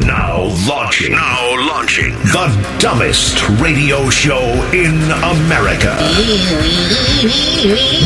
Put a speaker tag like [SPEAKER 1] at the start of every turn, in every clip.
[SPEAKER 1] Now launching. Now launching. The dumbest radio show in America.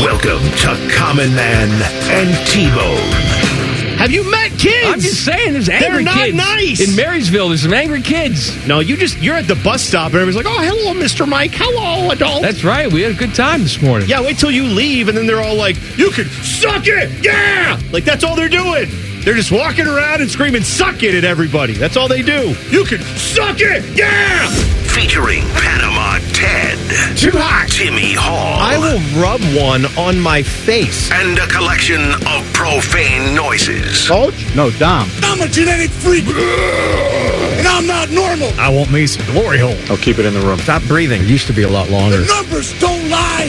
[SPEAKER 1] Welcome to Common Man and T-Bone.
[SPEAKER 2] Have you met kids?
[SPEAKER 3] I'm just saying, there's angry
[SPEAKER 2] They're not
[SPEAKER 3] kids.
[SPEAKER 2] nice.
[SPEAKER 3] In Marysville, there's some angry kids.
[SPEAKER 2] no, you just you're at the bus stop and everybody's like, "Oh, hello, Mr. Mike. Hello, adult."
[SPEAKER 3] That's right. We had a good time this morning.
[SPEAKER 2] yeah, wait till you leave, and then they're all like, "You can suck it, yeah!" Like that's all they're doing. They're just walking around and screaming "suck it" at everybody. That's all they do. You can suck it, yeah!
[SPEAKER 1] Featuring Panama Ted.
[SPEAKER 2] Too hot.
[SPEAKER 1] Timmy Hall.
[SPEAKER 2] I will rub one on my face.
[SPEAKER 1] And a collection of profane noises.
[SPEAKER 2] Coach? No, Dom.
[SPEAKER 4] I'm a genetic freak. And I'm not normal.
[SPEAKER 2] I want me some glory hole. I'll keep it in the room. Stop breathing. It used to be a lot longer.
[SPEAKER 4] Numbers don't lie.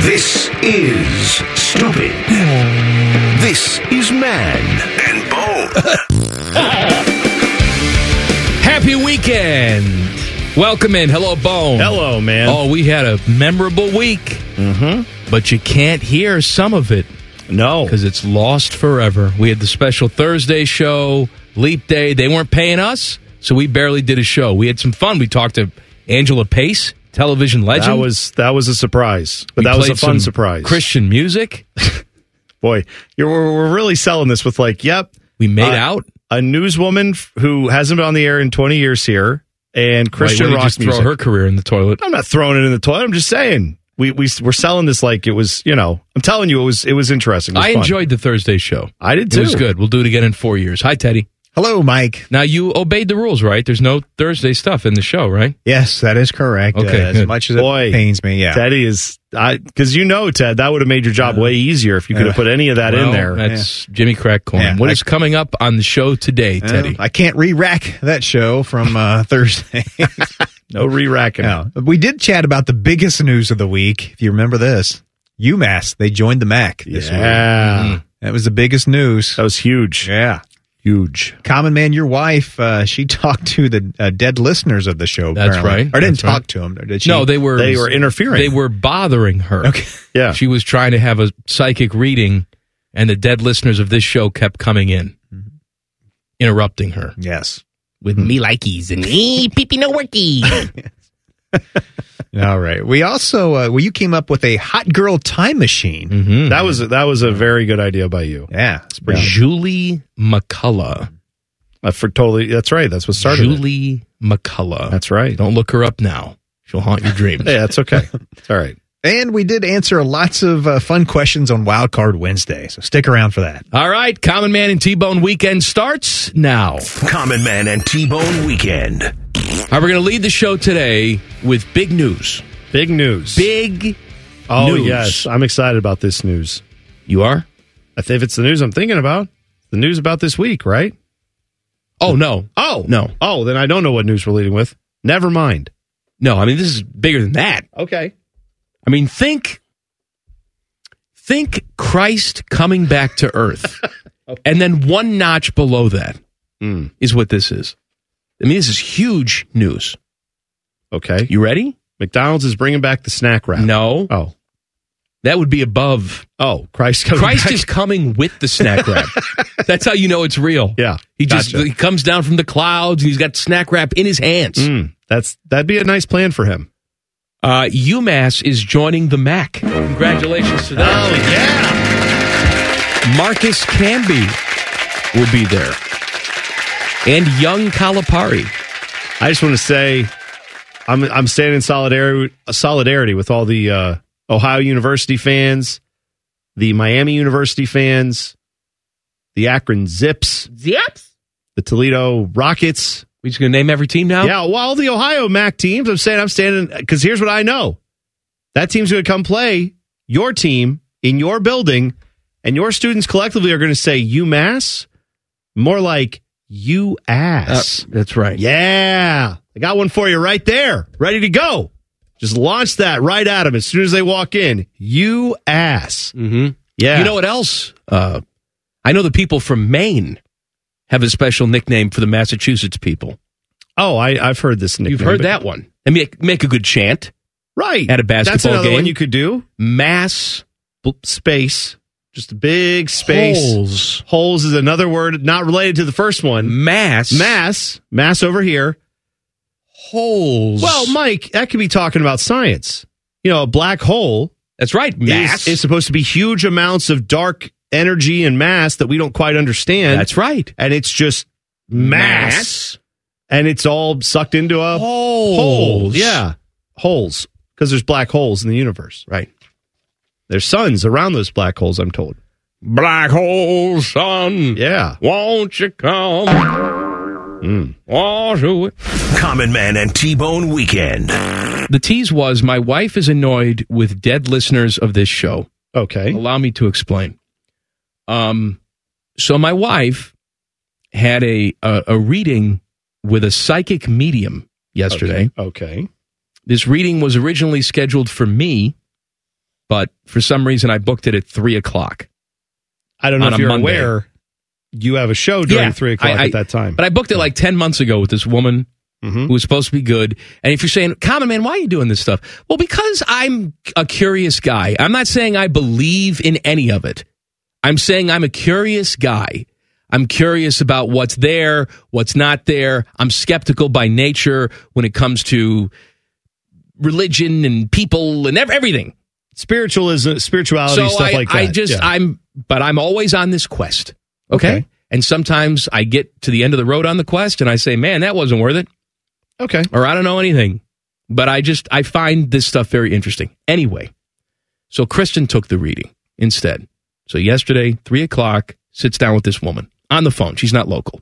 [SPEAKER 1] This is stupid. This is man and bone.
[SPEAKER 3] Happy weekend. Welcome in. Hello, Bone.
[SPEAKER 2] Hello, man.
[SPEAKER 3] Oh, we had a memorable week. Mm-hmm. But you can't hear some of it
[SPEAKER 2] no.
[SPEAKER 3] because it's lost forever. We had the special Thursday show, Leap Day. They weren't paying us, so we barely did a show. We had some fun. We talked to Angela Pace, television legend.
[SPEAKER 2] That was that was a surprise, but
[SPEAKER 3] We
[SPEAKER 2] that was a
[SPEAKER 3] played
[SPEAKER 2] fun
[SPEAKER 3] some
[SPEAKER 2] surprise.
[SPEAKER 3] Christian music.
[SPEAKER 2] boy, you're we're we're really selling this with like, yep,
[SPEAKER 3] We made
[SPEAKER 2] Uh,
[SPEAKER 3] out.
[SPEAKER 2] a newswoman f- who hasn't been on the air in 20 years here, and Christian
[SPEAKER 3] Wait, why don't you
[SPEAKER 2] rock
[SPEAKER 3] just
[SPEAKER 2] music.
[SPEAKER 3] throw her career in the toilet.
[SPEAKER 2] I'm not throwing it in the toilet. I'm just saying we we we're selling this like it was. You know, I'm telling you, it was it was interesting. It was
[SPEAKER 3] I
[SPEAKER 2] fun.
[SPEAKER 3] enjoyed the Thursday show.
[SPEAKER 2] I did
[SPEAKER 3] It
[SPEAKER 2] too.
[SPEAKER 3] was good. We'll do it again in four years. Hi, Teddy.
[SPEAKER 5] Hello, Oh, Mike.
[SPEAKER 3] Now you obeyed the rules, right? There's no Thursday stuff in the show, right?
[SPEAKER 5] Yes, that is correct. Uh,
[SPEAKER 3] Okay,
[SPEAKER 5] as
[SPEAKER 3] good.
[SPEAKER 5] much as
[SPEAKER 2] Boy.
[SPEAKER 5] it pains me, yeah.
[SPEAKER 2] Teddy is I because you know Ted that would have made your job way easier if you could have put any of that in
[SPEAKER 3] Well,
[SPEAKER 2] there.
[SPEAKER 3] That's Jimmy Crack Corn.
[SPEAKER 5] Yeah,
[SPEAKER 3] what
[SPEAKER 5] I-
[SPEAKER 3] is coming up on the show today,
[SPEAKER 5] Well,
[SPEAKER 3] Teddy?
[SPEAKER 5] I can't re-rack that show from uh, Thursday.
[SPEAKER 2] no re-racking.
[SPEAKER 5] no, we did chat about the biggest news of the week. If you remember this, UMass they joined the MAC this week.
[SPEAKER 2] Yeah,
[SPEAKER 3] Mm-hmm. Hmm.
[SPEAKER 5] That was the biggest news.
[SPEAKER 2] that was huge.
[SPEAKER 5] Yeah,
[SPEAKER 2] Huge.
[SPEAKER 5] common man, your wife, uh, she talked to the uh, dead listeners of the show.
[SPEAKER 3] That's
[SPEAKER 5] apparently.
[SPEAKER 3] right.
[SPEAKER 5] Or didn't
[SPEAKER 3] That's
[SPEAKER 5] talk
[SPEAKER 3] right.
[SPEAKER 5] to them. Did she?
[SPEAKER 3] no, they were
[SPEAKER 2] They were interfering.
[SPEAKER 3] they were bothering her.
[SPEAKER 5] Okay.
[SPEAKER 2] Yeah.
[SPEAKER 3] She was trying to have a psychic reading, and the dead listeners of this show kept coming in,
[SPEAKER 2] Mm-hmm.
[SPEAKER 3] interrupting her
[SPEAKER 5] Yes.
[SPEAKER 3] with
[SPEAKER 2] Hmm.
[SPEAKER 3] me likeys and me pee no workies.
[SPEAKER 5] All right. We also uh, well, you came up with a hot girl time machine.
[SPEAKER 3] mm-hmm.
[SPEAKER 2] that was that was a very good idea by you.
[SPEAKER 5] Yeah, it's pretty.
[SPEAKER 3] Julie McCullough.
[SPEAKER 2] Uh, for totally. That's right. That's what started. it.
[SPEAKER 3] Julie McCullough.
[SPEAKER 2] That's right.
[SPEAKER 3] Don't look her up now. She'll haunt your dreams.
[SPEAKER 2] Yeah, that's okay. it's all right.
[SPEAKER 5] And we did answer lots of uh, fun questions on Wildcard Wednesday, so stick around for that.
[SPEAKER 3] All right, Common Man and T Bone weekend starts now.
[SPEAKER 1] Common Man and T-Bone Weekend.
[SPEAKER 3] All right, we're going to lead the show today with big news.
[SPEAKER 2] Big news.
[SPEAKER 3] Big.
[SPEAKER 2] oh
[SPEAKER 3] news.
[SPEAKER 2] yes, I'm excited about this news.
[SPEAKER 3] You are?
[SPEAKER 2] I think if it's the news I'm thinking about, the news about this week, right?
[SPEAKER 3] Oh no,
[SPEAKER 2] Oh
[SPEAKER 3] No.
[SPEAKER 2] Oh, then I don't know what news we're leading with. Never mind.
[SPEAKER 3] no. I mean, this is bigger than that.
[SPEAKER 2] Okay.
[SPEAKER 3] I mean, think, think Christ coming back to Earth, and then one notch below that is
[SPEAKER 2] Mm.
[SPEAKER 3] what this is. I mean, this is huge news.
[SPEAKER 2] Okay.
[SPEAKER 3] You ready?
[SPEAKER 2] McDonald's is bringing back the snack wrap.
[SPEAKER 3] No,
[SPEAKER 2] Oh.
[SPEAKER 3] that would be above
[SPEAKER 2] Oh, Christ coming
[SPEAKER 3] Christ
[SPEAKER 2] back.
[SPEAKER 3] is coming with the snack wrap. That's how you know it's real.
[SPEAKER 2] Yeah.
[SPEAKER 3] He just
[SPEAKER 2] Gotcha.
[SPEAKER 3] he comes down from the clouds and he's got snack wrap in his hands.
[SPEAKER 2] Mm, that's that'd be a nice plan for him.
[SPEAKER 3] Uh, UMass is joining the MAC. Congratulations to them.
[SPEAKER 2] Oh, yeah.
[SPEAKER 3] Marcus Canby will be there. And young Kalapari.
[SPEAKER 2] I just want to say I'm I'm standing in solidarity solidarity with all the uh, Ohio University fans, the Miami University fans, the Akron Zips,
[SPEAKER 3] Zips.
[SPEAKER 2] the Toledo Rockets.
[SPEAKER 3] We just gonna name every team now?
[SPEAKER 2] Yeah, well, all the Ohio MAC teams. I'm saying I'm standing because here's what I know: that team's going to come play your team in your building, and your students collectively are going to say UMass More like you ass.
[SPEAKER 3] Uh, that's right.
[SPEAKER 2] Yeah. I got one for you right there, ready to go. Just launch that right at them as soon as they walk in. You ass.
[SPEAKER 3] Mm-hmm.
[SPEAKER 2] Yeah.
[SPEAKER 3] You know what else? Uh, I know the people from Maine have a special nickname for the Massachusetts people.
[SPEAKER 2] Oh, I, I've heard this nickname.
[SPEAKER 3] You've heard
[SPEAKER 2] but-
[SPEAKER 3] that one. And make, make a good chant
[SPEAKER 2] Right.
[SPEAKER 3] at a basketball
[SPEAKER 2] That's another
[SPEAKER 3] game.
[SPEAKER 2] one you could do.
[SPEAKER 3] Mass
[SPEAKER 2] Bl- Space. Just a big space.
[SPEAKER 3] holes.
[SPEAKER 2] Holes is another word not related to the first one.
[SPEAKER 3] Mass.
[SPEAKER 2] Mass. Mass over here.
[SPEAKER 3] Holes.
[SPEAKER 2] Well, Mike, that could be talking about science. You know, a black hole
[SPEAKER 3] that's right. Mass.
[SPEAKER 2] is, is supposed to be huge amounts of dark energy and mass that we don't quite understand.
[SPEAKER 3] that's right.
[SPEAKER 2] and it's just mass, and it's all sucked into a
[SPEAKER 3] Holes.
[SPEAKER 2] hole. Yeah, holes because there's black holes in the universe.
[SPEAKER 3] Right.
[SPEAKER 2] There's suns around those black holes. I'm told.
[SPEAKER 3] Black hole sun.
[SPEAKER 2] Yeah.
[SPEAKER 3] Won't you come? Hmm. Won't you-
[SPEAKER 1] Common Man and T Bone Weekend.
[SPEAKER 3] The tease was my wife is annoyed with dead listeners of this show.
[SPEAKER 2] Okay.
[SPEAKER 3] Allow me to explain. Um, so my wife had a a, a reading with a psychic medium yesterday.
[SPEAKER 2] Okay.
[SPEAKER 3] This reading was originally scheduled for me, but for some reason I booked it at three o'clock.
[SPEAKER 2] I don't know
[SPEAKER 3] On
[SPEAKER 2] if
[SPEAKER 3] a
[SPEAKER 2] you're
[SPEAKER 3] Monday.
[SPEAKER 2] aware. You have a show during
[SPEAKER 3] Yeah,
[SPEAKER 2] three o'clock
[SPEAKER 3] I- I-
[SPEAKER 2] at that time.
[SPEAKER 3] But I booked it like ten months ago with this woman
[SPEAKER 2] Mhm.
[SPEAKER 3] who was supposed to be good. And if you're saying, Common Man, why are you doing this stuff? Well, because I'm a curious guy. I'm not saying I believe in any of it. I'm saying I'm a curious guy. I'm curious about what's there, what's not there. I'm skeptical by nature when it comes to religion and people and ev- everything.
[SPEAKER 2] Spiritualism, spirituality,
[SPEAKER 3] So
[SPEAKER 2] stuff
[SPEAKER 3] I,
[SPEAKER 2] like that.
[SPEAKER 3] I just,
[SPEAKER 2] Yeah.
[SPEAKER 3] I'm, but I'm always on this quest. Okay?
[SPEAKER 2] Okay.
[SPEAKER 3] And sometimes I get to the end of the road on the quest and I say, man, that wasn't worth it.
[SPEAKER 2] okay.
[SPEAKER 3] Or I don't know anything. But I just, I find this stuff very interesting. Anyway, so Kristen took the reading instead. So yesterday, three o'clock, sits down with this woman on the phone. She's not local.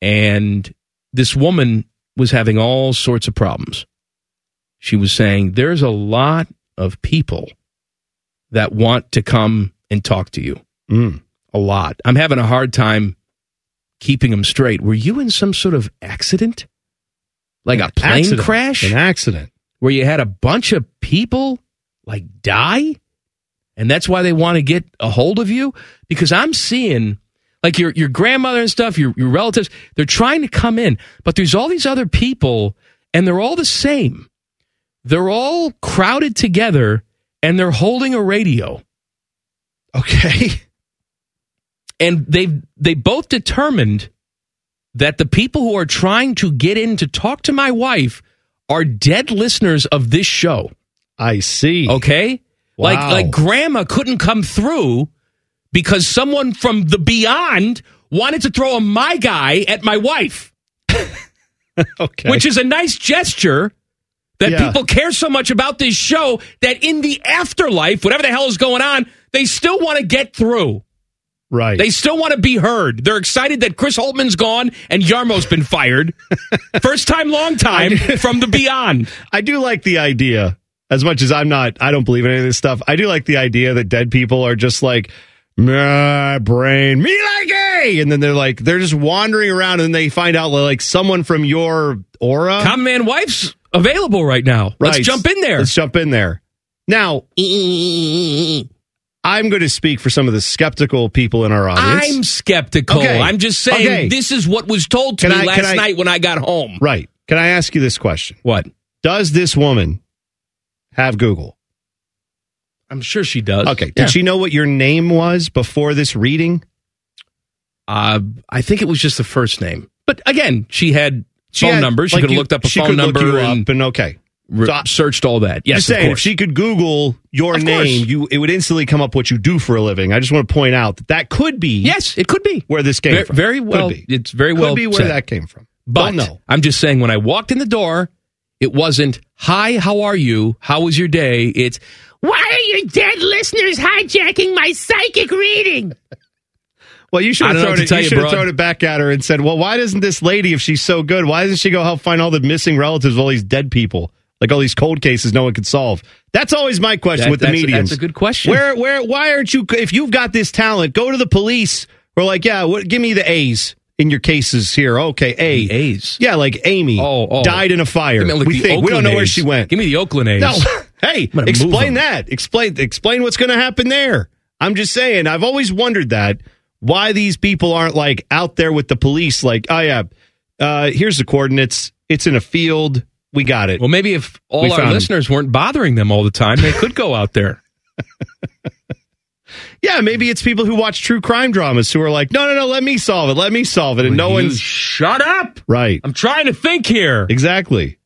[SPEAKER 3] And this woman was having all sorts of problems. She was saying, There's a lot of people that want to come and talk to you.
[SPEAKER 2] Mm.
[SPEAKER 3] A lot. I'm having a hard time keeping them straight. Were you in some sort of accident? Like a plane
[SPEAKER 2] Accident.
[SPEAKER 3] crash?
[SPEAKER 2] An accident.
[SPEAKER 3] where you had a bunch of people like die and that's why they want to get a hold of you because i'm seeing like your your grandmother and stuff your your relatives they're trying to come in but there's all these other people and they're all the same they're all crowded together and they're holding a radio
[SPEAKER 2] Okay.
[SPEAKER 3] and they they both determined that the people who are trying to get in to talk to my wife are dead listeners of this show
[SPEAKER 2] I see.
[SPEAKER 3] Okay?
[SPEAKER 2] Wow.
[SPEAKER 3] Like like grandma couldn't come through because someone from the beyond wanted to throw a my guy at my wife,
[SPEAKER 2] Okay.
[SPEAKER 3] which is a nice gesture that
[SPEAKER 2] Yeah.
[SPEAKER 3] people care so much about this show that in the afterlife, whatever the hell is going on, they still want to get through.
[SPEAKER 2] right.
[SPEAKER 3] They still want to be heard. They're excited that Chris Holtman's gone and Yarmo's been fired. First time, long time from the beyond.
[SPEAKER 2] I do like the idea. As much as I'm not, I don't believe in any of this stuff. I do like the idea that dead people are just like my brain, me like a, and then they're like they're just wandering around, and they find out like someone from your aura.
[SPEAKER 3] Common Man Wife's available right now. Let's
[SPEAKER 2] Right.
[SPEAKER 3] jump in there.
[SPEAKER 2] Let's jump in there. Now, I'm going to speak for some of the skeptical people in our audience.
[SPEAKER 3] I'm skeptical.
[SPEAKER 2] Okay.
[SPEAKER 3] I'm just saying
[SPEAKER 2] Okay.
[SPEAKER 3] this is what was told to
[SPEAKER 2] Can
[SPEAKER 3] me
[SPEAKER 2] I- can
[SPEAKER 3] last
[SPEAKER 2] I-
[SPEAKER 3] night when I got home.
[SPEAKER 2] right. Can I ask you this question?
[SPEAKER 3] What?
[SPEAKER 2] Does this woman have Google?
[SPEAKER 3] I'm sure she does.
[SPEAKER 2] Okay. Did
[SPEAKER 3] Yeah.
[SPEAKER 2] she know what your name was before this reading?
[SPEAKER 3] Uh, I think it was just the first name. But again, she had
[SPEAKER 2] She
[SPEAKER 3] phone
[SPEAKER 2] had-
[SPEAKER 3] numbers. She
[SPEAKER 2] like
[SPEAKER 3] could have
[SPEAKER 2] you-
[SPEAKER 3] looked up a
[SPEAKER 2] she
[SPEAKER 3] phone
[SPEAKER 2] could look
[SPEAKER 3] number
[SPEAKER 2] you
[SPEAKER 3] and
[SPEAKER 2] up and okay.
[SPEAKER 3] re-
[SPEAKER 2] So I-
[SPEAKER 3] searched all that. Yes,
[SPEAKER 2] just saying,
[SPEAKER 3] of
[SPEAKER 2] if
[SPEAKER 3] course.
[SPEAKER 2] she could Google your
[SPEAKER 3] Of course.
[SPEAKER 2] name, you it would instantly come up what you do for a living. I just want to point out that that could be
[SPEAKER 3] yes, it could be.
[SPEAKER 2] where this came
[SPEAKER 3] Very,
[SPEAKER 2] from.
[SPEAKER 3] very
[SPEAKER 2] Could
[SPEAKER 3] well.
[SPEAKER 2] be.
[SPEAKER 3] It's very
[SPEAKER 2] could
[SPEAKER 3] well
[SPEAKER 2] be where
[SPEAKER 3] said.
[SPEAKER 2] that came from.
[SPEAKER 3] But
[SPEAKER 2] Don't know.
[SPEAKER 3] I'm just saying, when I walked in the door, it wasn't "Hi, how are you? How was your day?" It's "Why are your dead listeners hijacking my psychic reading?"
[SPEAKER 2] Well, you should
[SPEAKER 3] I
[SPEAKER 2] have
[SPEAKER 3] don't know
[SPEAKER 2] thrown
[SPEAKER 3] what to
[SPEAKER 2] it.
[SPEAKER 3] tell
[SPEAKER 2] You
[SPEAKER 3] you,
[SPEAKER 2] should have
[SPEAKER 3] broad.
[SPEAKER 2] thrown it back at her and said, "Well, why doesn't this lady, if she's so good, why doesn't she go help find all the missing relatives of all these dead people, like all these cold cases no one could solve?" That's always my question
[SPEAKER 3] That-
[SPEAKER 2] with the
[SPEAKER 3] that's-
[SPEAKER 2] mediums.
[SPEAKER 3] that's a good question.
[SPEAKER 2] Where, where, why aren't you? If you've got this talent, go to the police. We're like, yeah, what, give me the A's in your cases here. Okay, A.
[SPEAKER 3] A's.
[SPEAKER 2] Yeah, like Amy
[SPEAKER 3] Oh, oh.
[SPEAKER 2] died in a fire.
[SPEAKER 3] Give me, like,
[SPEAKER 2] we
[SPEAKER 3] the
[SPEAKER 2] think we don't
[SPEAKER 3] Oakland
[SPEAKER 2] know where
[SPEAKER 3] A's.
[SPEAKER 2] she went.
[SPEAKER 3] Give me the Oakland A's.
[SPEAKER 2] No, hey,
[SPEAKER 3] gonna move
[SPEAKER 2] explain
[SPEAKER 3] them.
[SPEAKER 2] that. Explain explain what's going to happen there. I'm just saying. I've always wondered that why these people aren't like out there with the police. Like, oh yeah, uh, here's the coordinates. It's in a field. We got it.
[SPEAKER 3] Well, maybe if all
[SPEAKER 2] We found
[SPEAKER 3] our
[SPEAKER 2] 'em.
[SPEAKER 3] listeners weren't bothering them all the time, they could go out there.
[SPEAKER 2] yeah, maybe it's people who watch true crime dramas who are like, no, no, no, let me solve it. Let me solve it, and no
[SPEAKER 3] You
[SPEAKER 2] one's
[SPEAKER 3] shut up.
[SPEAKER 2] right.
[SPEAKER 3] I'm trying to think here.
[SPEAKER 2] Exactly.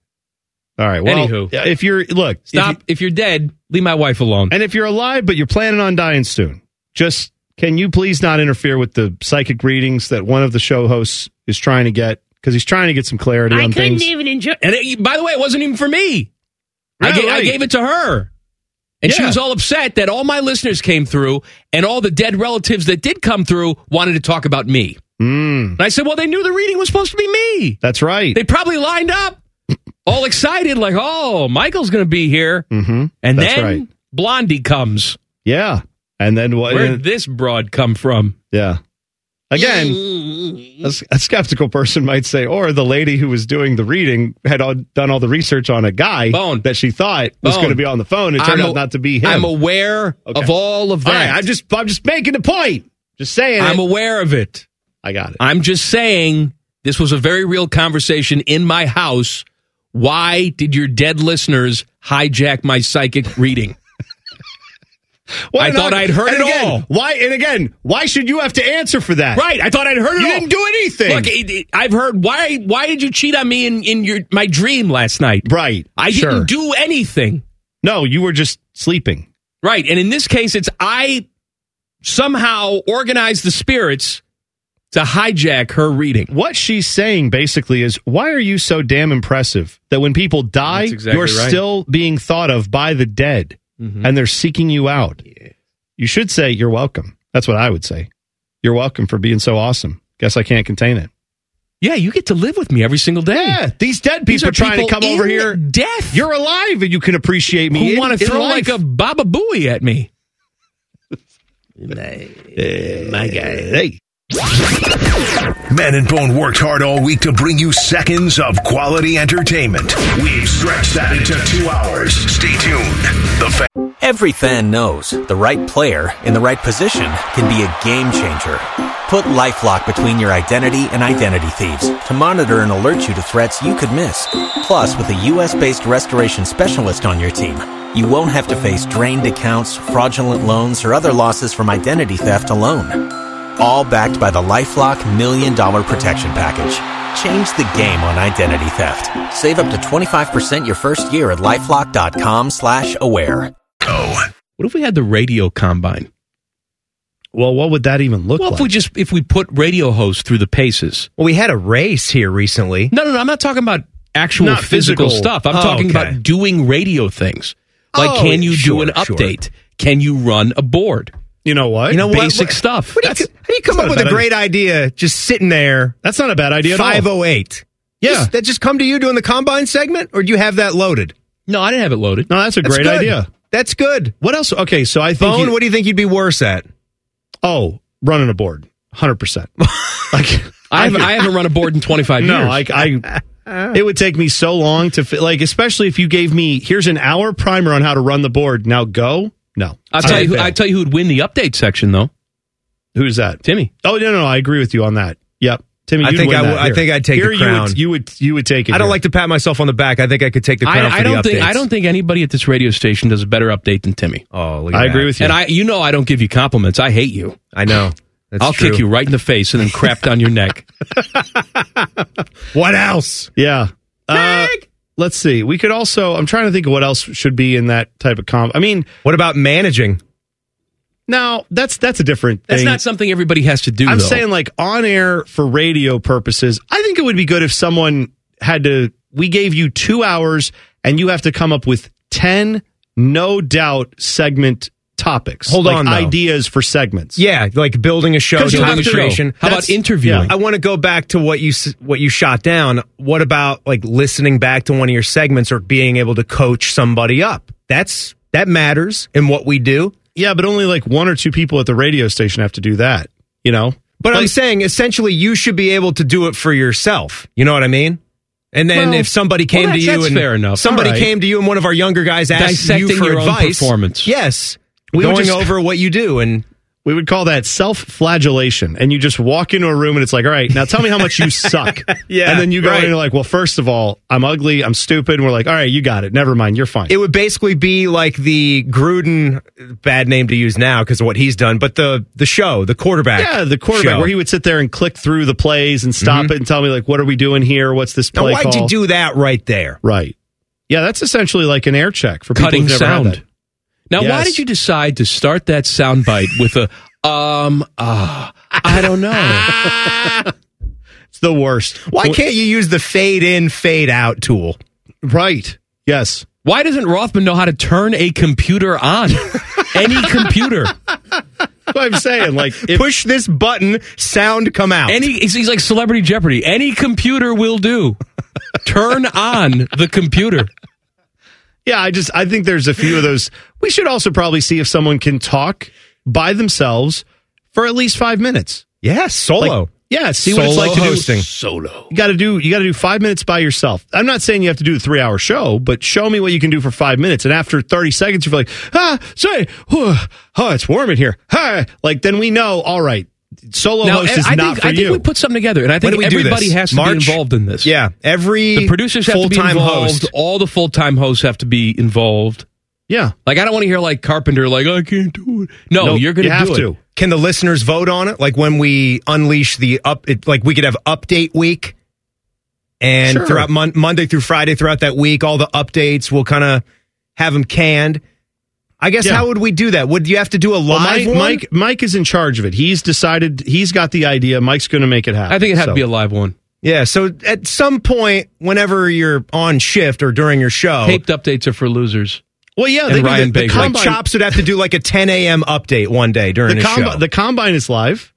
[SPEAKER 2] All right. Well,
[SPEAKER 3] Anywho.
[SPEAKER 2] if you're look, if you-
[SPEAKER 3] Stop. If, you're dead, leave my wife alone.
[SPEAKER 2] And if you're alive, but you're planning on dying soon, just can you please not interfere with the psychic readings that one of the show hosts is trying to get? Because he's trying to get some clarity on things.
[SPEAKER 3] even enjoy. And it, by the way, it wasn't even for me. I,
[SPEAKER 2] Yeah,
[SPEAKER 3] ga- I
[SPEAKER 2] right.
[SPEAKER 3] gave it to her, and she
[SPEAKER 2] Yeah.
[SPEAKER 3] was all upset that all my listeners came through, and all the dead relatives that did come through wanted to talk about me.
[SPEAKER 2] Mm,
[SPEAKER 3] And I said, "Well, they knew the reading was supposed to be me.
[SPEAKER 2] that's right.
[SPEAKER 3] They probably lined up, all excited, like, oh, Michael's going to be here."
[SPEAKER 2] hmm
[SPEAKER 3] And
[SPEAKER 2] That's
[SPEAKER 3] then
[SPEAKER 2] right.
[SPEAKER 3] Blondie comes.
[SPEAKER 2] Yeah. And then what?
[SPEAKER 3] Where did this broad come from?
[SPEAKER 2] Yeah. Again, a, s- a skeptical person might say, or the lady who was doing the reading had all, done all the research on a guy
[SPEAKER 3] Bone.
[SPEAKER 2] that she thought was
[SPEAKER 3] Bone.
[SPEAKER 2] going to be on the phone. It turned
[SPEAKER 3] I'm a-
[SPEAKER 2] out not to be him.
[SPEAKER 3] I'm aware
[SPEAKER 2] Okay.
[SPEAKER 3] of all of
[SPEAKER 2] all right,
[SPEAKER 3] that.
[SPEAKER 2] I'm just, I'm just making a point. Just saying.
[SPEAKER 3] I'm
[SPEAKER 2] it.
[SPEAKER 3] aware of it.
[SPEAKER 2] I got it.
[SPEAKER 3] I'm just saying this was a very real conversation in my house. Why did your dead listeners hijack my psychic reading?
[SPEAKER 2] Why
[SPEAKER 3] I
[SPEAKER 2] not-
[SPEAKER 3] thought I'd heard
[SPEAKER 2] and
[SPEAKER 3] it
[SPEAKER 2] again,
[SPEAKER 3] all.
[SPEAKER 2] Why and again, why should you have to answer for that?
[SPEAKER 3] right. I thought I'd heard it
[SPEAKER 2] You
[SPEAKER 3] all.
[SPEAKER 2] didn't do anything.
[SPEAKER 3] Look, it, it- I've heard why why did you cheat on me in, in your my dream last night?
[SPEAKER 2] right.
[SPEAKER 3] I
[SPEAKER 2] sure.
[SPEAKER 3] didn't do anything.
[SPEAKER 2] No, you were just sleeping.
[SPEAKER 3] Right. And in this case, it's I somehow organized the spirits to hijack her reading.
[SPEAKER 2] What she's saying basically is, why are you so damn impressive that when people die,
[SPEAKER 3] That's exactly
[SPEAKER 2] you're
[SPEAKER 3] right. Mm-hmm.
[SPEAKER 2] still being thought of by the dead and they're seeking you out? You should say you're welcome. That's what I would say. You're welcome for being so awesome. Guess I can't contain it.
[SPEAKER 3] Yeah, you get to live with me every single day.
[SPEAKER 2] Yeah, these dead
[SPEAKER 3] These
[SPEAKER 2] people are trying
[SPEAKER 3] people
[SPEAKER 2] to come over
[SPEAKER 3] in
[SPEAKER 2] here.
[SPEAKER 3] Death.
[SPEAKER 2] You're alive and you can appreciate me.
[SPEAKER 3] who
[SPEAKER 2] in-
[SPEAKER 3] want
[SPEAKER 2] in
[SPEAKER 3] to throw
[SPEAKER 2] life.
[SPEAKER 3] like a Baba Booey at me.
[SPEAKER 2] my guy. Hey.
[SPEAKER 1] Man and Bone worked hard all week to bring you seconds of quality entertainment. We've stretched that into two hours. Stay tuned. The fan.
[SPEAKER 6] Every fan knows the right player in the right position can be a game changer. Put LifeLock between your identity and identity thieves to monitor and alert you to threats you could miss. Plus, with a U.S.-based restoration specialist on your team, you won't have to face drained accounts, fraudulent loans, or other losses from identity theft alone. All backed by the LifeLock Million Dollar Protection Package. Change the game on identity theft. Save up to 25% your first year at LifeLock.com slash aware.
[SPEAKER 3] What if we had the radio combine?
[SPEAKER 2] Well, what would that even look
[SPEAKER 3] well,
[SPEAKER 2] like?
[SPEAKER 3] if we just if we put radio hosts through the paces.
[SPEAKER 5] Well, we had a race here recently.
[SPEAKER 3] No, no, no. I'm not talking about actual
[SPEAKER 2] Not
[SPEAKER 3] physical,
[SPEAKER 2] physical.
[SPEAKER 3] stuff. I'm
[SPEAKER 5] Oh,
[SPEAKER 3] talking
[SPEAKER 5] okay.
[SPEAKER 3] about doing radio things. Like,
[SPEAKER 5] Oh,
[SPEAKER 3] can you
[SPEAKER 5] sure,
[SPEAKER 3] do an
[SPEAKER 5] sure.
[SPEAKER 3] update? Can you run a board?
[SPEAKER 2] you know what?
[SPEAKER 5] You know what?
[SPEAKER 3] Basic
[SPEAKER 5] What-
[SPEAKER 3] stuff.
[SPEAKER 5] What do you,
[SPEAKER 3] That's-
[SPEAKER 5] how do you come
[SPEAKER 2] that's
[SPEAKER 5] up
[SPEAKER 2] not
[SPEAKER 5] with
[SPEAKER 2] a
[SPEAKER 5] a
[SPEAKER 2] bad
[SPEAKER 5] great idea just sitting there?
[SPEAKER 2] That's not a bad idea at all.
[SPEAKER 5] Five oh eight.
[SPEAKER 2] Yeah.
[SPEAKER 5] Just- that just come to you during the combine segment, or do you have that loaded?
[SPEAKER 3] No, I didn't have it loaded.
[SPEAKER 2] No, that's a
[SPEAKER 5] That's
[SPEAKER 2] great
[SPEAKER 5] good.
[SPEAKER 2] idea.
[SPEAKER 5] That's good.
[SPEAKER 2] What else? Okay, so I think.
[SPEAKER 5] Bone,
[SPEAKER 2] you-
[SPEAKER 5] what do you think you'd be worse at?
[SPEAKER 2] oh, running a board. 100%. like,
[SPEAKER 3] I haven't, I haven't run a board in 25
[SPEAKER 2] no,
[SPEAKER 3] years.
[SPEAKER 2] like, I. It would take me so long to fit, like, especially if you gave me, here's an hour primer on how to run the board. Now go. No.
[SPEAKER 3] I'll tell
[SPEAKER 2] I
[SPEAKER 3] you. Who,
[SPEAKER 2] fail.
[SPEAKER 3] I tell you who'd win the update section though.
[SPEAKER 2] Who's that?
[SPEAKER 3] Timmy.
[SPEAKER 2] Oh, no, no, no. I agree with you on that. Yep. Timmy,
[SPEAKER 5] I
[SPEAKER 2] you'd
[SPEAKER 5] think
[SPEAKER 2] win
[SPEAKER 5] I
[SPEAKER 2] that
[SPEAKER 5] would- I
[SPEAKER 2] here.
[SPEAKER 5] think I'd take
[SPEAKER 2] here
[SPEAKER 5] the
[SPEAKER 2] you would-
[SPEAKER 5] crown.
[SPEAKER 2] You would, you would, take it.
[SPEAKER 5] I don't
[SPEAKER 2] here.
[SPEAKER 5] like to pat myself on the back. I think I could take the crown for
[SPEAKER 3] I, I
[SPEAKER 5] the
[SPEAKER 3] don't think
[SPEAKER 5] updates.
[SPEAKER 3] I don't think anybody at this radio station does a better update than Timmy.
[SPEAKER 5] Oh, look at
[SPEAKER 2] I
[SPEAKER 5] that.
[SPEAKER 2] agree with you.
[SPEAKER 3] And I, you know, I don't give you compliments. I hate you.
[SPEAKER 5] I know. That's
[SPEAKER 3] I'll
[SPEAKER 5] true.
[SPEAKER 3] kick you right in the face and then crap down your neck.
[SPEAKER 5] What else?
[SPEAKER 2] Yeah. Uh, let's see. We could also. I'm trying to think of what else should be in that type of comp. I mean,
[SPEAKER 5] What about managing?
[SPEAKER 2] now that's that's a different
[SPEAKER 3] That's
[SPEAKER 2] thing.
[SPEAKER 3] not something everybody has to do.
[SPEAKER 2] I'm
[SPEAKER 3] though.
[SPEAKER 2] saying like on air for radio purposes. I think it would be good if someone had to. We gave you two hours, and you have to come up with ten no doubt segment topics.
[SPEAKER 5] Hold
[SPEAKER 2] like
[SPEAKER 5] on, though.
[SPEAKER 2] ideas for segments.
[SPEAKER 5] Yeah, like building a show,
[SPEAKER 2] 'Cause you
[SPEAKER 5] doing
[SPEAKER 2] have
[SPEAKER 5] a
[SPEAKER 2] to-
[SPEAKER 5] creation.
[SPEAKER 3] How about
[SPEAKER 2] That's-
[SPEAKER 3] interviewing?
[SPEAKER 5] I want to go back to what you s- what you shot down. What about like listening back to one of your segments or being able to coach somebody up? That's that matters in what we do.
[SPEAKER 2] yeah, but only like one or two people at the radio station have to do that. You know,
[SPEAKER 5] But I'm saying essentially you should be able to do it for yourself. You know what I mean? And then
[SPEAKER 3] Well,
[SPEAKER 5] if somebody came
[SPEAKER 3] well,
[SPEAKER 5] to
[SPEAKER 3] that's-
[SPEAKER 5] you
[SPEAKER 3] that's
[SPEAKER 5] and
[SPEAKER 3] fair enough.
[SPEAKER 5] somebody
[SPEAKER 3] All right.
[SPEAKER 5] came to you and one of our younger guys asked you
[SPEAKER 3] Dissecting
[SPEAKER 5] for
[SPEAKER 3] your own
[SPEAKER 5] advice,
[SPEAKER 3] performance.
[SPEAKER 5] Yes.
[SPEAKER 2] We would
[SPEAKER 5] going
[SPEAKER 2] just-
[SPEAKER 5] over what you do and
[SPEAKER 2] We would call that self flagellation. And you just walk into a room and it's like, all right, now tell me how much you suck.
[SPEAKER 5] Yeah,
[SPEAKER 2] And then you go
[SPEAKER 5] right.
[SPEAKER 2] in and you're like, well, first of all, I'm ugly, I'm stupid. And we're like, all right, you got it. Never mind, you're fine.
[SPEAKER 5] it would basically be like the Gruden bad name to use now because of what he's done, but the the show, the quarterback.
[SPEAKER 2] yeah, the quarterback
[SPEAKER 5] show. Mm-hmm.
[SPEAKER 2] where he would sit there and click through the plays and stop it and tell me like, what are we doing here? What's this
[SPEAKER 5] Now
[SPEAKER 2] play
[SPEAKER 5] why'd
[SPEAKER 2] call?
[SPEAKER 5] you do that right there?
[SPEAKER 2] right. Yeah, that's essentially like an air check for people
[SPEAKER 3] cutting
[SPEAKER 2] who've never had that.
[SPEAKER 3] sound. Now, why
[SPEAKER 2] Yes.
[SPEAKER 3] did you decide to start that sound bite with a um ah? I don't know.
[SPEAKER 2] It's the worst.
[SPEAKER 5] Why can't you use the fade in, fade out tool?
[SPEAKER 2] Right. Yes.
[SPEAKER 3] Why doesn't Rothman know how to turn a computer on? Any computer.
[SPEAKER 2] That's what I'm saying. Like, if,
[SPEAKER 5] Push this button, sound come out.
[SPEAKER 3] Any he's, he's like celebrity jeopardy. Any computer will do. Turn on the computer.
[SPEAKER 2] yeah, I just I think there's a few of those. We should also probably see if someone can talk by themselves for at least five minutes.
[SPEAKER 5] yeah, solo.
[SPEAKER 2] Like, yeah, see what it's
[SPEAKER 5] Solo
[SPEAKER 2] like to
[SPEAKER 5] hosting.
[SPEAKER 2] do solo. You got to do you got to do five minutes by yourself. I'm not saying you have to do the three hour show, but show me what you can do for five minutes. And after 30 seconds, you're like, ah, sorry, whew, oh, it's warm in here. Huh. Like then we know. All right, solo
[SPEAKER 3] Now,
[SPEAKER 2] host
[SPEAKER 5] eh,
[SPEAKER 3] I-
[SPEAKER 2] is
[SPEAKER 3] I
[SPEAKER 2] not
[SPEAKER 3] think,
[SPEAKER 2] for
[SPEAKER 3] I think
[SPEAKER 2] you.
[SPEAKER 3] we put something together, and I
[SPEAKER 5] When
[SPEAKER 3] think
[SPEAKER 5] do we do
[SPEAKER 3] everybody
[SPEAKER 5] this?
[SPEAKER 3] has to
[SPEAKER 5] March?
[SPEAKER 3] be involved in this.
[SPEAKER 5] Yeah, every
[SPEAKER 3] the producers have to be
[SPEAKER 5] full-time
[SPEAKER 3] involved.
[SPEAKER 5] host.
[SPEAKER 3] All the full time hosts have to be involved.
[SPEAKER 2] yeah,
[SPEAKER 3] Like I don't want to hear like Carpenter like I can't do it. No,
[SPEAKER 2] No,
[SPEAKER 3] you're going
[SPEAKER 2] you
[SPEAKER 3] to
[SPEAKER 2] have
[SPEAKER 3] do
[SPEAKER 2] to.
[SPEAKER 3] it.
[SPEAKER 5] Can the listeners vote on it? Like when we unleash the up, it, like we could have update week, and
[SPEAKER 2] Sure.
[SPEAKER 5] throughout mon- Monday through Friday, throughout that week, all the updates will kind of have them canned. I guess
[SPEAKER 2] Yeah.
[SPEAKER 5] how would we do that? Would you have to do a
[SPEAKER 2] Well, Mike,
[SPEAKER 5] live one?
[SPEAKER 2] Mike Mike is in charge of it. He's decided. He's got the idea. Mike's going to make it happen.
[SPEAKER 3] I think it had
[SPEAKER 2] So-
[SPEAKER 3] to be a live one.
[SPEAKER 5] Yeah. So at some point, whenever you're on shift or during your show,
[SPEAKER 3] Taped updates are for losers.
[SPEAKER 2] well, yeah.
[SPEAKER 3] and
[SPEAKER 2] They do
[SPEAKER 3] Ryan
[SPEAKER 2] the, the
[SPEAKER 3] Baker.
[SPEAKER 5] like
[SPEAKER 2] combine,
[SPEAKER 5] Chops would have to do like a 10 a.m. update one day during
[SPEAKER 2] the,
[SPEAKER 5] his
[SPEAKER 2] combi-
[SPEAKER 5] show.
[SPEAKER 2] the combine is live.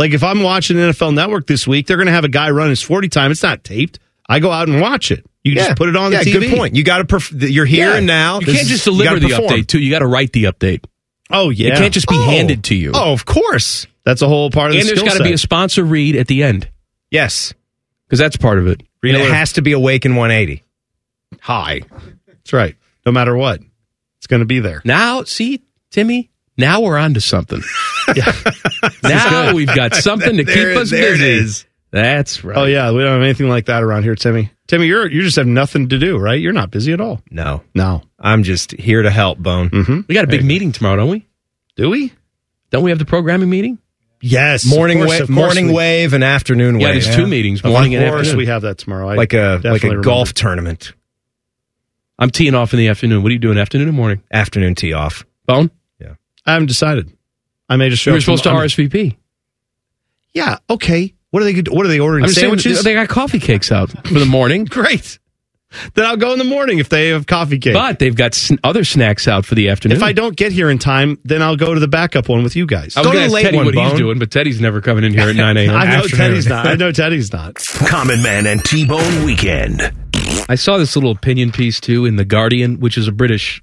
[SPEAKER 2] Like if I'm watching NFL Network this week, they're going to have a guy run his 40 time. It's not taped. I go out and watch it. You just put it on
[SPEAKER 5] yeah,
[SPEAKER 2] the TV.
[SPEAKER 5] Good point. You got to. Perf- you're here
[SPEAKER 2] Yeah.
[SPEAKER 5] and now.
[SPEAKER 3] You
[SPEAKER 5] This
[SPEAKER 3] can't
[SPEAKER 5] is-
[SPEAKER 3] just
[SPEAKER 5] you
[SPEAKER 3] deliver
[SPEAKER 5] gotta
[SPEAKER 3] the
[SPEAKER 5] perform.
[SPEAKER 3] update too. You got to write the update.
[SPEAKER 2] Oh yeah.
[SPEAKER 3] It can't just be
[SPEAKER 5] Oh.
[SPEAKER 3] handed to you.
[SPEAKER 5] Oh, of course.
[SPEAKER 2] That's a whole part of
[SPEAKER 3] and
[SPEAKER 2] the
[SPEAKER 3] there's
[SPEAKER 2] skill
[SPEAKER 3] got to
[SPEAKER 2] set.
[SPEAKER 3] be a sponsor read at the end
[SPEAKER 5] Yes.
[SPEAKER 3] because that's part of it.
[SPEAKER 5] And
[SPEAKER 2] Read
[SPEAKER 5] it
[SPEAKER 2] alert.
[SPEAKER 5] has to be Awaken 180.
[SPEAKER 2] high. That's right. No matter what, it's going to be there.
[SPEAKER 3] Now, see, Timmy, now we're onto something. now we've got something to
[SPEAKER 5] There-
[SPEAKER 3] keep us
[SPEAKER 5] there it
[SPEAKER 3] busy.
[SPEAKER 5] is.
[SPEAKER 3] That's right.
[SPEAKER 2] Oh yeah, we don't have anything like that around here, Timmy. Timmy, you're you just have nothing to do, right? You're not busy at all.
[SPEAKER 5] No,
[SPEAKER 2] No.
[SPEAKER 5] I'm just here to help, Bone.
[SPEAKER 2] Mm-hmm.
[SPEAKER 3] We got a big meeting tomorrow, don't we?
[SPEAKER 2] Do we?
[SPEAKER 3] Don't we have the programming meeting?
[SPEAKER 2] Yes.
[SPEAKER 5] Morning,
[SPEAKER 2] of course,
[SPEAKER 5] wa-
[SPEAKER 2] of course
[SPEAKER 5] morning
[SPEAKER 2] we-
[SPEAKER 5] wave and afternoon
[SPEAKER 3] Yeah,
[SPEAKER 5] wave.
[SPEAKER 3] there's two meetings,
[SPEAKER 2] Of
[SPEAKER 3] morning and
[SPEAKER 2] course
[SPEAKER 3] afternoon.
[SPEAKER 2] we have that tomorrow. I
[SPEAKER 5] Like a
[SPEAKER 2] definitely
[SPEAKER 5] like a
[SPEAKER 2] remember.
[SPEAKER 5] golf tournament
[SPEAKER 3] I'm teeing off in the afternoon. What are you doing afternoon or morning?
[SPEAKER 5] afternoon tee off.
[SPEAKER 3] Bone?
[SPEAKER 2] I haven't decided. I may just show.
[SPEAKER 3] You were
[SPEAKER 2] up
[SPEAKER 3] supposed to
[SPEAKER 2] tomorrow.
[SPEAKER 3] RSVP.
[SPEAKER 2] Yeah. Okay. What are they? What are they ordering?
[SPEAKER 3] I'm just saying,
[SPEAKER 2] Sandwiches.
[SPEAKER 5] uh,
[SPEAKER 3] they got coffee cakes out for the morning,
[SPEAKER 2] Great. Then I'll go in the morning if they have coffee cake.
[SPEAKER 3] but they've got sn- other snacks out for the afternoon.
[SPEAKER 2] if I don't get here in time, then I'll go to the backup one with you guys.
[SPEAKER 3] I was
[SPEAKER 5] Go
[SPEAKER 3] going
[SPEAKER 5] to the
[SPEAKER 3] to ask
[SPEAKER 5] late
[SPEAKER 3] Teddy
[SPEAKER 5] one,
[SPEAKER 3] what
[SPEAKER 5] Bone.
[SPEAKER 3] he's doing, but Teddy's never coming in here at 9 a.m.
[SPEAKER 2] I know
[SPEAKER 3] afternoon.
[SPEAKER 2] Teddy's not. I know Teddy's not.
[SPEAKER 1] Common Man and T Bone Weekend.
[SPEAKER 3] I saw this little opinion piece too in The Guardian, which is a British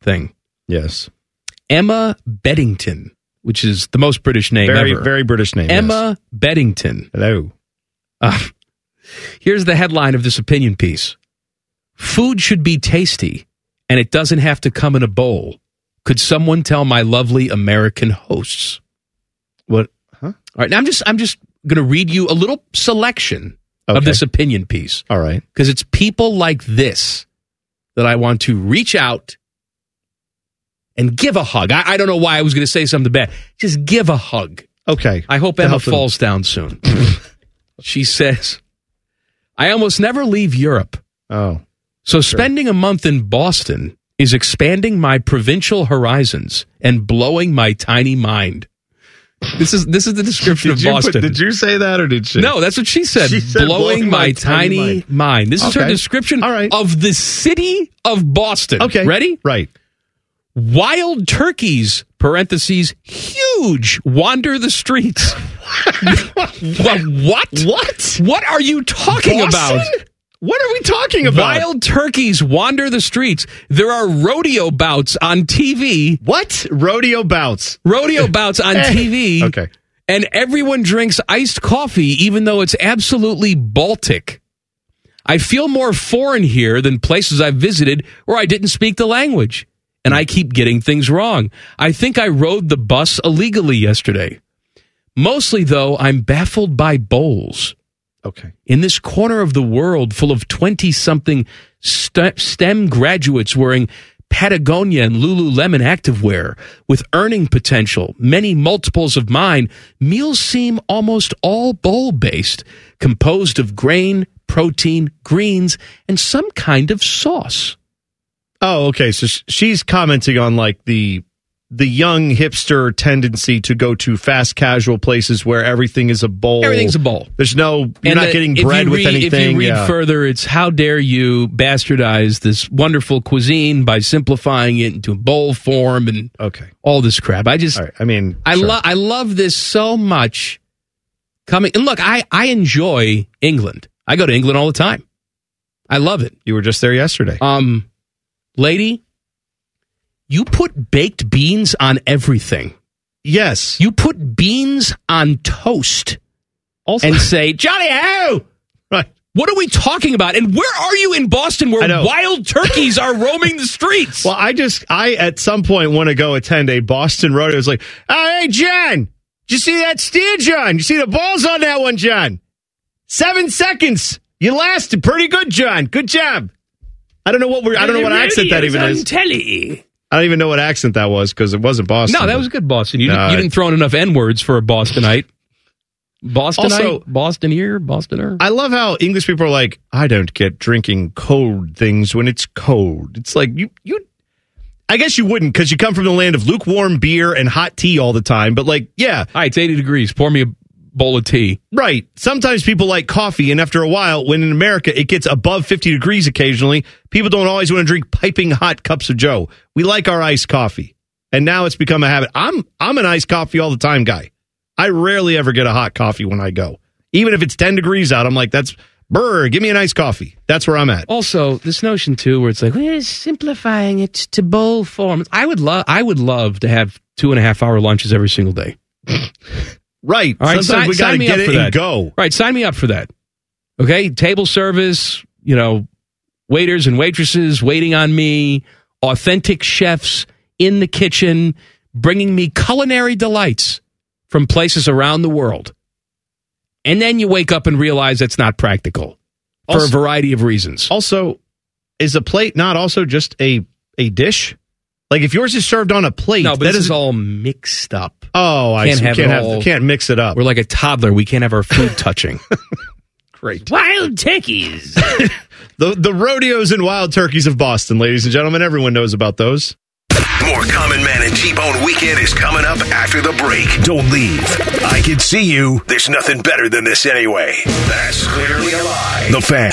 [SPEAKER 3] thing.
[SPEAKER 2] Yes.
[SPEAKER 3] Emma Beddington, which is the most British name
[SPEAKER 2] Very
[SPEAKER 3] ever.
[SPEAKER 2] very British name. yes.
[SPEAKER 3] Emma Beddington.
[SPEAKER 2] Hello.
[SPEAKER 3] Uh, here's the headline of this opinion piece Food should be tasty, and it doesn't have to come in a bowl. Could someone tell my lovely American hosts?
[SPEAKER 2] What? Huh?
[SPEAKER 3] All right, now I'm just I'm just going to read you a little selection of
[SPEAKER 2] Okay.
[SPEAKER 3] this opinion piece
[SPEAKER 2] All right.
[SPEAKER 3] because it's people like this that I want to reach out and give a hug. I, I don't know why I was going to say something bad. Just give a hug.
[SPEAKER 2] Okay.
[SPEAKER 3] I hope
[SPEAKER 2] To
[SPEAKER 3] Emma
[SPEAKER 2] help them.
[SPEAKER 3] falls down soon. she says, I almost never leave Europe,
[SPEAKER 2] Oh.
[SPEAKER 3] so spending a month in Boston is expanding my provincial horizons and blowing my tiny mind. This is this is the description of Boston.
[SPEAKER 2] you say that or did she?
[SPEAKER 3] No, that's what she said.
[SPEAKER 2] She said,
[SPEAKER 3] blowing, my, tiny, mind. This is her
[SPEAKER 2] Okay.
[SPEAKER 3] description
[SPEAKER 2] All right.
[SPEAKER 3] of the city of Boston.
[SPEAKER 2] Okay.
[SPEAKER 3] Ready?
[SPEAKER 2] Right.
[SPEAKER 3] Wild turkeys, parentheses, huge, wander the streets. what? What?
[SPEAKER 2] What?
[SPEAKER 3] What are you talking about?
[SPEAKER 2] Boston? What are we talking about?
[SPEAKER 3] Wild turkeys wander the streets. There are rodeo bouts on TV.
[SPEAKER 2] What? Rodeo bouts.
[SPEAKER 3] Rodeo bouts on
[SPEAKER 2] Hey.
[SPEAKER 3] TV.
[SPEAKER 2] Okay.
[SPEAKER 3] and everyone drinks iced coffee, even though it's absolutely Baltic. I feel more foreign here than places I've visited where I didn't speak the language, and I keep getting things wrong. I think I rode the bus illegally yesterday. Mostly, though, I'm baffled by bowls.
[SPEAKER 2] Okay.
[SPEAKER 3] In this corner of the world full of 20 something STEM graduates wearing Patagonia and Lululemon activewear with earning potential, many multiples of mine, meals seem almost all bowl based, composed of grain, protein, greens, and some kind of sauce.
[SPEAKER 2] Oh, okay. So sh- she's commenting on like the the young hipster tendency to go to fast casual places where everything is a bowl.
[SPEAKER 3] Everything's a bowl.
[SPEAKER 2] There's no you're
[SPEAKER 3] And
[SPEAKER 2] not
[SPEAKER 3] the-
[SPEAKER 2] getting
[SPEAKER 3] if
[SPEAKER 2] bread
[SPEAKER 3] you
[SPEAKER 2] with
[SPEAKER 3] read-
[SPEAKER 2] anything.
[SPEAKER 3] If you read
[SPEAKER 2] yeah.
[SPEAKER 3] further, it's how dare you bastardize this wonderful cuisine by simplifying it into a bowl form and
[SPEAKER 2] okay.
[SPEAKER 3] all this crap. I just
[SPEAKER 2] All right. I mean,
[SPEAKER 3] I
[SPEAKER 2] sure.
[SPEAKER 3] love I love this so much. Coming and look, I I enjoy England. I go to England all the time. I love it.
[SPEAKER 2] you were just there yesterday.
[SPEAKER 3] Um, lady, you put baked beans on everything.
[SPEAKER 2] yes.
[SPEAKER 3] You put beans on toast
[SPEAKER 2] also
[SPEAKER 3] and say, Johnny, oh,
[SPEAKER 2] right.
[SPEAKER 3] what are we talking about? And where are you in Boston
[SPEAKER 2] I
[SPEAKER 3] where
[SPEAKER 2] know.
[SPEAKER 3] wild turkeys are roaming the streets?
[SPEAKER 2] Well, I just I at some point want to go attend a Boston rodeo. It's like, oh hey John, did you see that steer, John? You see the balls on that one, John? Seven seconds. You lasted pretty good, John. Good job. I don't know what we're. I don't know what accent that even is.
[SPEAKER 3] Telly.
[SPEAKER 2] I don't even know what accent that was because it wasn't Boston.
[SPEAKER 3] No, that was good, Boston. You, didn't-
[SPEAKER 2] No,
[SPEAKER 3] you
[SPEAKER 2] I-
[SPEAKER 3] didn't throw in enough N words for a Bostonite. Bostonite,
[SPEAKER 2] Also-
[SPEAKER 3] Bostoneer, Bostoner.
[SPEAKER 2] I love how English people are like, I don't get drinking cold things when it's cold. It's like you you I guess you wouldn't because you come from the land of lukewarm beer and hot tea all the time. But like, yeah,
[SPEAKER 3] All right, it's eighty degrees. Pour me a bowl of tea.
[SPEAKER 2] Right. Sometimes people like coffee, and after a while, when in America it gets above 50 degrees occasionally, people don't always want to drink piping hot cups of Joe. We like our iced coffee, and now it's become a habit. I'm I'm an iced coffee all the time guy. I rarely ever get a hot coffee when I go, even if it's 10 degrees out. I'm like, that's brr. Give me an iced coffee. That's where I'm at.
[SPEAKER 3] Also, this notion too, where it's like we're simplifying it to bowl forms. I would love, I would love to have two and a half hour lunches every single day.
[SPEAKER 2] Right.
[SPEAKER 3] All right,
[SPEAKER 2] Sometimes
[SPEAKER 3] sign,
[SPEAKER 2] we got to
[SPEAKER 3] sign me
[SPEAKER 2] get
[SPEAKER 3] up
[SPEAKER 2] it
[SPEAKER 3] for
[SPEAKER 2] and
[SPEAKER 3] that.
[SPEAKER 2] go.
[SPEAKER 3] Right, sign me up for that. Okay, table service. You know, waiters and waitresses waiting on me. Authentic chefs in the kitchen bringing me culinary delights from places around the world. And then you wake up and realize that's not practical for
[SPEAKER 2] Also-
[SPEAKER 3] a variety of reasons.
[SPEAKER 2] Also, is a plate not also just a a dish? Like if yours is served on a plate,
[SPEAKER 3] No, but
[SPEAKER 2] that
[SPEAKER 3] this is
[SPEAKER 2] doesn't-
[SPEAKER 3] all mixed up.
[SPEAKER 2] Oh, I
[SPEAKER 3] Can't
[SPEAKER 2] see.
[SPEAKER 3] have
[SPEAKER 2] can't
[SPEAKER 3] it
[SPEAKER 2] have
[SPEAKER 3] all.
[SPEAKER 2] can't mix it up.
[SPEAKER 3] We're like a toddler. We can't have our food touching. Great. Wild turkeys.
[SPEAKER 2] The the rodeos and wild turkeys of Boston, ladies and gentlemen, everyone knows about those.
[SPEAKER 1] More Common Man and T-Bone Weekend is coming up after the break. Don't leave. I can see you. There's nothing better than this anyway. That's clearly a lie. The fan.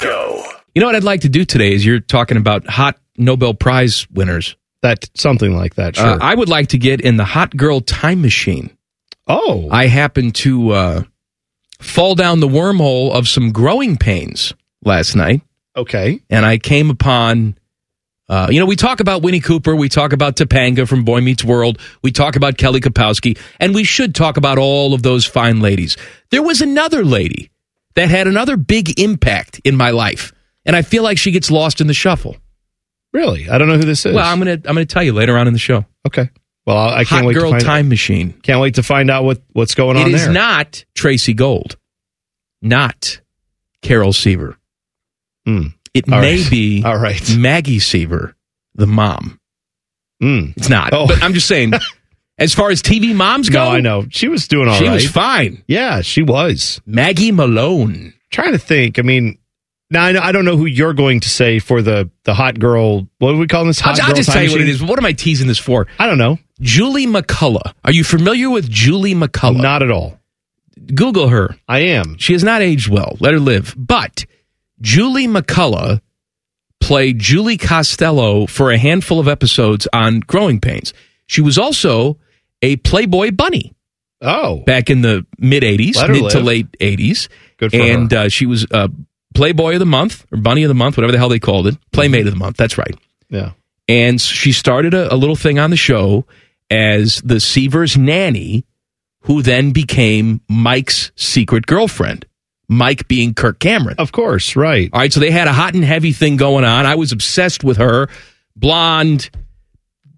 [SPEAKER 1] Go.
[SPEAKER 3] You know what I'd like to do today is you're talking about hot Nobel Prize winners.
[SPEAKER 2] That something like that. Sure.
[SPEAKER 3] Uh, I would like to get in the hot girl time machine.
[SPEAKER 2] oh,
[SPEAKER 3] I happened to uh, fall down the wormhole of some growing pains last night,
[SPEAKER 2] okay.
[SPEAKER 3] and I came upon. Uh, you know, we talk about Winnie Cooper, we talk about Topanga from Boy Meets World, we talk about Kelly Kapowski, and we should talk about all of those fine ladies. There was another lady that had another big impact in my life, and I feel like she gets lost in the shuffle.
[SPEAKER 2] Really, I don't know who this is.
[SPEAKER 3] Well, I'm gonna I'm gonna tell you later on in the show.
[SPEAKER 2] okay. Well, Uh, I, I can't
[SPEAKER 3] Hot
[SPEAKER 2] wait.
[SPEAKER 3] girl
[SPEAKER 2] to find,
[SPEAKER 3] time machine.
[SPEAKER 2] Can't wait to find out what what's going on
[SPEAKER 3] It is
[SPEAKER 2] there.
[SPEAKER 3] not Tracy Gold, not Carol Seaver.
[SPEAKER 2] Hmm.
[SPEAKER 3] It
[SPEAKER 2] All
[SPEAKER 3] may
[SPEAKER 2] right.
[SPEAKER 3] be
[SPEAKER 2] All right.
[SPEAKER 3] Maggie Seaver, the mom.
[SPEAKER 2] Mm.
[SPEAKER 3] It's not.
[SPEAKER 2] Oh.
[SPEAKER 3] But I'm just saying, as far as TV moms go,
[SPEAKER 2] No, I know she was doing all right.
[SPEAKER 3] she was fine.
[SPEAKER 2] yeah, she was.
[SPEAKER 3] Maggie Malone.
[SPEAKER 2] trying to think. I mean, Now I, know, I don't know who you're going to say for the the hot girl. What do we call this?
[SPEAKER 3] I'll,
[SPEAKER 2] Hot
[SPEAKER 3] I'll
[SPEAKER 2] girl
[SPEAKER 3] just
[SPEAKER 2] time
[SPEAKER 3] tell you what it
[SPEAKER 2] machine?
[SPEAKER 3] is. What am I teasing this for?
[SPEAKER 2] I don't know.
[SPEAKER 3] Julie McCullough. Are you familiar with Julie McCullough?
[SPEAKER 2] Not at all.
[SPEAKER 3] Google her.
[SPEAKER 2] I am.
[SPEAKER 3] She has not aged well. Let her live. But Julie McCullough played Julie Costello for a handful of episodes on Growing Pains. She was also a Playboy bunny
[SPEAKER 2] Oh,
[SPEAKER 3] back in the mid 80s,
[SPEAKER 2] Let her
[SPEAKER 3] mid to
[SPEAKER 2] live.
[SPEAKER 3] late 80s.
[SPEAKER 2] Good for
[SPEAKER 3] and Uh, she was uh, Playboy of the Month or Bunny of the Month, whatever the hell they called it. Playmate of the Month. That's right.
[SPEAKER 2] yeah.
[SPEAKER 3] And she started a, a little thing on the show as the Seavers nanny, who then became Mike's secret girlfriend. Mike being Kirk Cameron.
[SPEAKER 2] Of course, right.
[SPEAKER 3] All right, so they had a hot and heavy thing going on. I was obsessed with her. Blonde,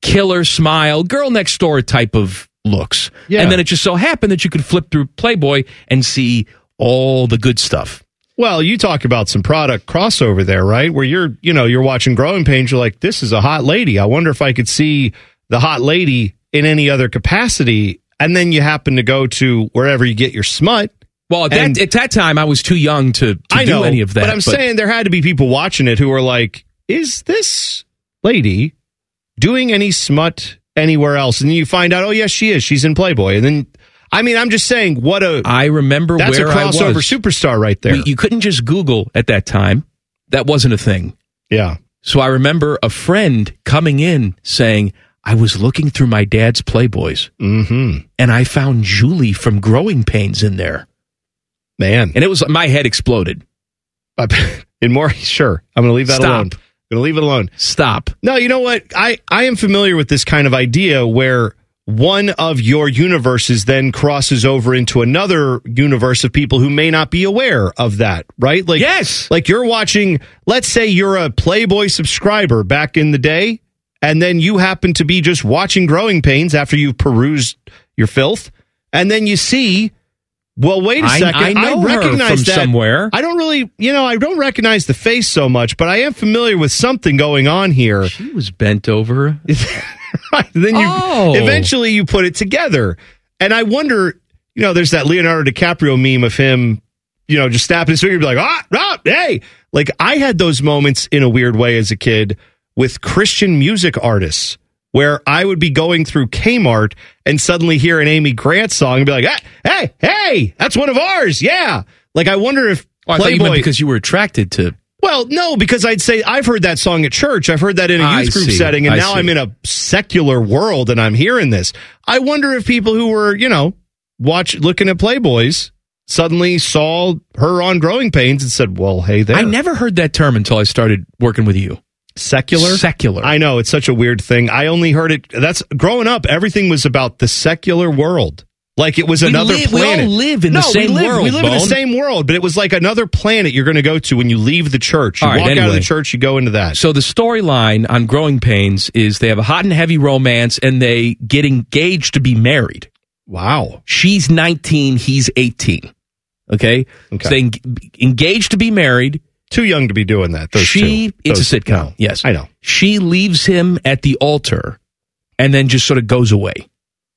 [SPEAKER 3] killer smile, girl next door type of looks.
[SPEAKER 2] Yeah.
[SPEAKER 3] And then it just so happened that you could flip through Playboy and see all the good stuff.
[SPEAKER 2] Well, you talk about some product crossover there, right? Where you're, you know, you're watching Growing Pains. You're like, this is a hot lady. I wonder if I could see the hot lady in any other capacity. And then you happen to go to wherever you get your smut.
[SPEAKER 3] Well, at that,
[SPEAKER 2] And-
[SPEAKER 3] at that time, I was too young to, to
[SPEAKER 2] I know
[SPEAKER 3] do any of that.
[SPEAKER 2] But I'm saying there had to be people watching it who are like, is this lady doing any smut anywhere else? And then you find out, oh yes, she is. She's in Playboy. And then, I mean, I'm just saying, what a
[SPEAKER 3] I remember
[SPEAKER 2] that's a
[SPEAKER 3] where I was.
[SPEAKER 2] crossover superstar right there.
[SPEAKER 3] We- you couldn't just Google at that time. That wasn't a thing.
[SPEAKER 2] yeah.
[SPEAKER 3] So I remember a friend coming in saying, I was looking through my dad's Playboys
[SPEAKER 2] Mm-hmm.
[SPEAKER 3] and I found Julie from Growing Pains in there.
[SPEAKER 2] Man.
[SPEAKER 3] And it was my head exploded.
[SPEAKER 2] in more, sure. I'm going to leave that
[SPEAKER 3] Stop.
[SPEAKER 2] alone. I'm going to leave it alone.
[SPEAKER 3] Stop.
[SPEAKER 2] No, you know what? I, I am familiar with this kind of idea where one of your universes then crosses over into another universe of people who may not be aware of that, right? Like
[SPEAKER 3] Yes.
[SPEAKER 2] like you're watching, let's say you're a Playboy subscriber back in the day, and then you happen to be just watching Growing Pains after you've perused your filth, and then you see well, wait a
[SPEAKER 3] I-
[SPEAKER 2] second.
[SPEAKER 3] I know her
[SPEAKER 2] recognize
[SPEAKER 3] from
[SPEAKER 2] that.
[SPEAKER 3] somewhere.
[SPEAKER 2] I don't really, you know, I don't recognize the face so much, but I am familiar with something going on here.
[SPEAKER 3] She was bent over.
[SPEAKER 2] Oh, Right. then you
[SPEAKER 3] Oh.
[SPEAKER 2] eventually you put it together. And I wonder, you know, there's that Leonardo DiCaprio meme of him, you know, just snapping his finger and be like, ah, ah, hey. Like I had those moments in a weird way as a kid with Christian music artists where I would be going through Kmart and suddenly hear an Amy Grant song and be like, ah, hey, hey, that's one of ours. Yeah. Like I wonder if
[SPEAKER 3] Oh, I thought you meant
[SPEAKER 2] Playboy
[SPEAKER 3] because you were attracted to.
[SPEAKER 2] well, no, because I'd say I've heard that song at church. I've heard that in a
[SPEAKER 3] I
[SPEAKER 2] youth group
[SPEAKER 3] see.
[SPEAKER 2] setting, and
[SPEAKER 3] I
[SPEAKER 2] now
[SPEAKER 3] see.
[SPEAKER 2] I'm in a secular world and I'm hearing this. I wonder if people who were, you know, watch looking at Playboys suddenly saw her on Growing Pains and said, "Well, hey there."
[SPEAKER 3] I never heard that term until I started working with you.
[SPEAKER 2] secular.
[SPEAKER 3] Secular.
[SPEAKER 2] I know it's such a weird thing. I only heard it. That's growing up. Everything was about the secular world. Like it was
[SPEAKER 3] We
[SPEAKER 2] another
[SPEAKER 3] live- we all
[SPEAKER 2] planet.
[SPEAKER 3] live in
[SPEAKER 2] no,
[SPEAKER 3] the same
[SPEAKER 2] we live,
[SPEAKER 3] world,
[SPEAKER 2] We live in the
[SPEAKER 3] Bone.
[SPEAKER 2] same world, but it was like another planet you're going to go to when you leave the church. You
[SPEAKER 3] All right,
[SPEAKER 2] walk out of
[SPEAKER 3] anyway.
[SPEAKER 2] the church, you go into that.
[SPEAKER 3] So the storyline on Growing Pains is they have a hot and heavy romance and they get engaged to be married.
[SPEAKER 2] Wow.
[SPEAKER 3] She's 19, he's 18. Okay?
[SPEAKER 2] Okay.
[SPEAKER 3] So they en- engaged to be married.
[SPEAKER 2] Too young to be doing that. Those
[SPEAKER 3] she
[SPEAKER 2] two.
[SPEAKER 3] it's
[SPEAKER 2] Those-
[SPEAKER 3] a sitcom.
[SPEAKER 2] no.
[SPEAKER 3] Yes.
[SPEAKER 2] I know.
[SPEAKER 3] She leaves him at the altar and then just sort of goes away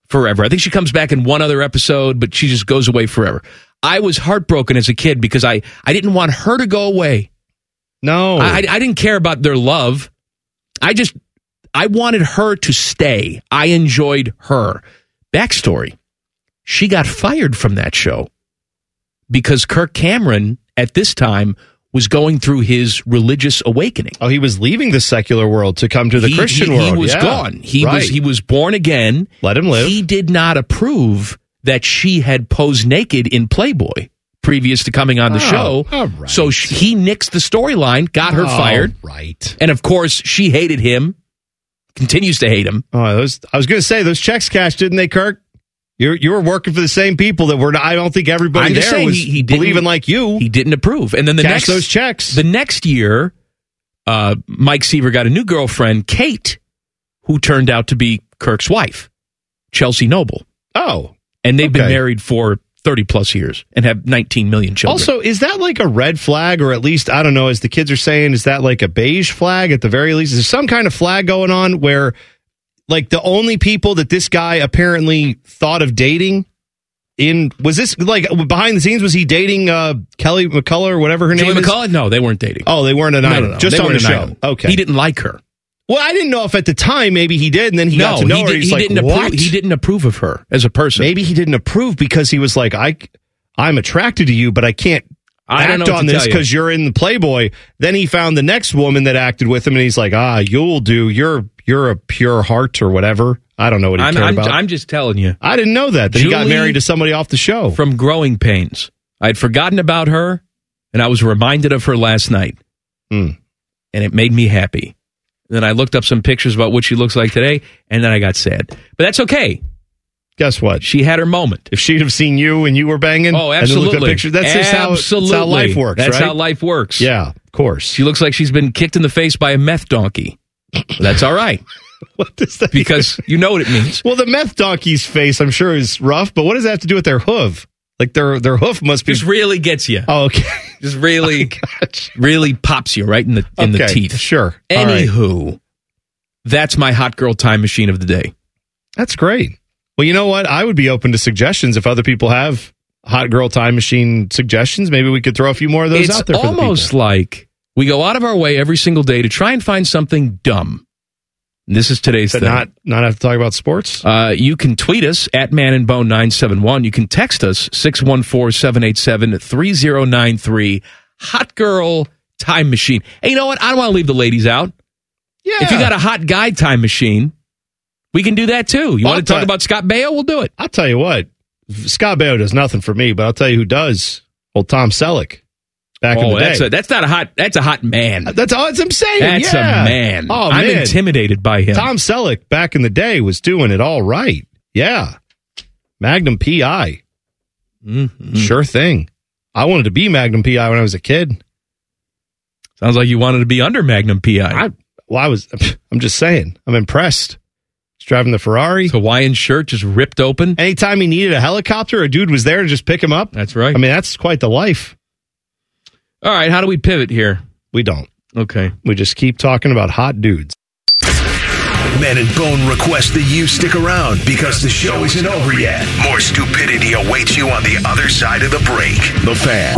[SPEAKER 3] forever. I think she comes back in one other episode, but she just goes away forever. I was heartbroken as a kid because I, I didn't want her to go away.
[SPEAKER 2] No.
[SPEAKER 3] I, I- I didn't care about their love. I just I wanted her to stay. I enjoyed her. Backstory: She got fired from that show because Kirk Cameron at this time was going through his religious awakening.
[SPEAKER 2] oh, he was leaving the secular world to come to the
[SPEAKER 3] He-
[SPEAKER 2] Christian
[SPEAKER 3] he, he
[SPEAKER 2] world.
[SPEAKER 3] was
[SPEAKER 2] Yeah.
[SPEAKER 3] gone. He
[SPEAKER 2] Right.
[SPEAKER 3] was he was born again.
[SPEAKER 2] Let him live.
[SPEAKER 3] He did not approve that she had posed naked in Playboy previous to coming on the
[SPEAKER 2] Oh,
[SPEAKER 3] show.
[SPEAKER 2] all right.
[SPEAKER 3] So sh he nixed the storyline, got her
[SPEAKER 2] Oh,
[SPEAKER 3] fired.
[SPEAKER 2] Right.
[SPEAKER 3] And of course, she hated him, continues to hate him.
[SPEAKER 2] Oh, those. I was going to say those checks cashed, didn't they, Kirk? You you were working for the same people that were. not- I don't think everybody
[SPEAKER 3] I'm
[SPEAKER 2] there
[SPEAKER 3] just saying
[SPEAKER 2] was
[SPEAKER 3] he- he didn't-
[SPEAKER 2] believing like you.
[SPEAKER 3] He didn't approve. And then the
[SPEAKER 2] Cash
[SPEAKER 3] next
[SPEAKER 2] those checks.
[SPEAKER 3] the next year, uh, Mike Seaver got a new girlfriend, Kate, who turned out to be Kirk's wife, Chelsea Noble.
[SPEAKER 2] oh,
[SPEAKER 3] And they've been
[SPEAKER 2] Okay.
[SPEAKER 3] married for 30 plus years and have 19 million children.
[SPEAKER 2] also, is that like a red flag, or at least I don't know? As the kids are saying, is that like a beige flag at the very least? Is there some kind of flag going on where, like, the only people that this guy apparently thought of dating in was this like behind the scenes? Was he dating uh, Kelly McCullough or whatever her
[SPEAKER 3] Jay
[SPEAKER 2] name is?
[SPEAKER 3] McCullough? No, they weren't dating.
[SPEAKER 2] Oh, they weren't an
[SPEAKER 3] No,
[SPEAKER 2] item.
[SPEAKER 3] no, no,
[SPEAKER 2] Just
[SPEAKER 3] they
[SPEAKER 2] on the
[SPEAKER 3] weren't an
[SPEAKER 2] show.
[SPEAKER 3] item.
[SPEAKER 2] Okay.
[SPEAKER 3] He didn't like her.
[SPEAKER 2] well, I didn't know if at the time maybe he did, and then he
[SPEAKER 3] no,
[SPEAKER 2] got to know
[SPEAKER 3] he,
[SPEAKER 2] her.
[SPEAKER 3] did,
[SPEAKER 2] He's
[SPEAKER 3] he
[SPEAKER 2] like,
[SPEAKER 3] didn't
[SPEAKER 2] what?
[SPEAKER 3] approve. He didn't approve of her as a person.
[SPEAKER 2] maybe he didn't approve because he was like, I, I'm attracted to you, but I can't
[SPEAKER 3] I don't
[SPEAKER 2] act
[SPEAKER 3] know what
[SPEAKER 2] on
[SPEAKER 3] to
[SPEAKER 2] this
[SPEAKER 3] tell you.
[SPEAKER 2] because you're in the Playboy. Then he found the next woman that acted with him, and he's like, ah, you'll do. You're you're a pure heart or whatever. I don't know what he
[SPEAKER 3] I'm,
[SPEAKER 2] cared
[SPEAKER 3] I'm,
[SPEAKER 2] about.
[SPEAKER 3] I'm just telling you
[SPEAKER 2] I didn't know that that he got
[SPEAKER 3] Julie-
[SPEAKER 2] married to somebody off the show.
[SPEAKER 3] from growing pains. I had forgotten about her, and I was reminded of her last night,
[SPEAKER 2] Hmm.
[SPEAKER 3] and it made me happy. Then I looked up some pictures about what she looks like today, and then I got sad. But that's okay.
[SPEAKER 2] Guess what?
[SPEAKER 3] She had her moment.
[SPEAKER 2] If she'd have seen you and you were banging,
[SPEAKER 3] Oh,
[SPEAKER 2] and then looked
[SPEAKER 3] absolutely.
[SPEAKER 2] at pictures, that's just how, that's
[SPEAKER 3] absolutely.
[SPEAKER 2] how life works.
[SPEAKER 3] That's
[SPEAKER 2] right?
[SPEAKER 3] how life works.
[SPEAKER 2] Yeah, of course.
[SPEAKER 3] She looks like she's been kicked in the face by a meth donkey. But That's all right
[SPEAKER 2] what does that?
[SPEAKER 3] because you know what it means.
[SPEAKER 2] Well, the meth donkey's face, I'm sure, is rough, but what does that have to do with their hoof? Like their their hoof must be.
[SPEAKER 3] Just really gets you.
[SPEAKER 2] Oh, okay.
[SPEAKER 3] Just really,
[SPEAKER 2] Gotcha.
[SPEAKER 3] really pops you right in the in the
[SPEAKER 2] Okay,
[SPEAKER 3] teeth.
[SPEAKER 2] Sure. All right.
[SPEAKER 3] Anywho, that's my hot girl time machine of the day.
[SPEAKER 2] That's great. Well, you know what? I would be open to suggestions if other people have hot girl time machine suggestions. Maybe we could throw a few more of those
[SPEAKER 3] it's
[SPEAKER 2] out there. for the people.
[SPEAKER 3] almost like we go out of our way every single day to try and find something dumb. And this is today's
[SPEAKER 2] to
[SPEAKER 3] thing.
[SPEAKER 2] not not have to talk about sports.
[SPEAKER 3] Uh, you can tweet us at Man and Bone 971. You can text us 614 787 3093. Hot Girl Time Machine. Hey, you know what? I don't want to leave the ladies out.
[SPEAKER 2] yeah.
[SPEAKER 3] If you got a hot guy time machine, we can do that too. You
[SPEAKER 2] Well,
[SPEAKER 3] want to talk
[SPEAKER 2] but-
[SPEAKER 3] about Scott Baio? We'll do it.
[SPEAKER 2] I'll tell you what, Scott Baio does nothing for me, but I'll tell you who does. Old Tom Selleck. Back in
[SPEAKER 3] oh,
[SPEAKER 2] the day.
[SPEAKER 3] that's a, that's not a hot. That's a hot man.
[SPEAKER 2] That's all that's I'm saying.
[SPEAKER 3] That's
[SPEAKER 2] yeah.
[SPEAKER 3] a man.
[SPEAKER 2] Oh,
[SPEAKER 3] I'm
[SPEAKER 2] man.
[SPEAKER 3] intimidated by him.
[SPEAKER 2] Tom Selleck back in the day was doing it all right. Yeah. Magnum PI.
[SPEAKER 3] Mhm.
[SPEAKER 2] Sure thing. I wanted to be Magnum PI when I was a kid.
[SPEAKER 3] Sounds like you wanted to be under Magnum PI.
[SPEAKER 2] I well, I was I'm just saying. I'm impressed. He's driving the Ferrari.
[SPEAKER 3] Hawaiian shirt just ripped open.
[SPEAKER 2] Anytime he needed a helicopter, a dude was there to just pick him up.
[SPEAKER 3] That's right.
[SPEAKER 2] I mean, that's quite the life.
[SPEAKER 3] All right, how do we pivot here?
[SPEAKER 2] We don't.
[SPEAKER 3] Okay.
[SPEAKER 2] We just keep talking about hot dudes.
[SPEAKER 1] Man and Bone request that you stick around because the show isn't over yet. More stupidity awaits you on the other side of the break. The fan.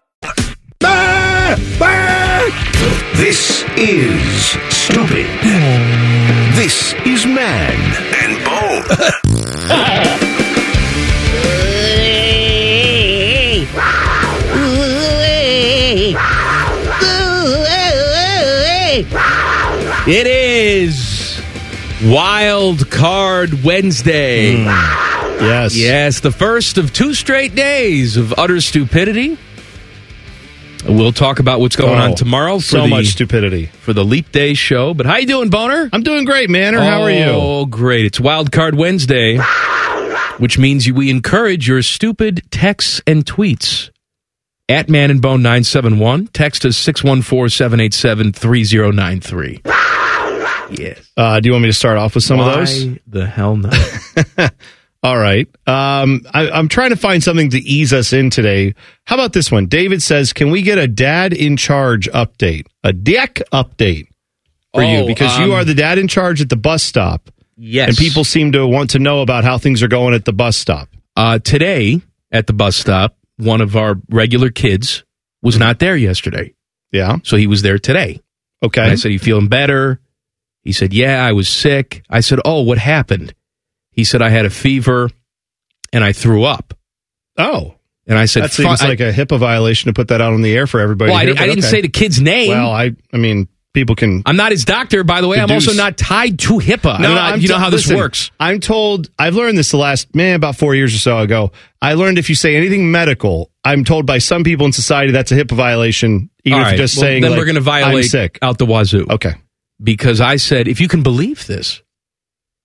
[SPEAKER 1] This is stupid. This is man and bone.
[SPEAKER 3] It is Wild Card Wednesday.
[SPEAKER 2] Hmm. Yes.
[SPEAKER 3] Yes, the first of two straight days of utter stupidity. We'll talk about what's going
[SPEAKER 2] Oh,
[SPEAKER 3] on tomorrow. For
[SPEAKER 2] So
[SPEAKER 3] the,
[SPEAKER 2] much stupidity.
[SPEAKER 3] for the Leap Day show. But how you doing, Boner?
[SPEAKER 2] I'm doing great, man. Or how are you?
[SPEAKER 3] Oh, great! It's Wild Card Wednesday, which means we encourage your stupid texts and tweets. At Man and Bone 971, text us 614 787 3093. Yes.
[SPEAKER 2] Uh, do you want me to start off with some of those?
[SPEAKER 3] Why the hell not?
[SPEAKER 2] All right. Um, I, I'm trying to find something to ease us in today. How about this one? David says, "Can we get a dad in charge update, a dick update for you
[SPEAKER 3] Oh,
[SPEAKER 2] because
[SPEAKER 3] um,
[SPEAKER 2] you are the dad in charge at the bus stop,
[SPEAKER 3] Yes.
[SPEAKER 2] and people seem to want to know about how things are going at the bus stop."
[SPEAKER 3] Uh, today at the bus stop, one of our regular kids was not there yesterday.
[SPEAKER 2] Yeah.
[SPEAKER 3] So he was there today.
[SPEAKER 2] Okay.
[SPEAKER 3] And I said, You feeling better? He said, Yeah, I was sick. I said, Oh, what happened? He said, I had a fever and I threw up.
[SPEAKER 2] oh,
[SPEAKER 3] And I said,
[SPEAKER 2] that seems
[SPEAKER 3] "Fi-
[SPEAKER 2] like a HIPAA violation to put that out on the air for
[SPEAKER 3] I,
[SPEAKER 2] everybody.
[SPEAKER 3] well,
[SPEAKER 2] to
[SPEAKER 3] I,
[SPEAKER 2] hear,
[SPEAKER 3] di- I
[SPEAKER 2] but
[SPEAKER 3] didn't
[SPEAKER 2] okay.
[SPEAKER 3] say the kid's name.
[SPEAKER 2] Well, I, I mean, people can
[SPEAKER 3] I'm not his doctor, by the way. I'm
[SPEAKER 2] Deduce.
[SPEAKER 3] also not tied to HIPAA. I don't know-
[SPEAKER 2] I'm
[SPEAKER 3] you know
[SPEAKER 2] t-
[SPEAKER 3] how this
[SPEAKER 2] listen,
[SPEAKER 3] works.
[SPEAKER 2] I'm told I've learned this the last man about four years or so ago. I learned if you say anything medical, I'm told by some people in society that's a HIPAA violation. Even
[SPEAKER 3] All
[SPEAKER 2] if
[SPEAKER 3] right,
[SPEAKER 2] you're just
[SPEAKER 3] well,
[SPEAKER 2] saying
[SPEAKER 3] then
[SPEAKER 2] like,
[SPEAKER 3] we're going to
[SPEAKER 2] I'm
[SPEAKER 3] violate
[SPEAKER 2] sick.
[SPEAKER 3] out the wazoo.
[SPEAKER 2] Okay,
[SPEAKER 3] because I said, if you can believe this,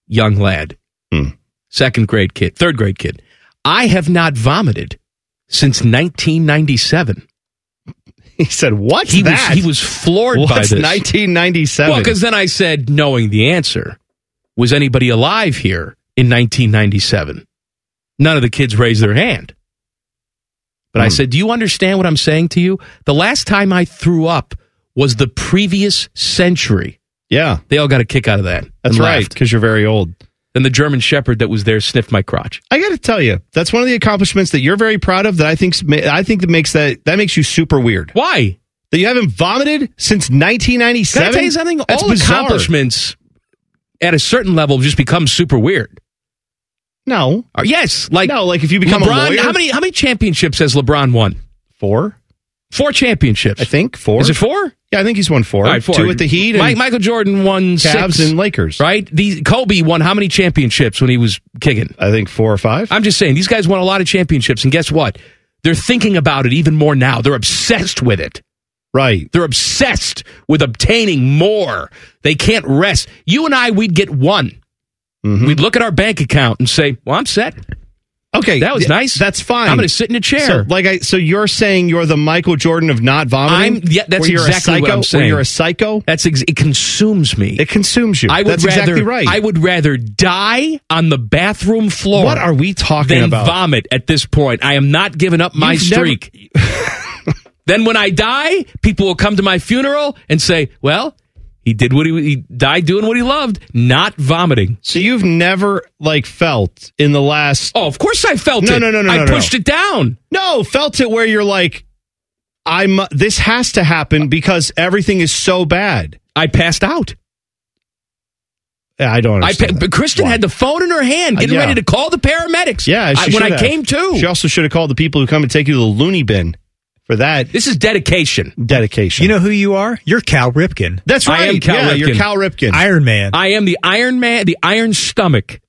[SPEAKER 3] young lad,
[SPEAKER 2] Hmm.
[SPEAKER 3] second grade kid, third grade kid, I have not vomited since 1997.
[SPEAKER 2] He said, "What's
[SPEAKER 3] he
[SPEAKER 2] that?"
[SPEAKER 3] Was, he was floored by
[SPEAKER 2] What's
[SPEAKER 3] this.
[SPEAKER 2] 1997?
[SPEAKER 3] Well, because then I said, knowing the answer, was anybody alive here in 1997? None of the kids raised their hand. But I said, do you understand what I'm saying to you? The last time I threw up was the previous century.
[SPEAKER 2] Yeah.
[SPEAKER 3] They all got a kick out of that.
[SPEAKER 2] That's right, because you're very old.
[SPEAKER 3] Then the German Shepherd that was there sniffed my crotch.
[SPEAKER 2] I got to tell you, that's one of the accomplishments that you're very proud of. That I think I think that makes that that makes you super weird.
[SPEAKER 3] Why
[SPEAKER 2] that you haven't vomited since 1997?
[SPEAKER 3] Can I tell you something?
[SPEAKER 2] That's
[SPEAKER 3] all
[SPEAKER 2] bizarre.
[SPEAKER 3] accomplishments at a certain level just become super weird.
[SPEAKER 2] No.
[SPEAKER 3] Or yes, like
[SPEAKER 2] No, like if you become a
[SPEAKER 3] LeBron,
[SPEAKER 2] lawyer-
[SPEAKER 3] How many how many championships has LeBron won?
[SPEAKER 2] Four.
[SPEAKER 3] Four championships.
[SPEAKER 2] I think four.
[SPEAKER 3] Is it four?
[SPEAKER 2] Yeah, I think he's won four.
[SPEAKER 3] All right, four.
[SPEAKER 2] Two with the Heat and
[SPEAKER 3] Mike, Michael Jordan won
[SPEAKER 2] Cavs
[SPEAKER 3] six,
[SPEAKER 2] and Lakers.
[SPEAKER 3] right? These Kobe won how many championships when he was kicking?
[SPEAKER 2] I think four or five.
[SPEAKER 3] I'm just saying these guys won a lot of championships, and guess what? They're thinking about it even more now. They're obsessed with it.
[SPEAKER 2] Right.
[SPEAKER 3] They're obsessed with obtaining more. They can't rest. You and I, we'd get one.
[SPEAKER 2] Mm-hmm.
[SPEAKER 3] We'd look at our bank account and say, "Well, I'm set."
[SPEAKER 2] Okay,
[SPEAKER 3] That was
[SPEAKER 2] th-
[SPEAKER 3] nice.
[SPEAKER 2] That's fine.
[SPEAKER 3] I'm going to sit in a chair.
[SPEAKER 2] So, like I, so you're saying you're the Michael Jordan of not vomiting?
[SPEAKER 3] I'm- yeah, that's
[SPEAKER 2] Where you're a
[SPEAKER 3] exactly
[SPEAKER 2] psycho,
[SPEAKER 3] what I'm
[SPEAKER 2] where
[SPEAKER 3] saying.
[SPEAKER 2] you're a psycho.
[SPEAKER 3] That's ex- it consumes me.
[SPEAKER 2] It consumes you.
[SPEAKER 3] I would
[SPEAKER 2] that's
[SPEAKER 3] rather
[SPEAKER 2] exactly right.
[SPEAKER 3] I would rather die on the bathroom floor.
[SPEAKER 2] What are we talking
[SPEAKER 3] than
[SPEAKER 2] about?
[SPEAKER 3] vomit at this point. I am not giving up my
[SPEAKER 2] You've never-
[SPEAKER 3] streak. then when I die, people will come to my funeral and say, "Well, he did what he, he died doing what he loved, not vomiting."
[SPEAKER 2] so you've never like felt in the last
[SPEAKER 3] Oh, of course I felt
[SPEAKER 2] No,
[SPEAKER 3] it.
[SPEAKER 2] no, no, no,
[SPEAKER 3] I
[SPEAKER 2] no, no.
[SPEAKER 3] pushed it down.
[SPEAKER 2] No, felt it where you're like, I'm. This has to happen because everything is so bad.
[SPEAKER 3] I passed out.
[SPEAKER 2] Yeah, I don't.
[SPEAKER 3] I pa-
[SPEAKER 2] Understand that.
[SPEAKER 3] but Kristen
[SPEAKER 2] Why?
[SPEAKER 3] had the phone in her hand,
[SPEAKER 2] Uh,
[SPEAKER 3] getting
[SPEAKER 2] yeah.
[SPEAKER 3] ready to call the paramedics.
[SPEAKER 2] Yeah,
[SPEAKER 3] I,
[SPEAKER 2] she
[SPEAKER 3] when I
[SPEAKER 2] should have.
[SPEAKER 3] came to,
[SPEAKER 2] She also should have called the people who come and take you to the loony bin for that
[SPEAKER 3] this is dedication.
[SPEAKER 2] dedication.
[SPEAKER 5] You know who you are? You're Cal Ripken,
[SPEAKER 2] that's
[SPEAKER 3] I
[SPEAKER 2] right.
[SPEAKER 3] am Cal
[SPEAKER 2] yeah, you're
[SPEAKER 3] Ripken.
[SPEAKER 2] Cal Ripken.
[SPEAKER 5] Iron Man.
[SPEAKER 3] I am the Iron Man, the Iron Stomach.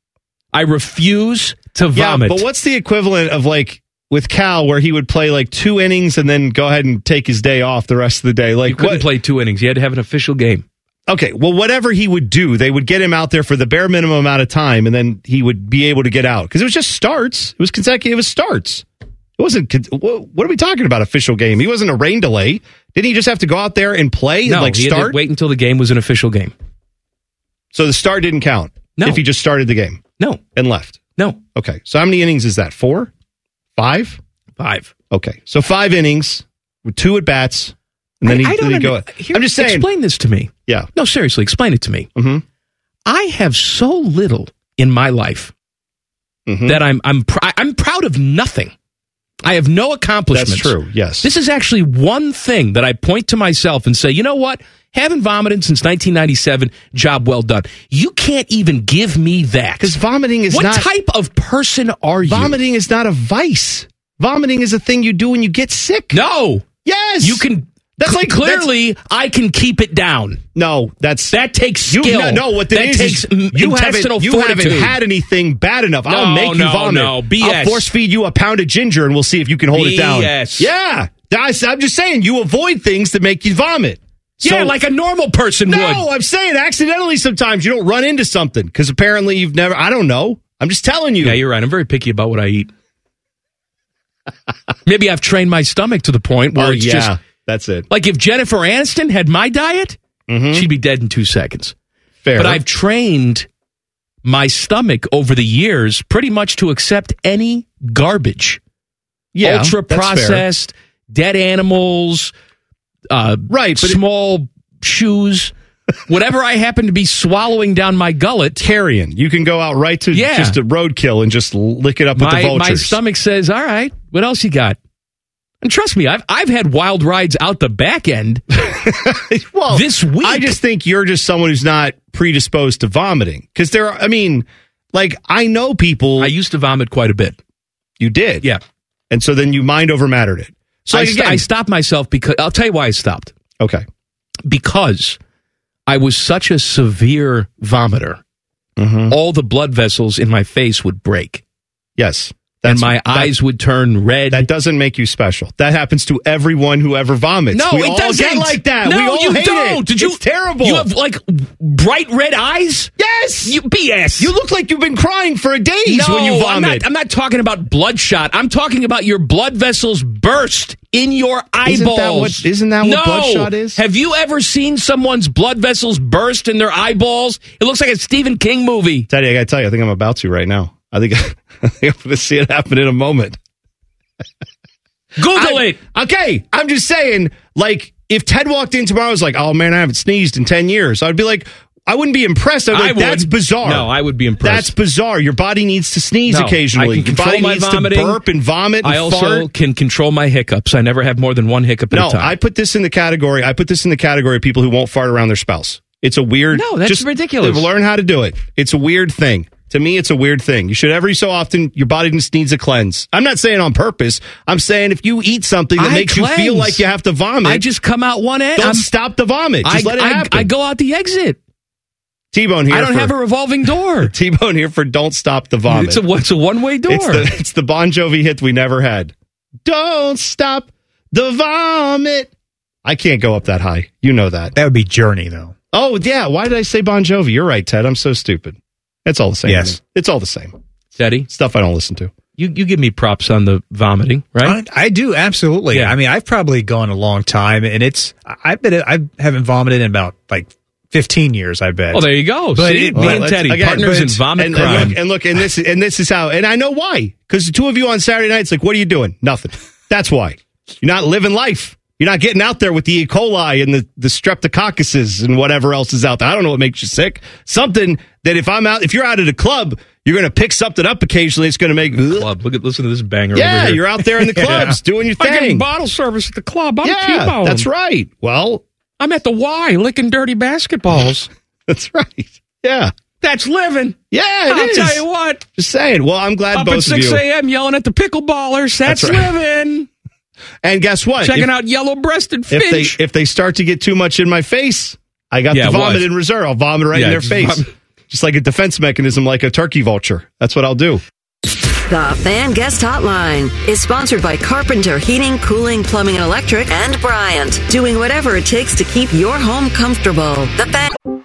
[SPEAKER 3] I refuse to
[SPEAKER 2] yeah,
[SPEAKER 3] vomit.
[SPEAKER 2] but what's the equivalent of like with Cal, where he would play like two innings and then go ahead and take his day off the rest of the day?
[SPEAKER 3] You
[SPEAKER 2] Like
[SPEAKER 3] couldn't
[SPEAKER 2] what?
[SPEAKER 3] play two innings. You had to have an official game.
[SPEAKER 2] okay, well, whatever he would do, they would get him out there for the bare minimum amount of time, and then he would be able to get out because it was just starts. It was consecutive. It was starts. It wasn't. con- wha- What are we talking about? Official game. He wasn't a rain delay. Didn't he just have to go out there and play
[SPEAKER 3] No,
[SPEAKER 2] and like
[SPEAKER 3] you had
[SPEAKER 2] start?
[SPEAKER 3] to wait until the game was an official game.
[SPEAKER 2] So the start didn't count
[SPEAKER 3] No.
[SPEAKER 2] if he just started the game
[SPEAKER 3] No,
[SPEAKER 2] and left.
[SPEAKER 3] no,
[SPEAKER 2] Okay, so how many innings is that? Four, five.
[SPEAKER 3] five.
[SPEAKER 2] Okay, so five innings with two at bats, and then he,
[SPEAKER 3] I don't
[SPEAKER 2] then he'd go.
[SPEAKER 3] under- Here,
[SPEAKER 2] I'm just saying.
[SPEAKER 3] Explain this to me.
[SPEAKER 2] Yeah.
[SPEAKER 3] No, seriously, explain it to me.
[SPEAKER 2] Mhm.
[SPEAKER 3] I have so little in my life
[SPEAKER 2] Mhm.
[SPEAKER 3] that I'm I'm pr- I'm proud of nothing. I have no accomplishments.
[SPEAKER 2] That's true. Yes.
[SPEAKER 3] This is actually one thing that I point to myself and say, you know what? Haven't vomited since 1997. Job well done. You can't even give me that.
[SPEAKER 2] because vomiting is
[SPEAKER 3] What
[SPEAKER 2] not
[SPEAKER 3] type of person are you?
[SPEAKER 2] Vomiting is not a vice. Vomiting is a thing you do when you get sick.
[SPEAKER 3] No,
[SPEAKER 2] Yes.
[SPEAKER 3] you can.
[SPEAKER 2] That's
[SPEAKER 3] That's
[SPEAKER 2] like-
[SPEAKER 3] like clearly, I can keep it down.
[SPEAKER 2] No, that's
[SPEAKER 3] That takes
[SPEAKER 2] you
[SPEAKER 3] skill.
[SPEAKER 2] no, no, what that
[SPEAKER 3] that
[SPEAKER 2] is,
[SPEAKER 3] takes
[SPEAKER 2] is
[SPEAKER 3] m-
[SPEAKER 2] you
[SPEAKER 3] intestinal
[SPEAKER 2] haven't, you
[SPEAKER 3] fortitude.
[SPEAKER 2] haven't had anything bad enough. I'll
[SPEAKER 3] No,
[SPEAKER 2] make you
[SPEAKER 3] no,
[SPEAKER 2] vomit.
[SPEAKER 3] no,
[SPEAKER 2] I'll
[SPEAKER 3] BS.
[SPEAKER 2] force feed you a pound of ginger and we'll see if you can hold it down.
[SPEAKER 3] BS.
[SPEAKER 2] Yeah. I, am just saying you avoid things that make you vomit.
[SPEAKER 3] yeah,
[SPEAKER 2] So-
[SPEAKER 3] like a normal person
[SPEAKER 2] No,
[SPEAKER 3] would.
[SPEAKER 2] I'm saying accidentally sometimes you don't run into something because apparently you've never I don't know. I'm just telling you.
[SPEAKER 3] Yeah, you're right. I'm very picky about what I eat. Maybe I've trained my stomach to the point where
[SPEAKER 2] oh,
[SPEAKER 3] it's
[SPEAKER 2] yeah.
[SPEAKER 3] just
[SPEAKER 2] that's it.
[SPEAKER 3] like if Jennifer Aniston had my diet, she'd be dead in two seconds.
[SPEAKER 2] Mm-hmm. Fair.
[SPEAKER 3] But I've trained my stomach over the years pretty much to accept any garbage.
[SPEAKER 2] yeah,
[SPEAKER 3] ultra
[SPEAKER 2] that's fair.
[SPEAKER 3] processed, dead animals, uh,
[SPEAKER 2] Right, but it-
[SPEAKER 3] small shoes, whatever I happen to be swallowing down my gullet.
[SPEAKER 2] carrion. You can go out right to
[SPEAKER 3] Yeah.
[SPEAKER 2] just a roadkill and just lick it up with the
[SPEAKER 3] My,
[SPEAKER 2] vultures.
[SPEAKER 3] my stomach says, "All right, what else you got?" And trust me, I've I've had wild rides out the back end.
[SPEAKER 2] well,
[SPEAKER 3] this week-
[SPEAKER 2] I just think you're just someone who's not predisposed to vomiting because there. Are, I mean, like I know people.
[SPEAKER 3] I used to vomit quite a bit.
[SPEAKER 2] you did,
[SPEAKER 3] Yeah,
[SPEAKER 2] and so then you mind over mattered it. So
[SPEAKER 3] I,
[SPEAKER 2] like,
[SPEAKER 3] st-
[SPEAKER 2] again,
[SPEAKER 3] I stopped myself because I'll tell you why I stopped
[SPEAKER 2] okay,
[SPEAKER 3] because I was such a
[SPEAKER 2] Mm-hmm.
[SPEAKER 3] severe vomiter. All the blood vessels in my face would break.
[SPEAKER 2] yes,
[SPEAKER 3] and my eyes would turn red.
[SPEAKER 2] That doesn't make you special. That happens to everyone who ever vomits.
[SPEAKER 3] No,
[SPEAKER 2] we
[SPEAKER 3] it
[SPEAKER 2] all
[SPEAKER 3] doesn't.
[SPEAKER 2] get like that.
[SPEAKER 3] No,
[SPEAKER 2] we all
[SPEAKER 3] you
[SPEAKER 2] hate
[SPEAKER 3] don't.
[SPEAKER 2] It.
[SPEAKER 3] Did you?
[SPEAKER 2] It's terrible.
[SPEAKER 3] You have like bright red eyes.
[SPEAKER 2] yes.
[SPEAKER 3] You BS.
[SPEAKER 2] You look like you've been crying for days
[SPEAKER 3] no,
[SPEAKER 2] when you vomit.
[SPEAKER 3] I'm not, I'm not talking about bloodshot. I'm talking about your blood vessels burst in your eyeballs.
[SPEAKER 2] Isn't that what- isn't that what
[SPEAKER 3] No.
[SPEAKER 2] bloodshot is?
[SPEAKER 3] Have you ever seen someone's blood vessels burst in their eyeballs? It looks like a Stephen King movie.
[SPEAKER 2] Teddy, I gotta tell you, I think I'm about to right now. I think, I think I'm gonna see it happen in a moment.
[SPEAKER 3] Google
[SPEAKER 2] I-
[SPEAKER 3] it.
[SPEAKER 2] Okay, I'm just saying, like, if Ted walked in tomorrow and was like, oh man, I haven't sneezed in 10 years, I'd be like, I wouldn't be impressed. I'd be
[SPEAKER 3] I
[SPEAKER 2] like,
[SPEAKER 3] would.
[SPEAKER 2] that's bizarre.
[SPEAKER 3] No, I would be impressed.
[SPEAKER 2] That's bizarre. Your body needs to sneeze
[SPEAKER 3] No,
[SPEAKER 2] occasionally.
[SPEAKER 3] I
[SPEAKER 2] Your
[SPEAKER 3] can
[SPEAKER 2] body
[SPEAKER 3] control my
[SPEAKER 2] needs
[SPEAKER 3] vomiting.
[SPEAKER 2] to burp and vomit and
[SPEAKER 3] I also
[SPEAKER 2] fart.
[SPEAKER 3] can control my hiccups. I never have more than one hiccup at
[SPEAKER 2] No,
[SPEAKER 3] a time.
[SPEAKER 2] I put this in the category. I put this in the category of people who won't fart around their spouse. It's a weird.
[SPEAKER 3] No, that's
[SPEAKER 2] just
[SPEAKER 3] ridiculous.
[SPEAKER 2] Learn how to do it. It's a weird thing. To me, it's a weird thing. You should every so often. Your body just needs a cleanse. I'm not saying on purpose. I'm saying if you eat something that
[SPEAKER 3] I
[SPEAKER 2] makes you feel
[SPEAKER 3] cleanse.
[SPEAKER 2] like you have to vomit,
[SPEAKER 3] I just come out one end.
[SPEAKER 2] don't
[SPEAKER 3] I'm-
[SPEAKER 2] stop the vomit. Just
[SPEAKER 3] I,
[SPEAKER 2] let it
[SPEAKER 3] I-
[SPEAKER 2] happen.
[SPEAKER 3] I go out the exit.
[SPEAKER 2] T-bone here.
[SPEAKER 3] I don't
[SPEAKER 2] for,
[SPEAKER 3] have a revolving door.
[SPEAKER 2] T-bone here for don't stop the vomit.
[SPEAKER 3] it's a it's a one way door.
[SPEAKER 2] It's the, it's the Bon Jovi hit we never had. Don't stop the vomit. I can't go up that high. You know that.
[SPEAKER 7] That would be Journey, though.
[SPEAKER 2] Oh yeah, why did I say Bon Jovi? You're right, Ted. I'm so stupid. It's all the same. to
[SPEAKER 7] Yes.
[SPEAKER 2] me. it's all the same
[SPEAKER 3] Teddy,
[SPEAKER 2] stuff. I don't listen to.
[SPEAKER 3] you you give me props on the vomiting, right?
[SPEAKER 7] I, I do absolutely.
[SPEAKER 3] Yeah.
[SPEAKER 7] I mean, I've probably gone a long time, and it's I- I've been I haven't vomited in about like fifteen years. I bet.
[SPEAKER 3] Well, Oh, there you go.
[SPEAKER 7] But
[SPEAKER 3] See,
[SPEAKER 7] it-
[SPEAKER 3] me
[SPEAKER 7] well,
[SPEAKER 3] and
[SPEAKER 7] that's-
[SPEAKER 3] Teddy,
[SPEAKER 2] again,
[SPEAKER 3] partners
[SPEAKER 7] but-
[SPEAKER 3] in vomit
[SPEAKER 2] And,
[SPEAKER 3] crime.
[SPEAKER 2] and look, and look, and this, and this is how. And I know why. Because the two of you on Saturday nights, like, what are you doing? Nothing. That's why you're not living life. You're not getting out there with the E. coli and the, the streptococcuses and whatever else is out there. I don't know what makes you sick. Something that if I'm out, if you're out at a club, you're going to pick something up occasionally. It's going to make.
[SPEAKER 3] club. Look at listen to this banger. over
[SPEAKER 2] Yeah,
[SPEAKER 3] here.
[SPEAKER 2] you're out there in the clubs doing your
[SPEAKER 3] I'm getting
[SPEAKER 2] thing.
[SPEAKER 3] bottle service at the club. I'm
[SPEAKER 2] Yeah,
[SPEAKER 3] T-boned.
[SPEAKER 2] that's right. Well,
[SPEAKER 3] I'm at the Y licking dirty basketballs.
[SPEAKER 2] That's right. Yeah.
[SPEAKER 3] that's living.
[SPEAKER 2] Yeah,
[SPEAKER 3] I'll
[SPEAKER 2] it is.
[SPEAKER 3] tell you what.
[SPEAKER 2] Just saying. Well, I'm glad
[SPEAKER 3] Up
[SPEAKER 2] both
[SPEAKER 3] at
[SPEAKER 2] of
[SPEAKER 3] 6
[SPEAKER 2] you.
[SPEAKER 3] a.m. yelling at the pickleballers. That's,
[SPEAKER 2] That's right.
[SPEAKER 3] living.
[SPEAKER 2] And guess what?
[SPEAKER 3] Checking
[SPEAKER 2] if,
[SPEAKER 3] out yellow-breasted
[SPEAKER 2] if
[SPEAKER 3] fish.
[SPEAKER 2] they if they start to get too much in my face, I got
[SPEAKER 3] Yeah,
[SPEAKER 2] the
[SPEAKER 3] it was.
[SPEAKER 2] vomit in reserve. I'll vomit right
[SPEAKER 3] Yeah,
[SPEAKER 2] in their
[SPEAKER 3] just
[SPEAKER 2] face.
[SPEAKER 3] vom-
[SPEAKER 2] just like a defense mechanism, like a turkey vulture. That's what I'll do.
[SPEAKER 8] The Fan Guest Hotline is sponsored by Carpenter Heating, Cooling, Plumbing, and Electric, and Bryant, doing whatever it takes to keep your home comfortable. The Fan.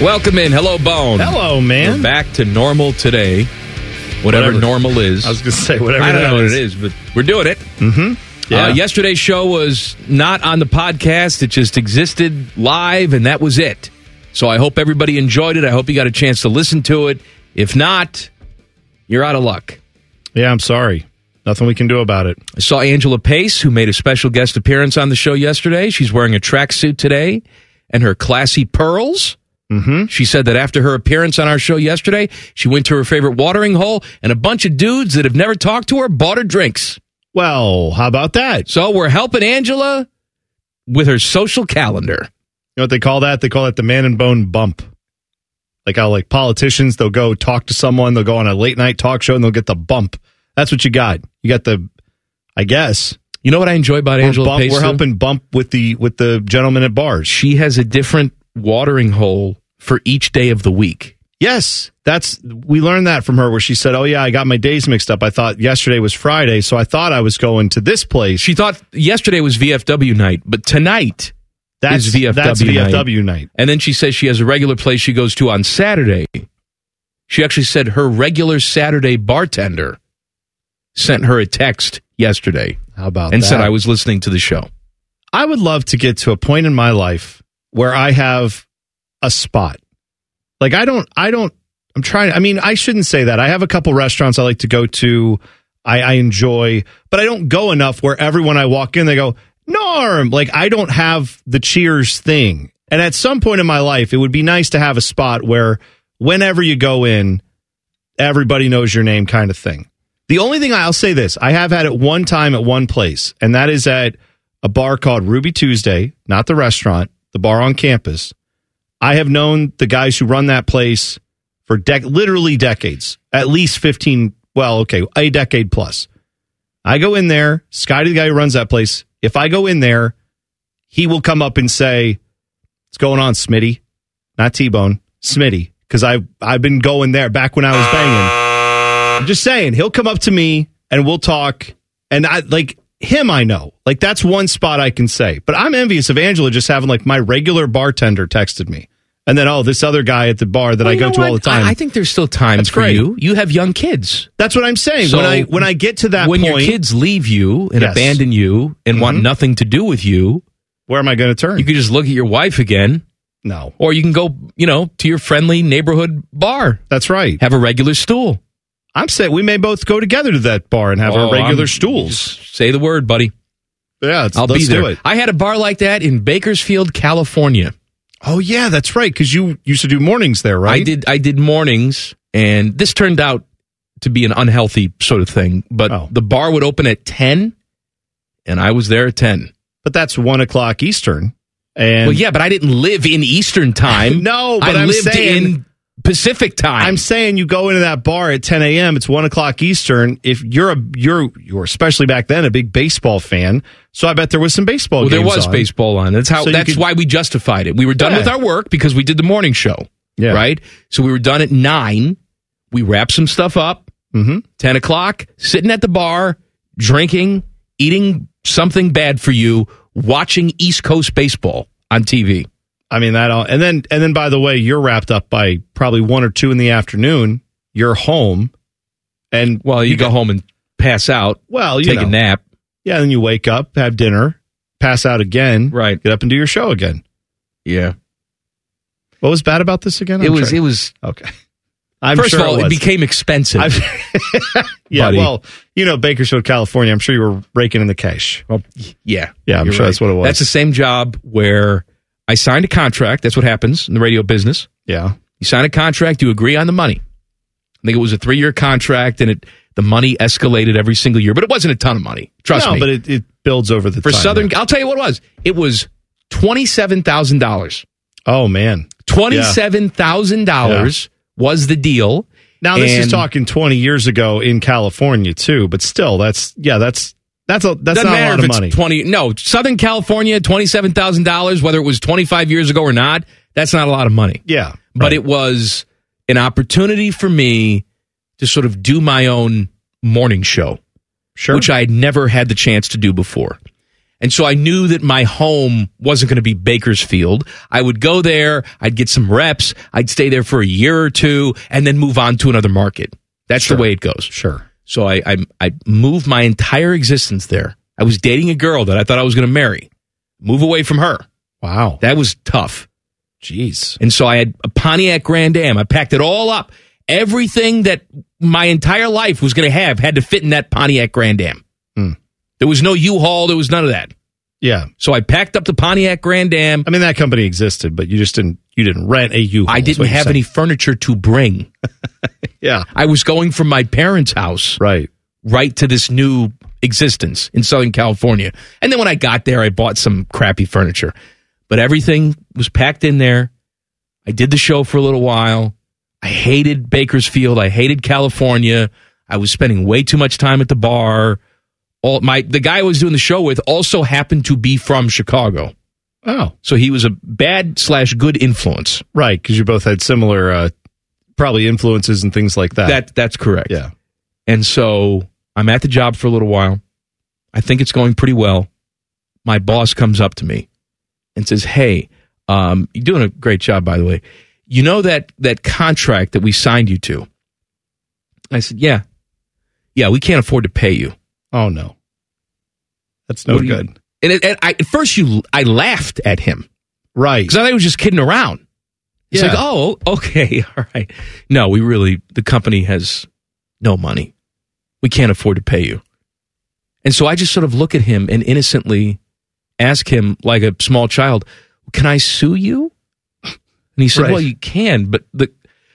[SPEAKER 3] Welcome in. Hello, Bone.
[SPEAKER 2] Hello,
[SPEAKER 3] We're
[SPEAKER 2] man.
[SPEAKER 3] back to normal today. Whatever,
[SPEAKER 2] Whatever.
[SPEAKER 3] normal is.
[SPEAKER 2] I was going to say whatever.
[SPEAKER 3] I don't
[SPEAKER 2] that Mm-hmm.
[SPEAKER 3] know what it is, but we're doing it.
[SPEAKER 2] Yeah.
[SPEAKER 3] Uh, yesterday's show was not on the podcast. It just existed live, and that was it. So I hope everybody enjoyed it. I hope you got a chance to listen to it. If not, you're out of luck.
[SPEAKER 2] Yeah, I'm sorry. Nothing we can do about it.
[SPEAKER 3] I saw Angela Pace, who made a special guest appearance on the show yesterday. She's wearing a tracksuit today and her classy pearls. Mm-hmm. She said that after her appearance on our show yesterday, she went to her favorite watering hole, and a bunch of dudes that have never talked to her bought her drinks.
[SPEAKER 2] Well, how about that? You
[SPEAKER 3] So we're helping Angela with her social calendar.
[SPEAKER 2] know what they call that? They call it the man and bone bump. Like how like politicians, they'll go talk to someone, they'll go on a late night talk show and they'll get the bump. That's what you got. You got the I guess
[SPEAKER 3] You know what I enjoy about
[SPEAKER 2] We're,
[SPEAKER 3] Angela
[SPEAKER 2] bump-
[SPEAKER 3] Pace?
[SPEAKER 2] we're
[SPEAKER 3] though?
[SPEAKER 2] helping bump with the with the gentleman at bars.
[SPEAKER 3] She has a different watering hole for each day of the week.
[SPEAKER 2] Yes, that's we learned that from her where she said, "Oh yeah, I got my days mixed up. I thought yesterday was Friday, so I thought I was going to this place."
[SPEAKER 3] She thought yesterday was VFW night, but tonight
[SPEAKER 2] that's
[SPEAKER 3] is VFW
[SPEAKER 2] that's
[SPEAKER 3] night.
[SPEAKER 2] VFW night.
[SPEAKER 3] And then she says she has a regular place she goes to on Saturday. She actually said her regular Saturday bartender sent her a text yesterday
[SPEAKER 2] How about
[SPEAKER 3] and
[SPEAKER 2] that?
[SPEAKER 3] said I was listening to the show.
[SPEAKER 2] I would love to get to a point in my life where I have a spot. Like I don't I don't I'm trying I mean I shouldn't say that. I have a couple restaurants I like to go to. I, I enjoy, but I don't go enough where everyone I walk in they go, Norm. Like I don't have the cheers thing. And at some point in my life, it would be nice to have a spot where whenever you go in, everybody knows your name kind of thing. The only thing I'll say this I have had it one time at one place, and that is at a bar called Ruby Tuesday, not the restaurant, the bar on campus. I have known the guys who run that place for dec- literally decades, at least 15, well, okay, a decade plus. I go in there, Scotty, the guy who runs that place, if I go in there, he will come up and say, What's going on, Smitty? Not T Bone, Smitty. Because I've, I've been going there back when I was banging. I'm just saying, he'll come up to me and we'll talk. And I like him, I know. Like that's one spot I can say. But I'm envious of Angela just having like my regular bartender texted me. And then, oh, this other guy at the bar that
[SPEAKER 3] Well,
[SPEAKER 2] I
[SPEAKER 3] you
[SPEAKER 2] go
[SPEAKER 3] know
[SPEAKER 2] to all the
[SPEAKER 3] what?
[SPEAKER 2] time.
[SPEAKER 3] I- I think there's still time
[SPEAKER 2] That's
[SPEAKER 3] for
[SPEAKER 2] great.
[SPEAKER 3] you. You have young kids.
[SPEAKER 2] That's what I'm saying.
[SPEAKER 3] So
[SPEAKER 2] when I when I get to that
[SPEAKER 3] when
[SPEAKER 2] point,
[SPEAKER 3] your kids leave you and
[SPEAKER 2] Yes. Mm-hmm.
[SPEAKER 3] abandon you and want nothing to do with you,
[SPEAKER 2] where am I going to turn?
[SPEAKER 3] You can just look at your wife again,
[SPEAKER 2] no,
[SPEAKER 3] or you can go, you know, to your friendly neighborhood bar,
[SPEAKER 2] that's right.
[SPEAKER 3] have a regular stool,
[SPEAKER 2] I'm saying we may both go together to that bar and have
[SPEAKER 3] Oh,
[SPEAKER 2] our regular
[SPEAKER 3] I'm-
[SPEAKER 2] stools.
[SPEAKER 3] just Say the word, buddy.
[SPEAKER 2] Yeah, it's,
[SPEAKER 3] I'll
[SPEAKER 2] let's
[SPEAKER 3] be there.
[SPEAKER 2] do it.
[SPEAKER 3] I had a bar like that in Bakersfield, California.
[SPEAKER 2] Oh yeah, that's right. Because you used to do mornings there, right?
[SPEAKER 3] I did I did mornings, and this turned out to be an unhealthy sort of thing. But
[SPEAKER 2] Oh.
[SPEAKER 3] the bar would open at ten, and I was there at ten.
[SPEAKER 2] but that's one o'clock Eastern. And
[SPEAKER 3] well, yeah, but I didn't live in Eastern time.
[SPEAKER 2] No, but
[SPEAKER 3] I
[SPEAKER 2] I'm
[SPEAKER 3] lived
[SPEAKER 2] saying-
[SPEAKER 3] in Pacific time.
[SPEAKER 2] I'm saying you go into that bar at 10 a.m. It's one o'clock Eastern. If you're a you're you're especially back then a big baseball fan, so I bet there was some baseball.
[SPEAKER 3] well, Oh, there
[SPEAKER 2] games
[SPEAKER 3] was
[SPEAKER 2] on.
[SPEAKER 3] baseball on. That's how.
[SPEAKER 2] So you
[SPEAKER 3] that's
[SPEAKER 2] could-
[SPEAKER 3] why we justified it. We were done
[SPEAKER 2] Yeah.
[SPEAKER 3] with our work because we did the morning show,
[SPEAKER 2] Yeah.
[SPEAKER 3] right? So we were done at nine. We wrapped some stuff up.
[SPEAKER 2] Mhm.
[SPEAKER 3] Ten o'clock, sitting at the bar, drinking, eating something bad for you, watching East Coast baseball on TV.
[SPEAKER 2] I mean that all, and then and then by the way, you're wrapped up by probably one or two in the afternoon. You're home, and
[SPEAKER 3] Well, you, go home and pass out,
[SPEAKER 2] well, you
[SPEAKER 3] take a
[SPEAKER 2] know.
[SPEAKER 3] nap.
[SPEAKER 2] Yeah, then you wake up, have dinner, pass out again,
[SPEAKER 3] Right.
[SPEAKER 2] Get up and do your show again.
[SPEAKER 3] Yeah,
[SPEAKER 2] What was bad about this again?
[SPEAKER 3] it
[SPEAKER 2] I'm
[SPEAKER 3] was.
[SPEAKER 2] trying-
[SPEAKER 3] It was.
[SPEAKER 2] okay. I'm
[SPEAKER 3] first
[SPEAKER 2] sure
[SPEAKER 3] of all, it,
[SPEAKER 2] was.
[SPEAKER 3] became expensive.
[SPEAKER 2] I've- yeah,
[SPEAKER 3] Buddy.
[SPEAKER 2] well, you know, Bakersfield, California. I'm sure you were raking in the cash.
[SPEAKER 3] Yeah.
[SPEAKER 2] Yeah, I'm
[SPEAKER 3] You're
[SPEAKER 2] sure that's what it was.
[SPEAKER 3] That's the same job where I signed a contract. That's what happens in the radio business.
[SPEAKER 2] Yeah,
[SPEAKER 3] You sign a contract, you agree on the money. I think it was a three year contract and it the money escalated every single year, but it wasn't a ton of money. Trust
[SPEAKER 2] no,
[SPEAKER 3] me.
[SPEAKER 2] but it, it builds over the
[SPEAKER 3] For
[SPEAKER 2] time,
[SPEAKER 3] Southern,
[SPEAKER 2] yeah.
[SPEAKER 3] I'll tell you what it was. It was $27,000.
[SPEAKER 2] Oh man,
[SPEAKER 3] $27,000 was the deal.
[SPEAKER 2] now this
[SPEAKER 3] And
[SPEAKER 2] is talking 20 years ago in California too, but still, that's yeah, that's that's a that's
[SPEAKER 3] Doesn't
[SPEAKER 2] not a
[SPEAKER 3] matter
[SPEAKER 2] lot
[SPEAKER 3] if
[SPEAKER 2] of
[SPEAKER 3] it's
[SPEAKER 2] money.
[SPEAKER 3] twenty. No, Southern California, twenty-seven thousand dollars. Whether it was twenty-five years ago or not, that's not a lot of money.
[SPEAKER 2] yeah,
[SPEAKER 3] but
[SPEAKER 2] right.
[SPEAKER 3] it was an opportunity for me to sort of do my own morning show,
[SPEAKER 2] sure.
[SPEAKER 3] which I had never had the chance to do before. And so I knew that my home wasn't going to be Bakersfield. I would go there, I'd get some reps, I'd stay there for a year or two, and then move on to another market. That's the way it goes.
[SPEAKER 2] sure.
[SPEAKER 3] So I, I I moved my entire existence there. I was dating a girl that I thought I was going to marry, move away from her.
[SPEAKER 2] Wow.
[SPEAKER 3] That was tough.
[SPEAKER 2] Jeez.
[SPEAKER 3] And so I had a Pontiac Grand Am. I packed it all up. Everything that my entire life was going to have had to fit in that Pontiac Grand Am.
[SPEAKER 2] Hmm.
[SPEAKER 3] There was no U-Haul. There was none of that.
[SPEAKER 2] Yeah.
[SPEAKER 3] So I packed up the Pontiac Grand Am.
[SPEAKER 2] I mean that company existed, but you just didn't you didn't rent a U.
[SPEAKER 3] I didn't have any furniture to bring.
[SPEAKER 2] Yeah.
[SPEAKER 3] I was going from my parents' house
[SPEAKER 2] Right.
[SPEAKER 3] right to this new existence in Southern California. And then when I got there, I bought some crappy furniture, but everything was packed in there. I did the show for a little while. I hated Bakersfield. I hated California. I was spending way too much time at the bar. All my the guy I was doing the show with also happened to be from Chicago,
[SPEAKER 2] Oh,
[SPEAKER 3] so he was a bad slash good influence.
[SPEAKER 2] right. Because you both had similar, uh, probably influences and things like that.
[SPEAKER 3] That that's correct.
[SPEAKER 2] Ah. yeah.
[SPEAKER 3] And so I'm at the job for a little while. I think it's going pretty well. My boss comes up to me and says, "Hey, um, you're doing a great job, by the way. You know that that contract that we signed you to." I said, "Yeah, yeah, we can't afford to pay you."
[SPEAKER 2] Oh no, that's no
[SPEAKER 3] What do you-
[SPEAKER 2] Oh, good.
[SPEAKER 3] And, it, and I, at first, you I laughed at him
[SPEAKER 2] right.
[SPEAKER 3] because I thought he was just kidding around. It's
[SPEAKER 2] Yeah.
[SPEAKER 3] like, oh, okay, all right. No, we really, the company has no money. We can't afford to pay you. And so I just sort of look at him and innocently ask him, like a small child, can I sue you? And he said,
[SPEAKER 2] Right.
[SPEAKER 3] well, you can, but the,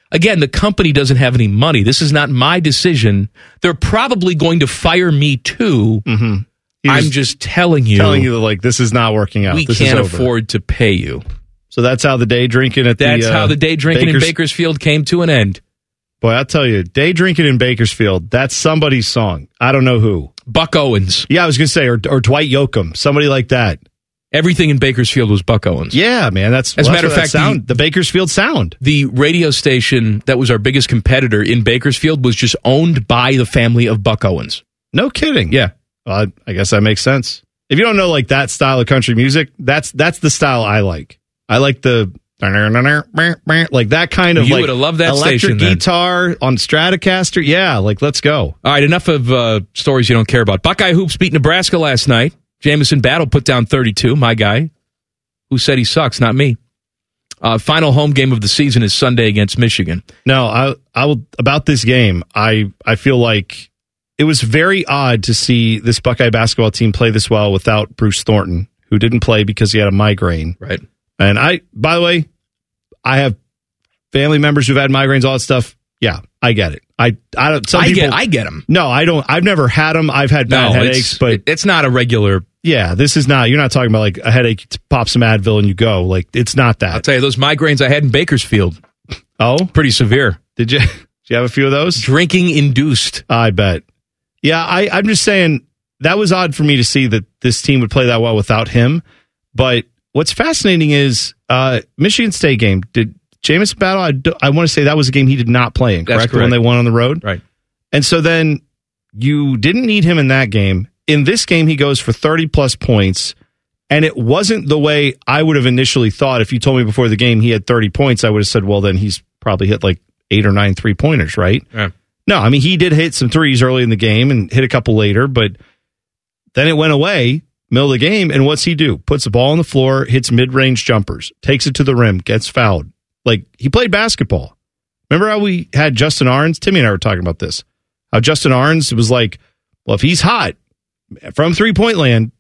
[SPEAKER 3] Again, the company doesn't have any money. This is not my decision. They're probably going to fire me too. I'm just, telling you,
[SPEAKER 2] Hmm. telling you that like this is not working out.
[SPEAKER 3] we
[SPEAKER 2] This is
[SPEAKER 3] can't
[SPEAKER 2] over.
[SPEAKER 3] afford to pay you.
[SPEAKER 2] So that's how the day drinking at the
[SPEAKER 3] That's
[SPEAKER 2] uh,
[SPEAKER 3] how the day drinking
[SPEAKER 2] Baker's-
[SPEAKER 3] in Bakersfield came to an end.
[SPEAKER 2] Boy, I'll tell you, day drinking in Bakersfield, that's somebody's song. I don't know who.
[SPEAKER 3] Buck Owens.
[SPEAKER 2] Yeah, I was going to say, or, or Dwight Yoakam, somebody like that.
[SPEAKER 3] Everything in Bakersfield was Buck Owens.
[SPEAKER 2] Yeah, man. That's
[SPEAKER 3] As a
[SPEAKER 2] well,
[SPEAKER 3] matter of
[SPEAKER 2] that's what that
[SPEAKER 3] fact,
[SPEAKER 2] sound, the, Bakersfield sound.
[SPEAKER 3] The radio station that was our biggest competitor in Bakersfield was just owned by the family of Buck Owens.
[SPEAKER 2] No kidding.
[SPEAKER 3] Yeah.
[SPEAKER 2] Well, I, I guess that makes sense. If you don't know like that style of country music, that's that's the style I like. I like the like that kind of
[SPEAKER 3] You
[SPEAKER 2] like
[SPEAKER 3] would have loved that
[SPEAKER 2] electric
[SPEAKER 3] station then.
[SPEAKER 2] guitar on Stratocaster. Yeah, like let's go.
[SPEAKER 3] All right, enough of uh, stories you don't care about. Buckeye Hoops beat Nebraska last night. Jamison Battle put down 32, my guy, who said he sucks, not me. Uh, final home game of the season is Sunday against Michigan.
[SPEAKER 2] No, I I will about this game. I I feel like it was very odd to see this Buckeye basketball team play this well without Bruce Thornton, who didn't play because he had a migraine.
[SPEAKER 3] Right.
[SPEAKER 2] And I, by the way, I have family members who've had migraines, all that stuff. Yeah, I get it. I I don't. Some
[SPEAKER 3] I
[SPEAKER 2] people,
[SPEAKER 3] get, I get him.
[SPEAKER 2] no, I don't. I've never had them. I've had bad
[SPEAKER 3] No,
[SPEAKER 2] headaches,
[SPEAKER 3] it's,
[SPEAKER 2] but
[SPEAKER 3] it's not a regular.
[SPEAKER 2] yeah, this is not. You're not talking about like a headache. Pop some Advil and you go. Like it's not
[SPEAKER 3] I'll
[SPEAKER 2] that.
[SPEAKER 3] tell you, those migraines I had in Bakersfield,
[SPEAKER 2] Oh,
[SPEAKER 3] pretty severe.
[SPEAKER 2] did you? Did you have a few of those?
[SPEAKER 3] Drinking induced.
[SPEAKER 2] I bet. Yeah, I, I'm just saying that was odd for me to see that this team would play that well without him. But what's fascinating is uh, Michigan State game. Did Jameis Battle? I, do- I want to say that was a game he did not play in,
[SPEAKER 3] That's
[SPEAKER 2] correct? The one
[SPEAKER 3] correct.
[SPEAKER 2] they won on the road,
[SPEAKER 3] Right.
[SPEAKER 2] And so then you didn't need him in that game. In this game, he goes for 30 plus points. And it wasn't the way I would have initially thought. If you told me before the game he had 30 points, I would have said, well, then he's probably hit like eight or nine three pointers, right?
[SPEAKER 3] Yeah.
[SPEAKER 2] No, I mean, he did hit some threes early in the game and hit a couple later, but then it went away, middle of the game. And what's he do? Puts the ball on the floor, hits mid range jumpers, takes it to the rim, gets fouled. Like he played basketball. Remember how we had Justin Arns? Timmy and I were talking about this. How Justin Arns was like, well, if he's hot from three point land,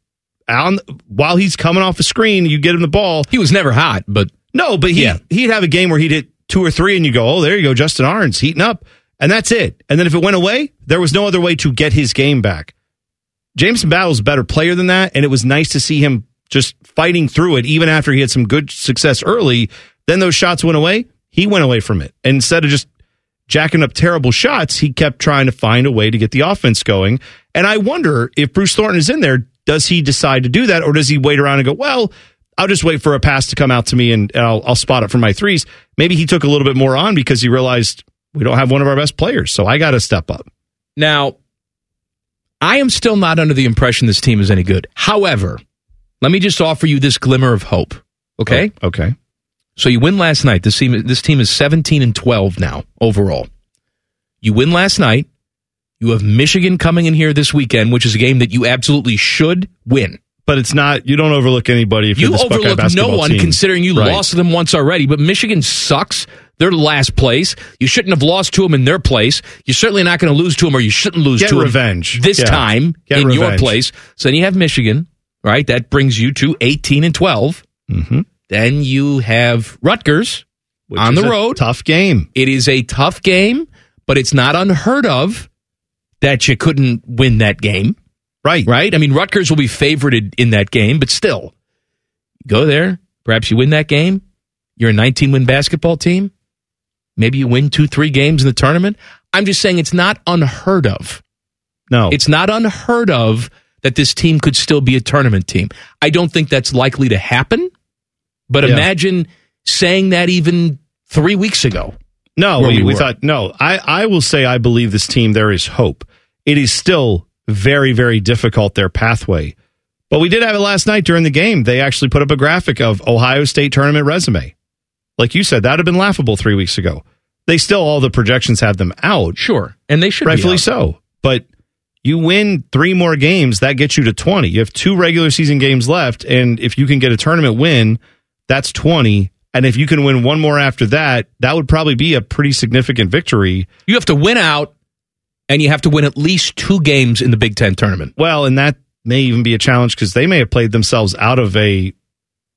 [SPEAKER 2] on, while he's coming off a screen, you get him the ball.
[SPEAKER 3] He was never hot, but
[SPEAKER 2] No, but he
[SPEAKER 3] Yeah.
[SPEAKER 2] he'd have a game where he'd hit two or three, and you go, oh, there you go, Justin Arns heating up, and that's it. And then if it went away, there was no other way to get his game back. Jameson Battle's a better player than that, and it was nice to see him just fighting through it, even after he had some good success early. Then those shots went away. He went away from it, and instead of just jacking up terrible shots, he kept trying to find a way to get the offense going. And I wonder if Bruce Thornton is in there, does he decide to do that, or does he wait around and go, well? I'll just wait for a pass to come out to me and, and I'll, I'll spot it for my threes. Maybe he took a little bit more on because he realized we don't have one of our best players, so I got to step up.
[SPEAKER 3] Now, I am still not under the impression this team is any good. However, let me just offer you this glimmer of hope. Okay,
[SPEAKER 2] Okay.
[SPEAKER 3] so you win last night. This team, this team is seventeen and twelve now overall. You win last night. You have Michigan coming in here this weekend, which is a game that you absolutely should win.
[SPEAKER 2] But it's not, you don't overlook anybody if you
[SPEAKER 3] you
[SPEAKER 2] are this Buckeye
[SPEAKER 3] overlook no
[SPEAKER 2] basketball
[SPEAKER 3] one,
[SPEAKER 2] team.
[SPEAKER 3] considering you
[SPEAKER 2] Right.
[SPEAKER 3] lost to them once already. But Michigan sucks. They're last place. You shouldn't have lost to them in their place. You're certainly not going to lose to them, or you shouldn't lose
[SPEAKER 2] Get
[SPEAKER 3] to 'em
[SPEAKER 2] revenge.
[SPEAKER 3] this
[SPEAKER 2] Yeah.
[SPEAKER 3] time
[SPEAKER 2] Get
[SPEAKER 3] in your
[SPEAKER 2] revenge.
[SPEAKER 3] place. So then you have Michigan, right? That brings you to 18 and 12.
[SPEAKER 2] Mhm.
[SPEAKER 3] Then you have Rutgers
[SPEAKER 2] Which
[SPEAKER 3] on
[SPEAKER 2] is
[SPEAKER 3] the
[SPEAKER 2] a
[SPEAKER 3] road.
[SPEAKER 2] Tough game.
[SPEAKER 3] It is a tough game, but it's not unheard of that you couldn't win that game
[SPEAKER 2] Right.
[SPEAKER 3] right? I mean, Rutgers will be favored in that game, but still, go there. Perhaps you win that game. You're a 19 win basketball team. Maybe you win two, three games in the tournament. I'm just saying it's not unheard of.
[SPEAKER 2] No.
[SPEAKER 3] It's not unheard of that this team could still be a tournament team. I don't think that's likely to happen, but
[SPEAKER 2] Yeah.
[SPEAKER 3] imagine saying that even three weeks ago.
[SPEAKER 2] No,
[SPEAKER 3] where
[SPEAKER 2] we,
[SPEAKER 3] we
[SPEAKER 2] we
[SPEAKER 3] were.
[SPEAKER 2] thought no. I, I will say I believe this team there is hope. It is still very very difficult their pathway, but we did have it last night during the game. They actually put up a graphic of Ohio State tournament resume. Like you said, that'd have been laughable three weeks ago. They still all the projections have them out,
[SPEAKER 3] Sure. And they should be
[SPEAKER 2] rightfully
[SPEAKER 3] out.
[SPEAKER 2] so. But you win three more games, that gets you to twenty. You have two regular season games left, and if you can get a tournament win, that's 20 and if you can win one more after that that would probably be a pretty significant victory
[SPEAKER 3] You have to win out, and you have to win at least two games in the Big Ten tournament.
[SPEAKER 2] well and that may even be a challenge because they may have played themselves out of a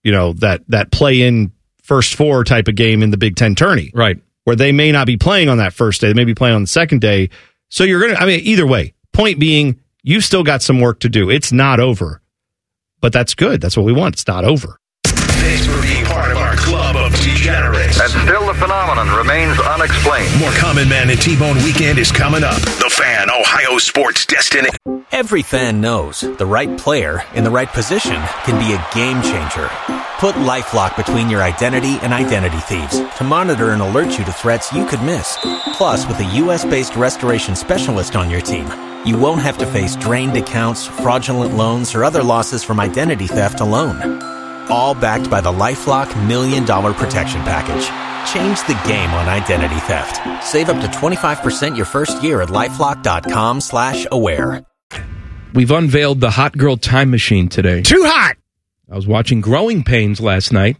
[SPEAKER 2] you know that that play in first four type of game in the big ten tourney
[SPEAKER 3] Right.
[SPEAKER 2] where they may not be playing on that first day. They may be playing on the second day. So you're going to, I mean, either way, point being, you've still got some work to do. It's not over, but that's good. That's what we want. It's not over.
[SPEAKER 1] Thanks for being part of our club of degenerates.
[SPEAKER 9] And still the phenomenon remains unexplained.
[SPEAKER 1] More Common Man and T-Bone Weekend is coming up. The Fan, Ohio sports destiny.
[SPEAKER 6] Every fan knows the right player in the right position can be a game changer. Put LifeLock between your identity and identity thieves to monitor and alert you to threats you could miss. Plus, with a U.S.-based restoration specialist on your team, you won't have to face drained accounts, fraudulent loans, or other losses from identity theft alone. All backed by the LifeLock Million Dollar Protection Package. Change the game on identity theft. Save up to 25% your first year at LifeLock.com slash aware.
[SPEAKER 3] We've unveiled the Hot Girl Time Machine today.
[SPEAKER 5] Too hot!
[SPEAKER 3] I was watching Growing Pains last night.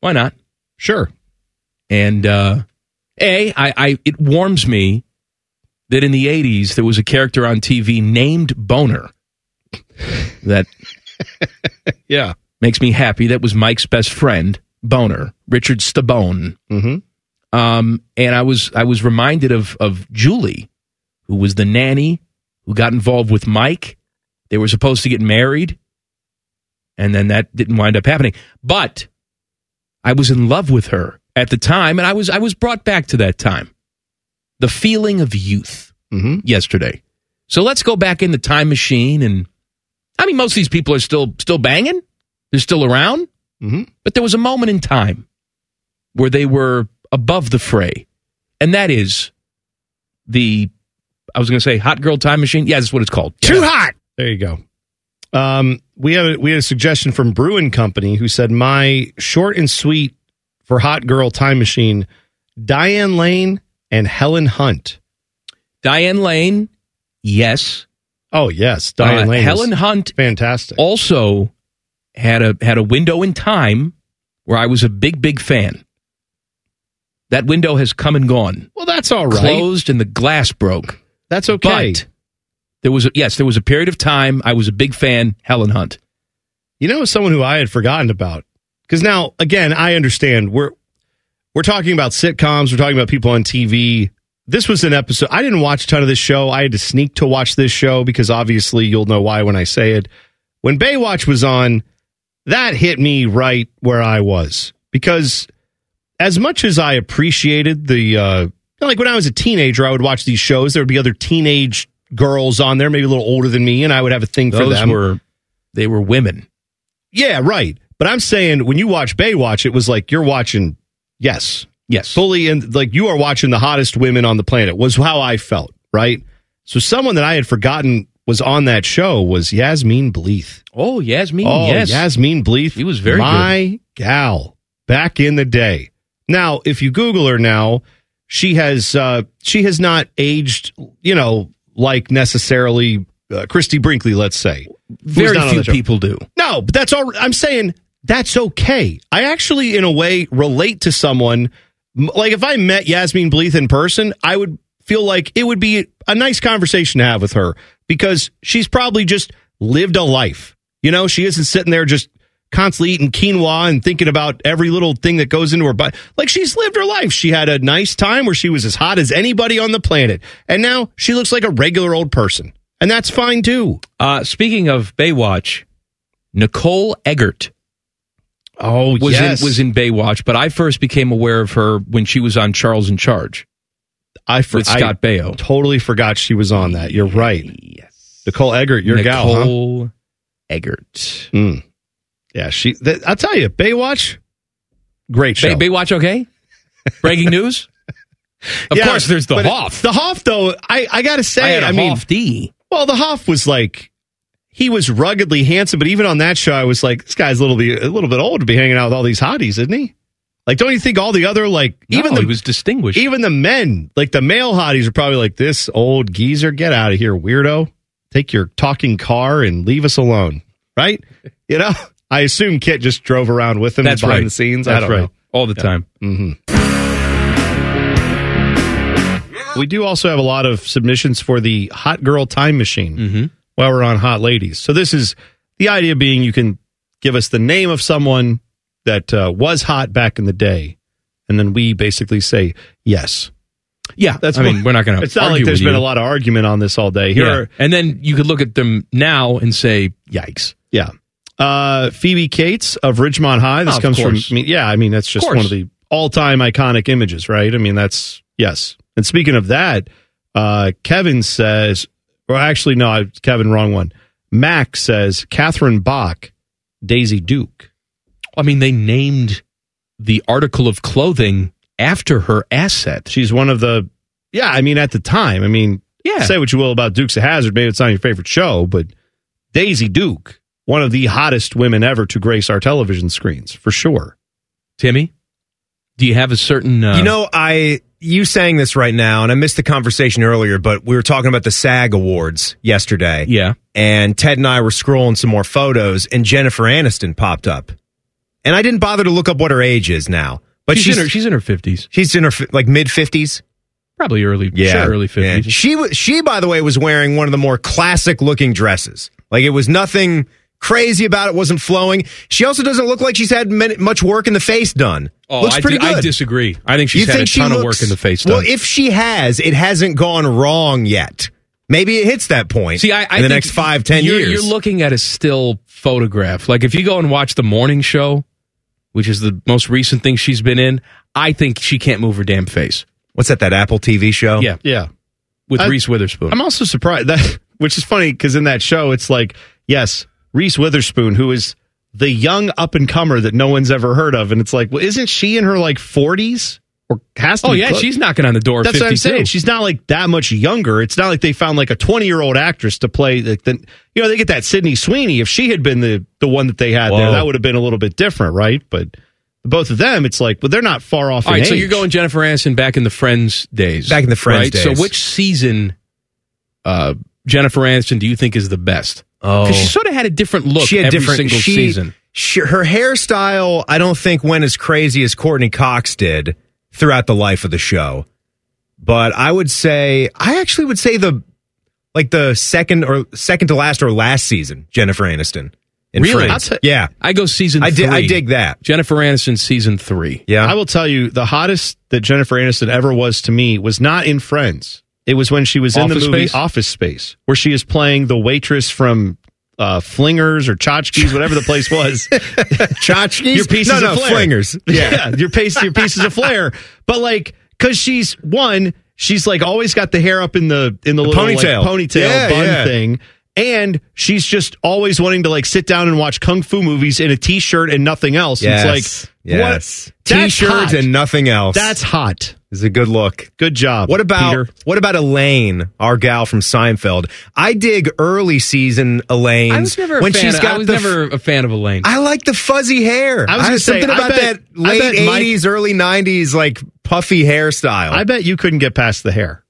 [SPEAKER 3] Why not? Sure. And uh, a, I, I, it warms me that in the '80s there was a character on TV named Boner. That
[SPEAKER 2] yeah
[SPEAKER 3] makes me happy. That was Mike's best friend, Boner Richard Stabone. Mm-hmm. Um, and I was I was reminded of of Julie, who was the nanny who got involved with Mike. They were supposed to get married and then that didn't wind up happening. But I was in love with her at the time, and I was I was brought back to that time, the feeling of youth
[SPEAKER 2] Mm-hmm.
[SPEAKER 3] yesterday. So let's go back in the time machine, and I mean, most of these people are still still banging, they're still around,
[SPEAKER 2] Mm-hmm.
[SPEAKER 3] but there was a moment in time where they were above the fray, and that is the I was going to say hot girl time machine. Yeah, that's what it's called.
[SPEAKER 2] Too
[SPEAKER 5] hot.
[SPEAKER 2] There you go. Um, we had a, we had a suggestion from Bruin Company who said my short and sweet for hot girl time machine, Diane Lane and Helen Hunt.
[SPEAKER 3] Diane Lane, yes.
[SPEAKER 2] Oh yes, Diane
[SPEAKER 3] Uh,
[SPEAKER 2] Lane. is
[SPEAKER 3] Helen Hunt
[SPEAKER 2] fantastic.
[SPEAKER 3] also had a had a window in time where I was a big big fan. That window has come and gone.
[SPEAKER 2] Well, that's all right.
[SPEAKER 3] Closed and the glass broke.
[SPEAKER 2] That's okay.
[SPEAKER 3] But there was a, yes, there was a period of time I was a big fan Helen Hunt.
[SPEAKER 2] you know someone who I had forgotten about. Because now, again, I understand we're we're talking about sitcoms, we're talking about people on TV. This was an episode. I didn't watch a ton of this show. I had to sneak to watch this show because obviously you'll know why when I say it. When Baywatch was on, that hit me right where I was because as much as I appreciated the uh, like when I was a teenager, I would watch these shows. There would be other teenage girls on there, maybe a little older than me, and I would have a thing for
[SPEAKER 3] Those
[SPEAKER 2] them.
[SPEAKER 3] were they were women.
[SPEAKER 2] Yeah, right. But I'm saying when you watch Baywatch, it was like you're watching, yes,
[SPEAKER 3] Yes.
[SPEAKER 2] fully, and like you are watching the hottest women on the planet, was how I felt, right? So someone that I had forgotten was on that show was Yasmin Bleeth.
[SPEAKER 3] Oh, Yasmin,
[SPEAKER 2] Oh,
[SPEAKER 3] yes.
[SPEAKER 2] Yasmin Bleeth.
[SPEAKER 3] He was very
[SPEAKER 2] my gal back in the day. Now, if you Google her now, she has uh, she has not aged, you know, like necessarily uh, Christy Brinkley, let's say. who's
[SPEAKER 3] Very
[SPEAKER 2] not on
[SPEAKER 3] few
[SPEAKER 2] the show.
[SPEAKER 3] people do.
[SPEAKER 2] No, but that's all. I'm saying that's okay. I actually, in a way, relate to someone. M- Like if I met Yasmin Bleeth in person, I would feel like it would be a nice conversation to have with her because she's probably just lived a life. You know, she isn't sitting there just constantly eating quinoa and thinking about every little thing that goes into her body. Like she's lived her life. She had a nice time where she was as hot as anybody on the planet. And now she looks like a regular old person. And that's fine too.
[SPEAKER 3] Uh, speaking of Baywatch, Nicole Eggert
[SPEAKER 2] Oh,
[SPEAKER 3] was in, was in Baywatch, but I first became aware of her when she was on Charles in Charge
[SPEAKER 2] I for,
[SPEAKER 3] with Scott
[SPEAKER 2] I
[SPEAKER 3] Baio.
[SPEAKER 2] totally forgot she was on that. You're right.
[SPEAKER 3] Yes.
[SPEAKER 2] Nicole Eggert, your gal, huh?
[SPEAKER 3] Nicole Eggert.
[SPEAKER 2] Mm. Yeah, she. That, I'll tell you, Baywatch, great show.
[SPEAKER 3] Bay, Baywatch, okay? Breaking news? Of
[SPEAKER 2] Yeah,
[SPEAKER 3] course, there's the
[SPEAKER 2] but it-
[SPEAKER 3] Hoff.
[SPEAKER 2] The Hoff, though, I, I gotta say,
[SPEAKER 3] I
[SPEAKER 2] I,
[SPEAKER 3] had a
[SPEAKER 2] mean,
[SPEAKER 3] Hoff D.
[SPEAKER 2] well, the Hoff was like, he was ruggedly handsome, but even on that show, I was like, this guy's a little bit a little bit old to be hanging out with all these hotties, isn't he? Like, don't you think all the other like even
[SPEAKER 3] No,
[SPEAKER 2] the
[SPEAKER 3] he was distinguished.
[SPEAKER 2] even the men, like the male hotties, are probably like, this old geezer, get out of here, weirdo. Take your talking car and leave us alone, right? You know, I assume Kit just drove around with him
[SPEAKER 3] That's
[SPEAKER 2] behind
[SPEAKER 3] right.
[SPEAKER 2] the scenes.
[SPEAKER 3] That's
[SPEAKER 2] I don't
[SPEAKER 3] right.
[SPEAKER 2] know.
[SPEAKER 3] All the time.
[SPEAKER 2] We do also have a lot of submissions for the Hot Girl Time Machine
[SPEAKER 3] Mm.
[SPEAKER 2] while we're on Hot Ladies. So this is the idea being you can give us the name of someone that uh, was hot back in the day, and then we basically say yes.
[SPEAKER 3] Yeah,
[SPEAKER 2] that's.
[SPEAKER 3] I mean,
[SPEAKER 2] what-
[SPEAKER 3] we're not gonna
[SPEAKER 2] It's not like
[SPEAKER 3] argue
[SPEAKER 2] there's
[SPEAKER 3] with
[SPEAKER 2] been
[SPEAKER 3] you.
[SPEAKER 2] a lot of argument on this all day. Here,
[SPEAKER 3] Yeah.
[SPEAKER 2] are-
[SPEAKER 3] And then you could look at them now and say, yikes.
[SPEAKER 2] Yeah. Uh, Phoebe Cates of Ridgemont High. This
[SPEAKER 3] Of
[SPEAKER 2] comes
[SPEAKER 3] course.
[SPEAKER 2] from, I mean, yeah, I mean, that's just
[SPEAKER 3] course.
[SPEAKER 2] one of the all time iconic images, right? I mean, that's, yes. And speaking of that, uh, Kevin says, or actually, no, I, Kevin, wrong one. Max says, Catherine Bach, Daisy Duke.
[SPEAKER 3] I mean, they named the article of clothing after her asset.
[SPEAKER 2] She's one of the, yeah, I mean, at the time, I mean,
[SPEAKER 3] Yeah.
[SPEAKER 2] say what you will about Dukes of Hazard, maybe it's not your favorite show, but Daisy Duke, one of the hottest women ever to grace our television screens, for sure.
[SPEAKER 3] Timmy, do you have a certain. Uh,
[SPEAKER 5] You know, I you saying this right now, and I missed the conversation earlier, but we were talking about the SAG Awards yesterday.
[SPEAKER 3] Yeah.
[SPEAKER 5] And Ted and I were scrolling some more photos, and Jennifer Aniston popped up. And I didn't bother to look up what her age is now, but
[SPEAKER 3] she's,
[SPEAKER 5] she's
[SPEAKER 3] in her, she's in her 50s,
[SPEAKER 5] she's in her fi- like mid fifties.
[SPEAKER 3] probably early,
[SPEAKER 5] Yeah,
[SPEAKER 3] sure, early 50s.
[SPEAKER 5] Yeah. She was she by the way was wearing one of the more classic looking dresses. Like it was nothing crazy about it. wasn't flowing. She also doesn't look like she's had many, much work in the face done.
[SPEAKER 3] Oh,
[SPEAKER 5] looks
[SPEAKER 3] I,
[SPEAKER 5] pretty
[SPEAKER 3] di-
[SPEAKER 5] good.
[SPEAKER 3] I disagree. I think she's
[SPEAKER 5] you
[SPEAKER 3] had
[SPEAKER 5] think
[SPEAKER 3] a ton
[SPEAKER 5] she
[SPEAKER 3] of
[SPEAKER 5] looks,
[SPEAKER 3] work in the face.
[SPEAKER 5] Well,
[SPEAKER 3] done.
[SPEAKER 5] if she has, it hasn't gone wrong yet. Maybe it hits that point.
[SPEAKER 3] See, I, I
[SPEAKER 5] in the
[SPEAKER 3] think
[SPEAKER 5] next five, ten
[SPEAKER 3] you're,
[SPEAKER 5] years.
[SPEAKER 3] you're looking at a still photograph. Like if you go and watch the morning show, which is the most recent thing she's been in, I think she can't move her damn face.
[SPEAKER 5] What's that? That Apple TV show?
[SPEAKER 3] Yeah,
[SPEAKER 2] Yeah.
[SPEAKER 3] with
[SPEAKER 2] I-
[SPEAKER 3] Reese Witherspoon.
[SPEAKER 2] I'm also surprised that, which is funny because in that show, it's like, yes, Reese Witherspoon, who is the young up and comer that no one's ever heard of, and it's like, well, isn't she in her like 40s or has to?
[SPEAKER 3] oh
[SPEAKER 2] be
[SPEAKER 3] yeah,
[SPEAKER 2] close?
[SPEAKER 3] she's knocking on the door. of
[SPEAKER 2] That's
[SPEAKER 3] 52.
[SPEAKER 2] what I'm saying. She's not like that much younger. It's not like they found like a 20 year old actress to play. Like the, you know, they get that Sydney Sweeney. If she had been the the one that they had there,
[SPEAKER 5] Whoa.
[SPEAKER 2] that would have been a little bit different, right? But both of them, it's like, well, they're not far off.
[SPEAKER 3] All
[SPEAKER 2] in
[SPEAKER 3] right, so
[SPEAKER 2] age.
[SPEAKER 3] you're going Jennifer Aniston back in the Friends days.
[SPEAKER 5] Back in the Friends
[SPEAKER 3] right?
[SPEAKER 5] days.
[SPEAKER 3] So which season, uh, Jennifer Aniston, do you think is the best?
[SPEAKER 5] Oh,
[SPEAKER 3] Because she sort of had a different look
[SPEAKER 5] she had
[SPEAKER 3] every
[SPEAKER 5] different
[SPEAKER 3] single
[SPEAKER 5] she-
[SPEAKER 3] season.
[SPEAKER 5] she- her hairstyle, I don't think went as crazy as Courtney Cox did throughout the life of the show. But I would say, I actually would say the like the second or second to last or last season, Jennifer Aniston. In
[SPEAKER 3] Really?
[SPEAKER 5] Friends.
[SPEAKER 3] I'll ta-
[SPEAKER 5] yeah,
[SPEAKER 3] I go season.
[SPEAKER 5] I
[SPEAKER 3] three.
[SPEAKER 5] dig. I dig that.
[SPEAKER 3] Jennifer Aniston season three.
[SPEAKER 5] Yeah,
[SPEAKER 2] I will tell you the hottest that Jennifer Aniston ever was to me was not in Friends. It was when she was in the
[SPEAKER 3] Office
[SPEAKER 2] movie
[SPEAKER 3] Space?
[SPEAKER 2] Office Space, where she is playing the waitress from uh, Flingers or Tchotchkes, whatever the place was.
[SPEAKER 5] Tchotchkes?
[SPEAKER 2] your pieces
[SPEAKER 5] no, no,
[SPEAKER 2] of flair.
[SPEAKER 5] flingers.
[SPEAKER 2] Yeah, your piece, your pieces of flair. But like, because she's one, she's like always got the hair up in the in the, little, like,
[SPEAKER 5] ponytail.
[SPEAKER 2] ponytail
[SPEAKER 5] Yeah,
[SPEAKER 2] bun
[SPEAKER 5] yeah.
[SPEAKER 2] thing. And she's just always wanting to like sit down and watch kung fu movies in a t-shirt and nothing else. And
[SPEAKER 5] Yes.
[SPEAKER 2] It's like what-
[SPEAKER 5] yes.
[SPEAKER 2] That's
[SPEAKER 5] T-shirts
[SPEAKER 2] hot.
[SPEAKER 5] and nothing else.
[SPEAKER 2] That's hot.
[SPEAKER 5] is a good look.
[SPEAKER 2] Good job.
[SPEAKER 5] What about
[SPEAKER 2] Peter.
[SPEAKER 5] what about Elaine, our gal from Seinfeld? I dig early season Elaine.
[SPEAKER 3] I was never a
[SPEAKER 5] when
[SPEAKER 3] fan
[SPEAKER 5] she's
[SPEAKER 3] of,
[SPEAKER 5] got
[SPEAKER 3] I was
[SPEAKER 5] the f-
[SPEAKER 3] never a fan of Elaine.
[SPEAKER 5] I like the fuzzy hair.
[SPEAKER 2] I was gonna say,
[SPEAKER 5] something
[SPEAKER 2] I
[SPEAKER 5] about
[SPEAKER 2] bet-
[SPEAKER 5] that
[SPEAKER 2] I
[SPEAKER 5] late
[SPEAKER 2] bet Mike-
[SPEAKER 5] '80s, early '90s, like puffy hairstyle.
[SPEAKER 2] I bet you couldn't get past the hair.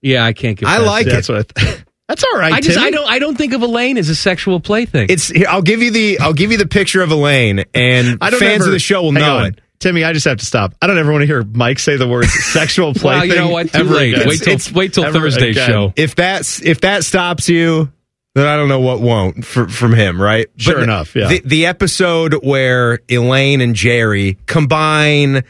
[SPEAKER 3] yeah, Oh. I can't get.
[SPEAKER 5] I
[SPEAKER 3] past
[SPEAKER 5] like
[SPEAKER 3] that.
[SPEAKER 2] That's
[SPEAKER 5] it.
[SPEAKER 2] what. I th- That's all right.
[SPEAKER 3] I just
[SPEAKER 2] Timmy.
[SPEAKER 3] I don't I don't think of Elaine as a sexual plaything.
[SPEAKER 5] It's. here, I'll give you the. I'll give you the picture of Elaine, and
[SPEAKER 2] I don't
[SPEAKER 5] fans
[SPEAKER 2] ever-
[SPEAKER 5] of the show will
[SPEAKER 2] Hang
[SPEAKER 5] know
[SPEAKER 2] on.
[SPEAKER 5] it.
[SPEAKER 2] Timmy, I just have to stop. I don't ever want to hear Mike say the words sexual play.
[SPEAKER 3] well, you know
[SPEAKER 2] thing
[SPEAKER 3] what? Too
[SPEAKER 2] ever
[SPEAKER 3] late.
[SPEAKER 2] again.
[SPEAKER 3] Wait till
[SPEAKER 2] It's-
[SPEAKER 3] wait till
[SPEAKER 2] ever
[SPEAKER 3] Thursday's
[SPEAKER 2] again.
[SPEAKER 3] show.
[SPEAKER 5] if that's if that stops you, then I don't know what won't for, from him, right?
[SPEAKER 2] Sure enough, yeah.
[SPEAKER 5] The, the episode where Elaine and Jerry combine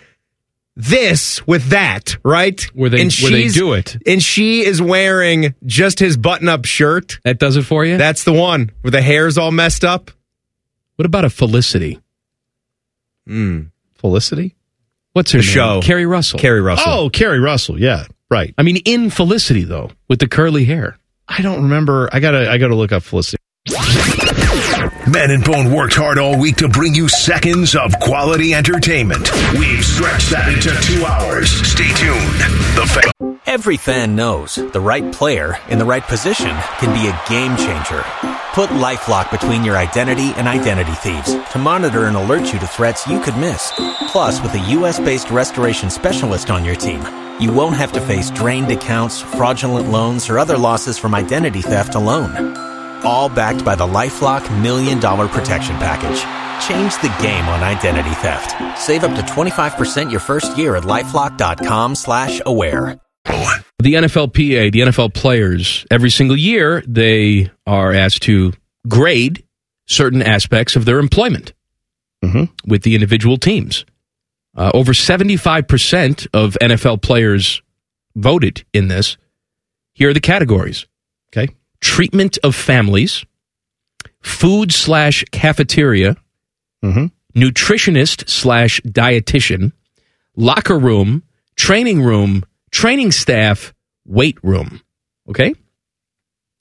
[SPEAKER 5] this with that, right?
[SPEAKER 3] Where they- where they
[SPEAKER 5] she's-
[SPEAKER 3] do it.
[SPEAKER 5] and she is wearing just his button-up shirt.
[SPEAKER 3] That does it for you.
[SPEAKER 5] That's the one where the hair's all messed up.
[SPEAKER 3] what about a Felicity?
[SPEAKER 2] Felicity.
[SPEAKER 3] What's her
[SPEAKER 5] The
[SPEAKER 3] name?
[SPEAKER 5] show.
[SPEAKER 3] Carrie Russell.
[SPEAKER 5] Carrie Russell.
[SPEAKER 2] Oh, Carrie Russell. Yeah, right.
[SPEAKER 3] I mean, in Felicity though, with the curly hair.
[SPEAKER 2] I don't remember. I gotta. I gotta look up Felicity.
[SPEAKER 1] Man and Bone worked hard all week to bring you seconds of quality entertainment. We've stretched that into two hours. Stay tuned. The fan.
[SPEAKER 6] Every fan knows the right player in the right position can be a game changer. Put LifeLock between your identity and identity thieves to monitor and alert you to threats you could miss. Plus, with a U.S.-based restoration specialist on your team, you won't have to face drained accounts, fraudulent loans, or other losses from identity theft alone. All backed by the LifeLock Million Dollar Protection Package. Change the game on identity theft. Save up to 25% your first year at LifeLock.com slash aware.
[SPEAKER 3] The NFLPA, the NFL players, every single year they are asked to grade certain aspects of their employment with the individual teams. Uh, over 75% of NFL players voted in this. Here are the categories.
[SPEAKER 2] Okay.
[SPEAKER 3] Treatment of families, food slash cafeteria,
[SPEAKER 2] Mm-hmm.
[SPEAKER 3] nutritionist slash dietitian, locker room, training room, training staff, weight room. Okay.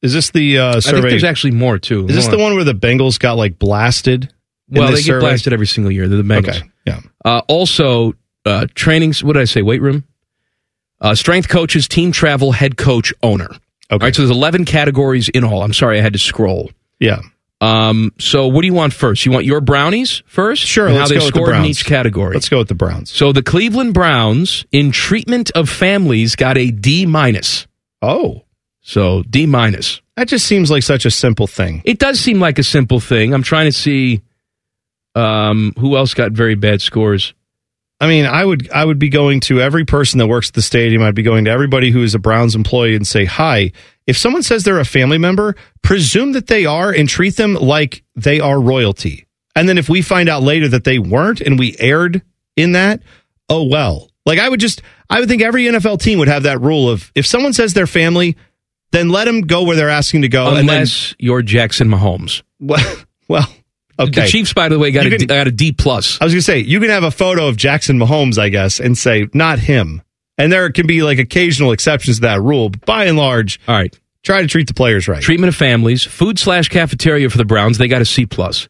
[SPEAKER 2] Is this the uh,
[SPEAKER 3] I think
[SPEAKER 2] survey-
[SPEAKER 3] there's actually more too.
[SPEAKER 2] Is this
[SPEAKER 3] Hold
[SPEAKER 2] the one where the Bengals got like blasted? in
[SPEAKER 3] Well,
[SPEAKER 2] this
[SPEAKER 3] they get
[SPEAKER 2] survey?
[SPEAKER 3] blasted every single year. They're the Bengals.
[SPEAKER 2] Okay, yeah.
[SPEAKER 3] Uh, also, uh, trainings. What did I say? Weight room, uh, strength coaches, team travel, head coach, owner. Okay. All right. So there's 11 categories in all. I'm sorry, I had to scroll.
[SPEAKER 2] Yeah.
[SPEAKER 3] Um. So what do you want first? You want your brownies first?
[SPEAKER 2] Sure.
[SPEAKER 3] And
[SPEAKER 2] let's
[SPEAKER 3] how they
[SPEAKER 2] go with the
[SPEAKER 3] scored in
[SPEAKER 2] Browns.
[SPEAKER 3] each category.
[SPEAKER 2] Let's go with the Browns.
[SPEAKER 3] So the Cleveland Browns in treatment of families got a D minus.
[SPEAKER 2] Oh.
[SPEAKER 3] So D minus.
[SPEAKER 2] That just seems like such a simple thing.
[SPEAKER 3] It does seem like a simple thing. I'm trying to see um, who else got very bad scores.
[SPEAKER 2] I mean, I would I would be going to every person that works at the stadium. I'd be going to everybody who is a Browns employee and say hi. If someone says they're a family member, presume that they are and treat them like they are royalty. And then if we find out later that they weren't and we erred in that, oh well. Like I would just I would think every NFL team would have that rule of if someone says they're family, then let them go where they're asking to go. and then-
[SPEAKER 3] Unless you're Jackson Mahomes.
[SPEAKER 2] Well, well okay.
[SPEAKER 3] The Chiefs, by the way, got
[SPEAKER 2] You Uh,
[SPEAKER 3] a D- got a D plus.
[SPEAKER 2] I was gonna say you can have a photo of Jackson Mahomes, I guess, and say not him. And there can be like occasional exceptions to that rule, but by and large,
[SPEAKER 3] all right.
[SPEAKER 2] Try to treat the players right.
[SPEAKER 3] Treatment of families, food slash cafeteria for the Browns, they got a C plus.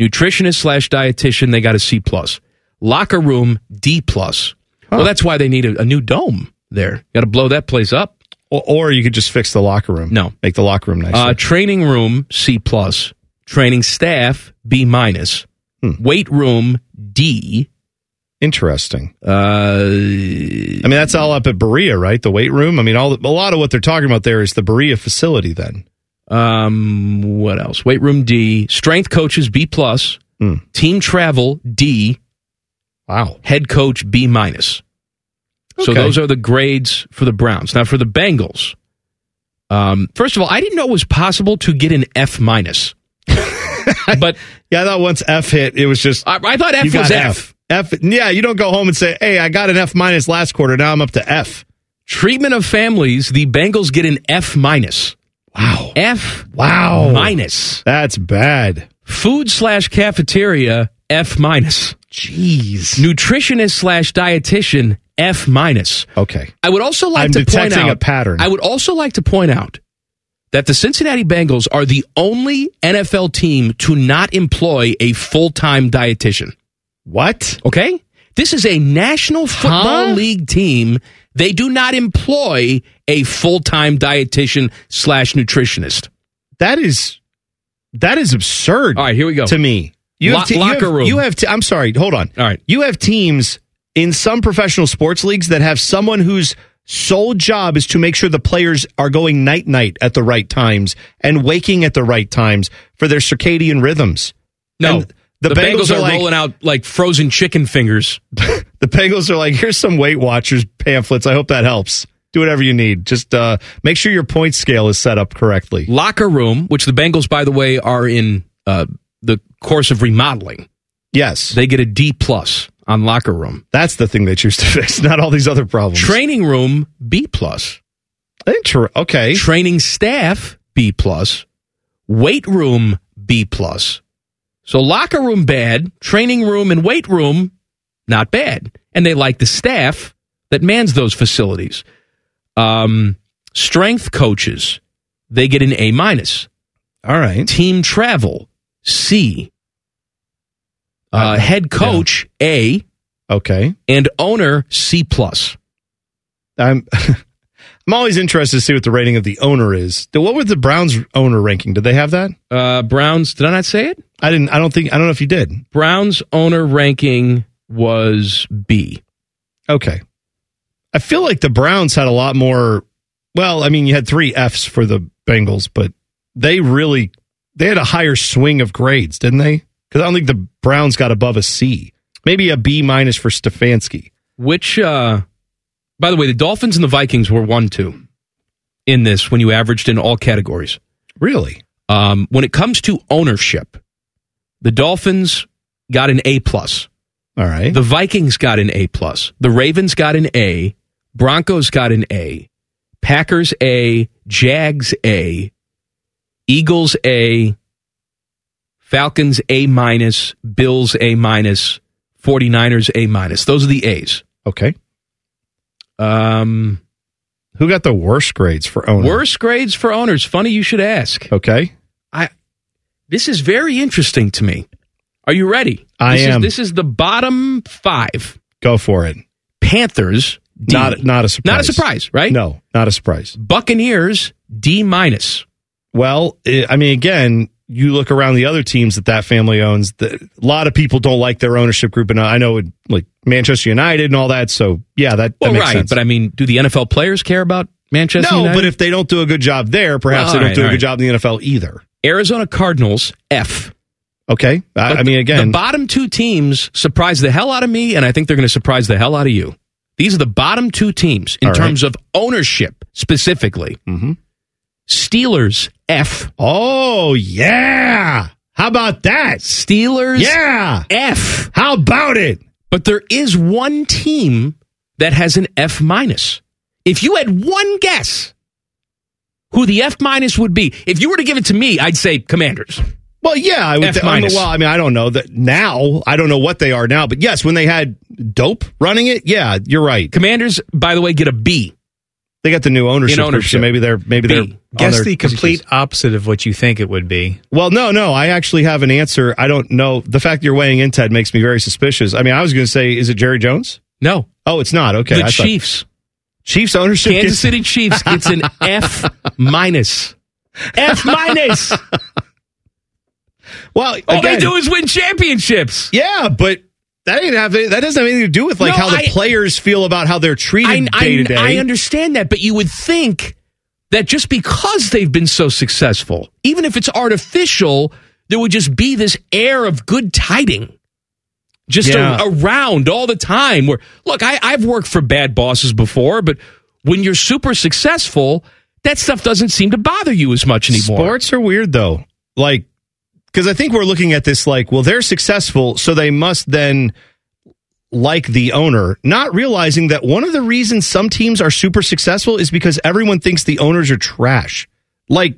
[SPEAKER 3] Nutritionist slash dietitian, they got a C plus. Locker room, D plus. Well, that's why they need a, a new dome there. Got to blow that place up.
[SPEAKER 2] Or, or you could just fix the locker room.
[SPEAKER 3] No,
[SPEAKER 2] make the locker room nicer.
[SPEAKER 3] Uh, training room C plus. Training staff B minus. Weight room D.
[SPEAKER 2] Interesting.
[SPEAKER 3] Uh,
[SPEAKER 2] I mean, that's all up at Berea, right? The weight room. I mean, all a lot of what they're talking about there is the Berea facility. Then
[SPEAKER 3] Um, what else? Weight room D. Strength coaches B plus. Team travel D.
[SPEAKER 2] Hmm. Wow.
[SPEAKER 3] Head coach B minus. So
[SPEAKER 10] Okay.
[SPEAKER 3] those are the grades for the Browns. Now for the Bengals. Um, first of all, I didn't know it was possible to get an F minus. but
[SPEAKER 2] yeah, I thought once F hit, it was just.
[SPEAKER 3] I, I thought F
[SPEAKER 2] You got
[SPEAKER 3] was
[SPEAKER 2] F. F. Yeah, you don't go home and say, "Hey, I got an F minus last quarter. Now I'm up to F."
[SPEAKER 3] Treatment of families. The Bengals get an F minus.
[SPEAKER 2] Wow.
[SPEAKER 3] F.
[SPEAKER 2] Wow.
[SPEAKER 3] Minus.
[SPEAKER 2] That's bad.
[SPEAKER 3] Food slash cafeteria. F minus.
[SPEAKER 2] Jeez.
[SPEAKER 3] Nutritionist slash dietitian. F minus.
[SPEAKER 2] Okay.
[SPEAKER 3] I would also like
[SPEAKER 2] I'm
[SPEAKER 3] to point
[SPEAKER 2] detecting
[SPEAKER 3] out
[SPEAKER 2] a pattern.
[SPEAKER 3] I would also like to point out that the Cincinnati Bengals are the only NFL team to not employ a full time dietitian.
[SPEAKER 2] What?
[SPEAKER 3] Okay. This is a National Football League team. They do not employ a full time dietitian slash nutritionist.
[SPEAKER 2] That is that is absurd.
[SPEAKER 3] All right, here we go.
[SPEAKER 2] To me,
[SPEAKER 3] Lo-
[SPEAKER 2] te-
[SPEAKER 3] locker
[SPEAKER 2] you have,
[SPEAKER 3] room.
[SPEAKER 2] You have. T- I'm sorry. Hold on.
[SPEAKER 3] All right.
[SPEAKER 2] You have teams in some professional sports leagues that have someone whose sole job is to make sure the players are going night night at the right times and waking at the right times for their circadian rhythms.
[SPEAKER 3] No.
[SPEAKER 2] And the, Bengals, are, like,
[SPEAKER 3] rolling out like frozen chicken fingers.
[SPEAKER 2] the Bengals are like, here's some Weight Watchers pamphlets. I hope that helps. Do whatever you need. Just uh, make sure your point scale is set up correctly.
[SPEAKER 3] Locker room, which the Bengals, by the way, are in uh, the course of remodeling.
[SPEAKER 2] Yes.
[SPEAKER 3] They get a D plus on locker room.
[SPEAKER 2] That's the thing they choose to fix, not all these other problems.
[SPEAKER 3] Training room B plus.
[SPEAKER 2] Inter- okay.
[SPEAKER 3] Training staff B plus. Weight room B plus. So locker room bad, training room and weight room not bad. And they like the staff that mans those facilities. Um, strength coaches, they get an A minus.
[SPEAKER 2] All right.
[SPEAKER 3] Team travel C. Uh, head coach A
[SPEAKER 2] Okay.
[SPEAKER 3] and owner C plus.
[SPEAKER 2] I'm I'm always interested to see what the rating of the owner is. Th- What was the Browns owner ranking? Did they have that?
[SPEAKER 3] Uh, Browns. Did I not say it?
[SPEAKER 2] I didn't I don't think I don't know if you did.
[SPEAKER 3] Browns owner ranking was B.
[SPEAKER 2] Okay. I feel like the Browns had a lot more well, I mean you had 3 Fs for the Bengals, but they really they had a higher swing of grades, didn't they? Cuz I don't think the Browns got above a C. Maybe a B minus for Stefanski.
[SPEAKER 3] Which, uh, by the way, the Dolphins and the Vikings were one two in this when you averaged in all categories.
[SPEAKER 2] Really?
[SPEAKER 3] Um, when it comes to ownership, the Dolphins got an A plus.
[SPEAKER 2] All right.
[SPEAKER 3] The Vikings got an A plus. The Ravens got an A. Broncos got an A. Packers A. Jags A. Eagles A. Falcons A minus. Bills A minus. 49ers A minus. Those are the A's.
[SPEAKER 2] Okay.
[SPEAKER 3] Um,
[SPEAKER 2] Who got the worst grades for owner?
[SPEAKER 3] Worst grades for owners. Funny you should ask.
[SPEAKER 2] Okay.
[SPEAKER 3] I this is very interesting to me. Are you ready?
[SPEAKER 2] I
[SPEAKER 3] this
[SPEAKER 2] am.
[SPEAKER 3] Is, this is the bottom five.
[SPEAKER 2] Go for it.
[SPEAKER 3] Panthers. D.
[SPEAKER 2] Not not a surprise.
[SPEAKER 3] Not a surprise, right?
[SPEAKER 2] No, not a surprise.
[SPEAKER 3] Buccaneers D minus.
[SPEAKER 2] Well, eh, i I mean, again, you look around the other teams that that family owns. The, a lot of people don't like their ownership group, and I know it, like Manchester United and all that. So yeah, that, that
[SPEAKER 3] Well,
[SPEAKER 2] makes
[SPEAKER 3] right,
[SPEAKER 2] sense.
[SPEAKER 3] but I mean, do the NFL players care about Manchester
[SPEAKER 2] no,
[SPEAKER 3] United?
[SPEAKER 2] but if they don't do a good job there, perhaps
[SPEAKER 3] Well,
[SPEAKER 2] they don't
[SPEAKER 3] all
[SPEAKER 2] do a
[SPEAKER 3] right,
[SPEAKER 2] good job in the NFL either.
[SPEAKER 3] Arizona Cardinals F.
[SPEAKER 2] Okay, I,
[SPEAKER 3] But
[SPEAKER 2] I mean, again,
[SPEAKER 3] the bottom two teams surprise the hell out of me, and I think they're going to surprise the hell out of you. These are the bottom two teams in
[SPEAKER 2] All right.
[SPEAKER 3] terms of ownership specifically.
[SPEAKER 2] Mhm.
[SPEAKER 3] Steelers F.
[SPEAKER 2] oh yeah, how about that?
[SPEAKER 3] Steelers
[SPEAKER 2] Yeah,
[SPEAKER 3] F.
[SPEAKER 2] how about it?
[SPEAKER 3] But there is one team that has an F minus. If you had one guess who the F minus would be, if you were to give it to me, I'd say Commanders.
[SPEAKER 2] Well, yeah, I would.
[SPEAKER 3] F
[SPEAKER 2] th- I mean,
[SPEAKER 3] minus.
[SPEAKER 2] well, I mean, I don't know that now. I don't know what they are now, but yes, when they had dope running it, yeah, you're right.
[SPEAKER 3] Commanders, by the way, get a B.
[SPEAKER 2] They got the new ownership,
[SPEAKER 3] In
[SPEAKER 2] group, so
[SPEAKER 3] ownership.
[SPEAKER 2] maybe they're maybe
[SPEAKER 3] B.
[SPEAKER 2] they're on
[SPEAKER 7] Guess
[SPEAKER 2] their-
[SPEAKER 7] the complete opposite of what you think it would be.
[SPEAKER 2] Well, no, no. I actually have an answer. I don't know. The fact that you're weighing in, Ted, makes me very suspicious. I mean, I was going to say, is it Jerry Jones?
[SPEAKER 3] No,
[SPEAKER 2] Oh, it's not. Okay,
[SPEAKER 3] the
[SPEAKER 2] I thought-
[SPEAKER 3] Chiefs,
[SPEAKER 2] Chiefs ownership.
[SPEAKER 3] Kansas
[SPEAKER 2] gets-
[SPEAKER 3] City Chiefs gets an F minus. F minus.
[SPEAKER 2] Well,
[SPEAKER 3] All
[SPEAKER 2] again,
[SPEAKER 3] Oh, they do is win championships.
[SPEAKER 2] yeah, but that ain't have any, that doesn't have anything to do with like
[SPEAKER 3] No,
[SPEAKER 2] how the
[SPEAKER 3] I-
[SPEAKER 2] players feel about how they're
[SPEAKER 3] I,
[SPEAKER 2] treated day to
[SPEAKER 3] I,
[SPEAKER 2] day.
[SPEAKER 3] I understand that, but you would think that just because they've been so successful, even if it's artificial, there would just be this air of good tiding just a-
[SPEAKER 2] Yeah.
[SPEAKER 3] around all the time. Where look, I, I've worked for bad bosses before, but when you're super successful, that stuff doesn't seem to bother you as much anymore.
[SPEAKER 2] Sports are weird though. Like because I think we're looking at this like, well, they're successful, so they must then like the owner, not realizing that one of the reasons some teams are super successful is because everyone thinks the owners are trash. Like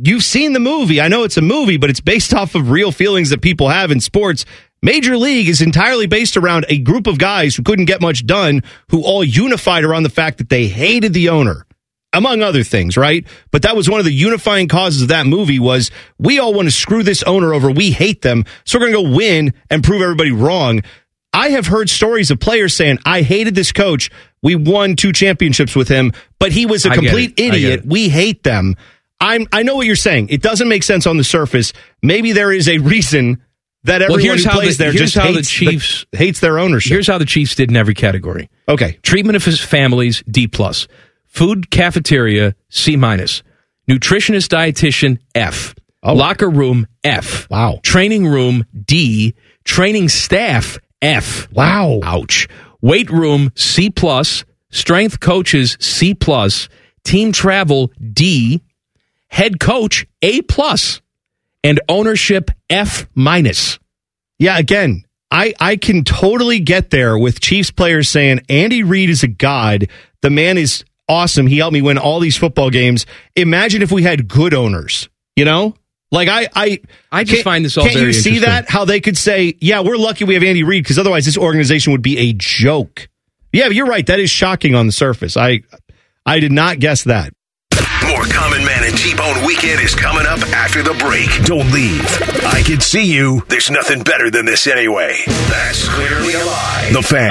[SPEAKER 2] you've seen the movie. I know it's a movie, but it's based off of real feelings that people have in sports. Major League is entirely based around a group of guys who couldn't get much done, who all unified around the fact that they hated the owner, among other things, right? But that was one of the unifying causes of that movie was we all want to screw this owner over. We hate them. So we're going to go win and prove everybody wrong. I have heard stories of players saying, I hated this coach. We won two championships with him, but he was a
[SPEAKER 3] I get
[SPEAKER 2] complete
[SPEAKER 3] it. I get
[SPEAKER 2] idiot.
[SPEAKER 3] it.
[SPEAKER 2] We hate them. I'm I know what you're saying. It doesn't make sense on the surface. Maybe there is a reason that everyone
[SPEAKER 3] here's
[SPEAKER 2] who
[SPEAKER 3] how
[SPEAKER 2] plays
[SPEAKER 3] the-
[SPEAKER 2] there
[SPEAKER 3] here's
[SPEAKER 2] just
[SPEAKER 3] how the
[SPEAKER 2] hates
[SPEAKER 3] Chiefs-
[SPEAKER 2] hates their ownership.
[SPEAKER 3] Here's how the Chiefs did in every category.
[SPEAKER 2] okay.
[SPEAKER 3] Treatment of his families, D plus. Food cafeteria, C minus. Nutritionist dietitian, F.
[SPEAKER 2] Oh.
[SPEAKER 3] Locker room, F.
[SPEAKER 2] Wow.
[SPEAKER 3] Training room, D. Training staff, F.
[SPEAKER 2] Wow.
[SPEAKER 3] Ouch. Weight room, C plus. Strength coaches, C plus. Team travel, D. Head coach, A plus. And ownership, F minus.
[SPEAKER 2] Yeah, again, I, I can totally get there with Chiefs players saying Andy Reid is a god. The man is awesome. He helped me win all these football games. Imagine if we had good owners, you know? Like I I
[SPEAKER 3] I just
[SPEAKER 2] can't-
[SPEAKER 3] find this all
[SPEAKER 2] Can't
[SPEAKER 3] very
[SPEAKER 2] you see
[SPEAKER 3] interesting.
[SPEAKER 2] that? How they could say, "Yeah, we're lucky we have Andy Reid because otherwise this organization would be a joke." Yeah, you're right. That is shocking on the surface. I I did not guess that.
[SPEAKER 1] More Common Man and T-Bone Weekend is coming up after the break. Don't leave. I can see you. There's nothing better than this anyway. That's clearly a lie. The fan.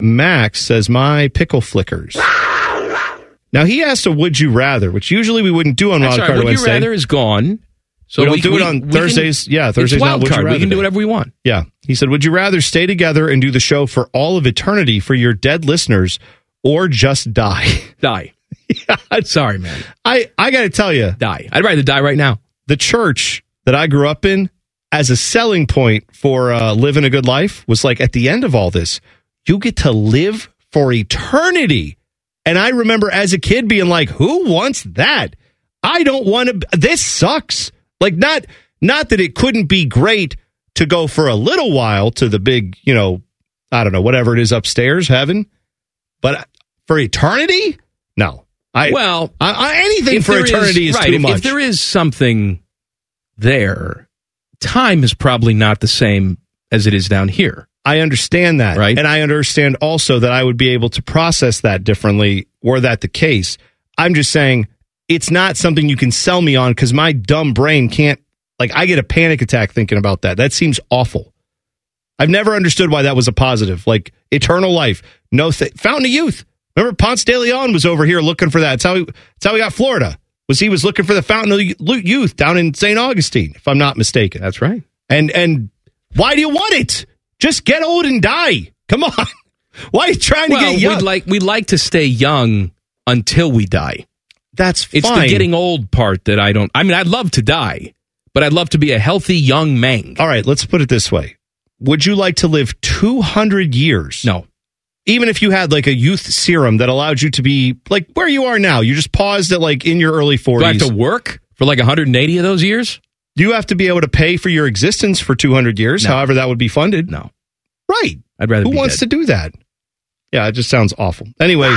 [SPEAKER 2] Max says, "My pickle flickers." Now he asked a "Would you rather," which usually we wouldn't do on
[SPEAKER 3] I'm
[SPEAKER 2] Wild
[SPEAKER 3] sorry,
[SPEAKER 2] Card
[SPEAKER 3] Would You
[SPEAKER 2] Wednesday.
[SPEAKER 3] Rather is gone.
[SPEAKER 2] So we don't do it on
[SPEAKER 3] we can-
[SPEAKER 2] Thursdays. yeah,
[SPEAKER 3] it's
[SPEAKER 2] Thursdays. not
[SPEAKER 3] wild
[SPEAKER 2] Would You
[SPEAKER 3] card. We
[SPEAKER 2] Rather
[SPEAKER 3] can do
[SPEAKER 2] Day.
[SPEAKER 3] whatever we want.
[SPEAKER 2] Yeah. He said, Would you rather stay together and do the show for all of eternity for your dead listeners or just die?
[SPEAKER 3] Die.
[SPEAKER 2] yeah.
[SPEAKER 3] Sorry, man.
[SPEAKER 2] I, I got to tell you,
[SPEAKER 3] die. I'd rather die right now.
[SPEAKER 2] The church that I grew up in, as a selling point for uh, living a good life, was like at the end of all this, you get to live for eternity. And I remember as a kid being like, Who wants that? I don't want to. This sucks. Like, not not that it couldn't be great to go for a little while to the big, you know, I don't know, whatever it is upstairs, heaven, but for eternity, no. I
[SPEAKER 3] well,
[SPEAKER 2] I, I, anything
[SPEAKER 3] if
[SPEAKER 2] for
[SPEAKER 3] there
[SPEAKER 2] eternity is,
[SPEAKER 3] right,
[SPEAKER 2] too
[SPEAKER 3] if,
[SPEAKER 2] much.
[SPEAKER 3] If there is something there, time is probably not the same as it is down here.
[SPEAKER 2] I understand that. Right. And I understand also that I would be able to process that differently were that the case. I'm just saying it's not something you can sell me on because my dumb brain can't, like, I get a panic attack thinking about that. That seems awful. I've never understood why that was a positive. Like, eternal life. No, th- fountain of youth. Remember, Ponce de Leon was over here looking for that. That's how he, that's how he got Florida. Was he was looking for the fountain of youth down in St. Augustine, if I'm not mistaken.
[SPEAKER 3] That's right.
[SPEAKER 2] And and why do you want it? Just get old and die. Come on. Why are you trying to
[SPEAKER 3] well,
[SPEAKER 2] get young?
[SPEAKER 3] We'd like we'd like to stay young until we die.
[SPEAKER 2] That's
[SPEAKER 3] It's the
[SPEAKER 2] fine.
[SPEAKER 3] getting old part that I don't. I mean, I'd love to die, but I'd love to be a healthy young man.
[SPEAKER 2] All right, let's put it this way. Would you like to live 200 years?
[SPEAKER 3] No.
[SPEAKER 2] Even if you had like a youth serum that allowed you to be like where you are now, you just paused at like in your early 40s.
[SPEAKER 3] Do I have to work for like 180 of those years?
[SPEAKER 2] You have to be able to pay for your existence for 200 years, however that would be funded.
[SPEAKER 3] No.
[SPEAKER 2] Right.
[SPEAKER 3] I'd rather
[SPEAKER 2] Who
[SPEAKER 3] be
[SPEAKER 2] wants
[SPEAKER 3] dead.
[SPEAKER 2] to do that? Yeah, it just sounds awful. Anyway,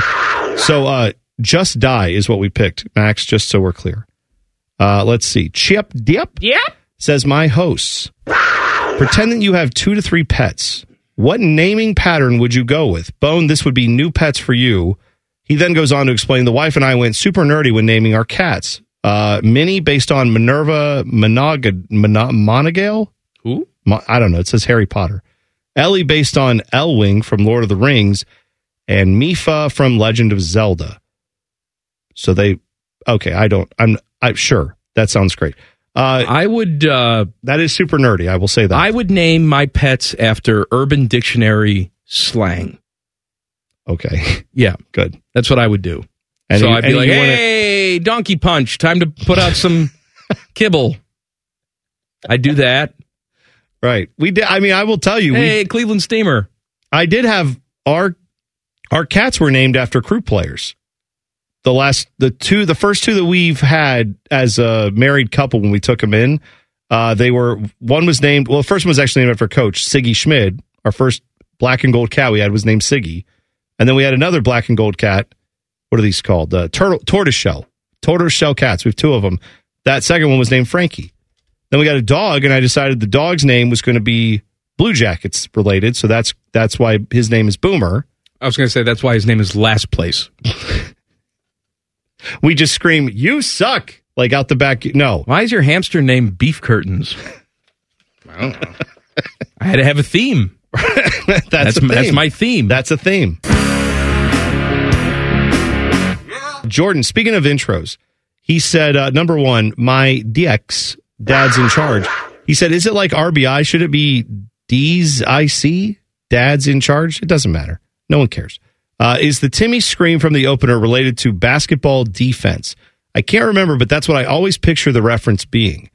[SPEAKER 2] so uh just die is what we picked, Max, just so we're clear. Uh let's see. Chip Dip
[SPEAKER 10] Yep.
[SPEAKER 2] says my hosts. Pretend that you have two to three pets. What naming pattern would you go with? Bone, this would be new pets for you. He then goes on to explain the wife and I went super nerdy when naming our cats. Uh, Minnie, based on Minerva Monog- Mono- Monogale?
[SPEAKER 3] Who?
[SPEAKER 2] Mo- I don't know. It says Harry Potter. Ellie, based on Elwing from Lord of the Rings. And Mifa from Legend of Zelda. So they, okay, I don't, I'm, I, sure, that sounds great. Uh,
[SPEAKER 3] I would, uh,
[SPEAKER 2] that is super nerdy, I will say that.
[SPEAKER 3] I would name my pets after Urban Dictionary slang.
[SPEAKER 2] Okay.
[SPEAKER 3] Yeah,
[SPEAKER 2] good.
[SPEAKER 3] That's what I would do.
[SPEAKER 2] And
[SPEAKER 3] so
[SPEAKER 2] you-
[SPEAKER 3] I'd be
[SPEAKER 2] and
[SPEAKER 3] like,
[SPEAKER 2] you wanna-
[SPEAKER 3] "Hey, Donkey Punch, time to put out some kibble." I do that.
[SPEAKER 2] Right. We did. I mean, I will tell you.
[SPEAKER 3] Hey, Cleveland Steamer.
[SPEAKER 2] I did have our our cats were named after crew players. The last the two the first two that we've had as a married couple when we took them in, uh, they were one was named well the first one was actually named after Coach Siggy Schmid. Our first black and gold cat we had was named Siggy, and then we had another black and gold cat. What are these called? Uh, turtle tortoiseshell tortoiseshell cats. We have two of them. That second one was named Frankie. Then we got a dog, and I decided the dog's name was going to be Blue Jackets related, so that's that's why his name is Boomer.
[SPEAKER 3] I was going to say that's why his name is Last Place.
[SPEAKER 2] We just scream, "You suck!" like out the back. No,
[SPEAKER 3] Why is your hamster named Beef Curtains? I don't know. I had to have a theme.
[SPEAKER 2] that's
[SPEAKER 3] That's
[SPEAKER 2] a
[SPEAKER 3] m- that's
[SPEAKER 2] theme.
[SPEAKER 3] my theme.
[SPEAKER 2] That's a theme. Jordan, speaking of intros, he said uh, number one, my DX dad's in charge. He said, "Is it like RBI? Should it be D's IC? Dad's in charge? It doesn't matter. No one cares." Uh, is the Timmy scream from the opener related to basketball defense? I can't remember, but that's what I always picture the reference being.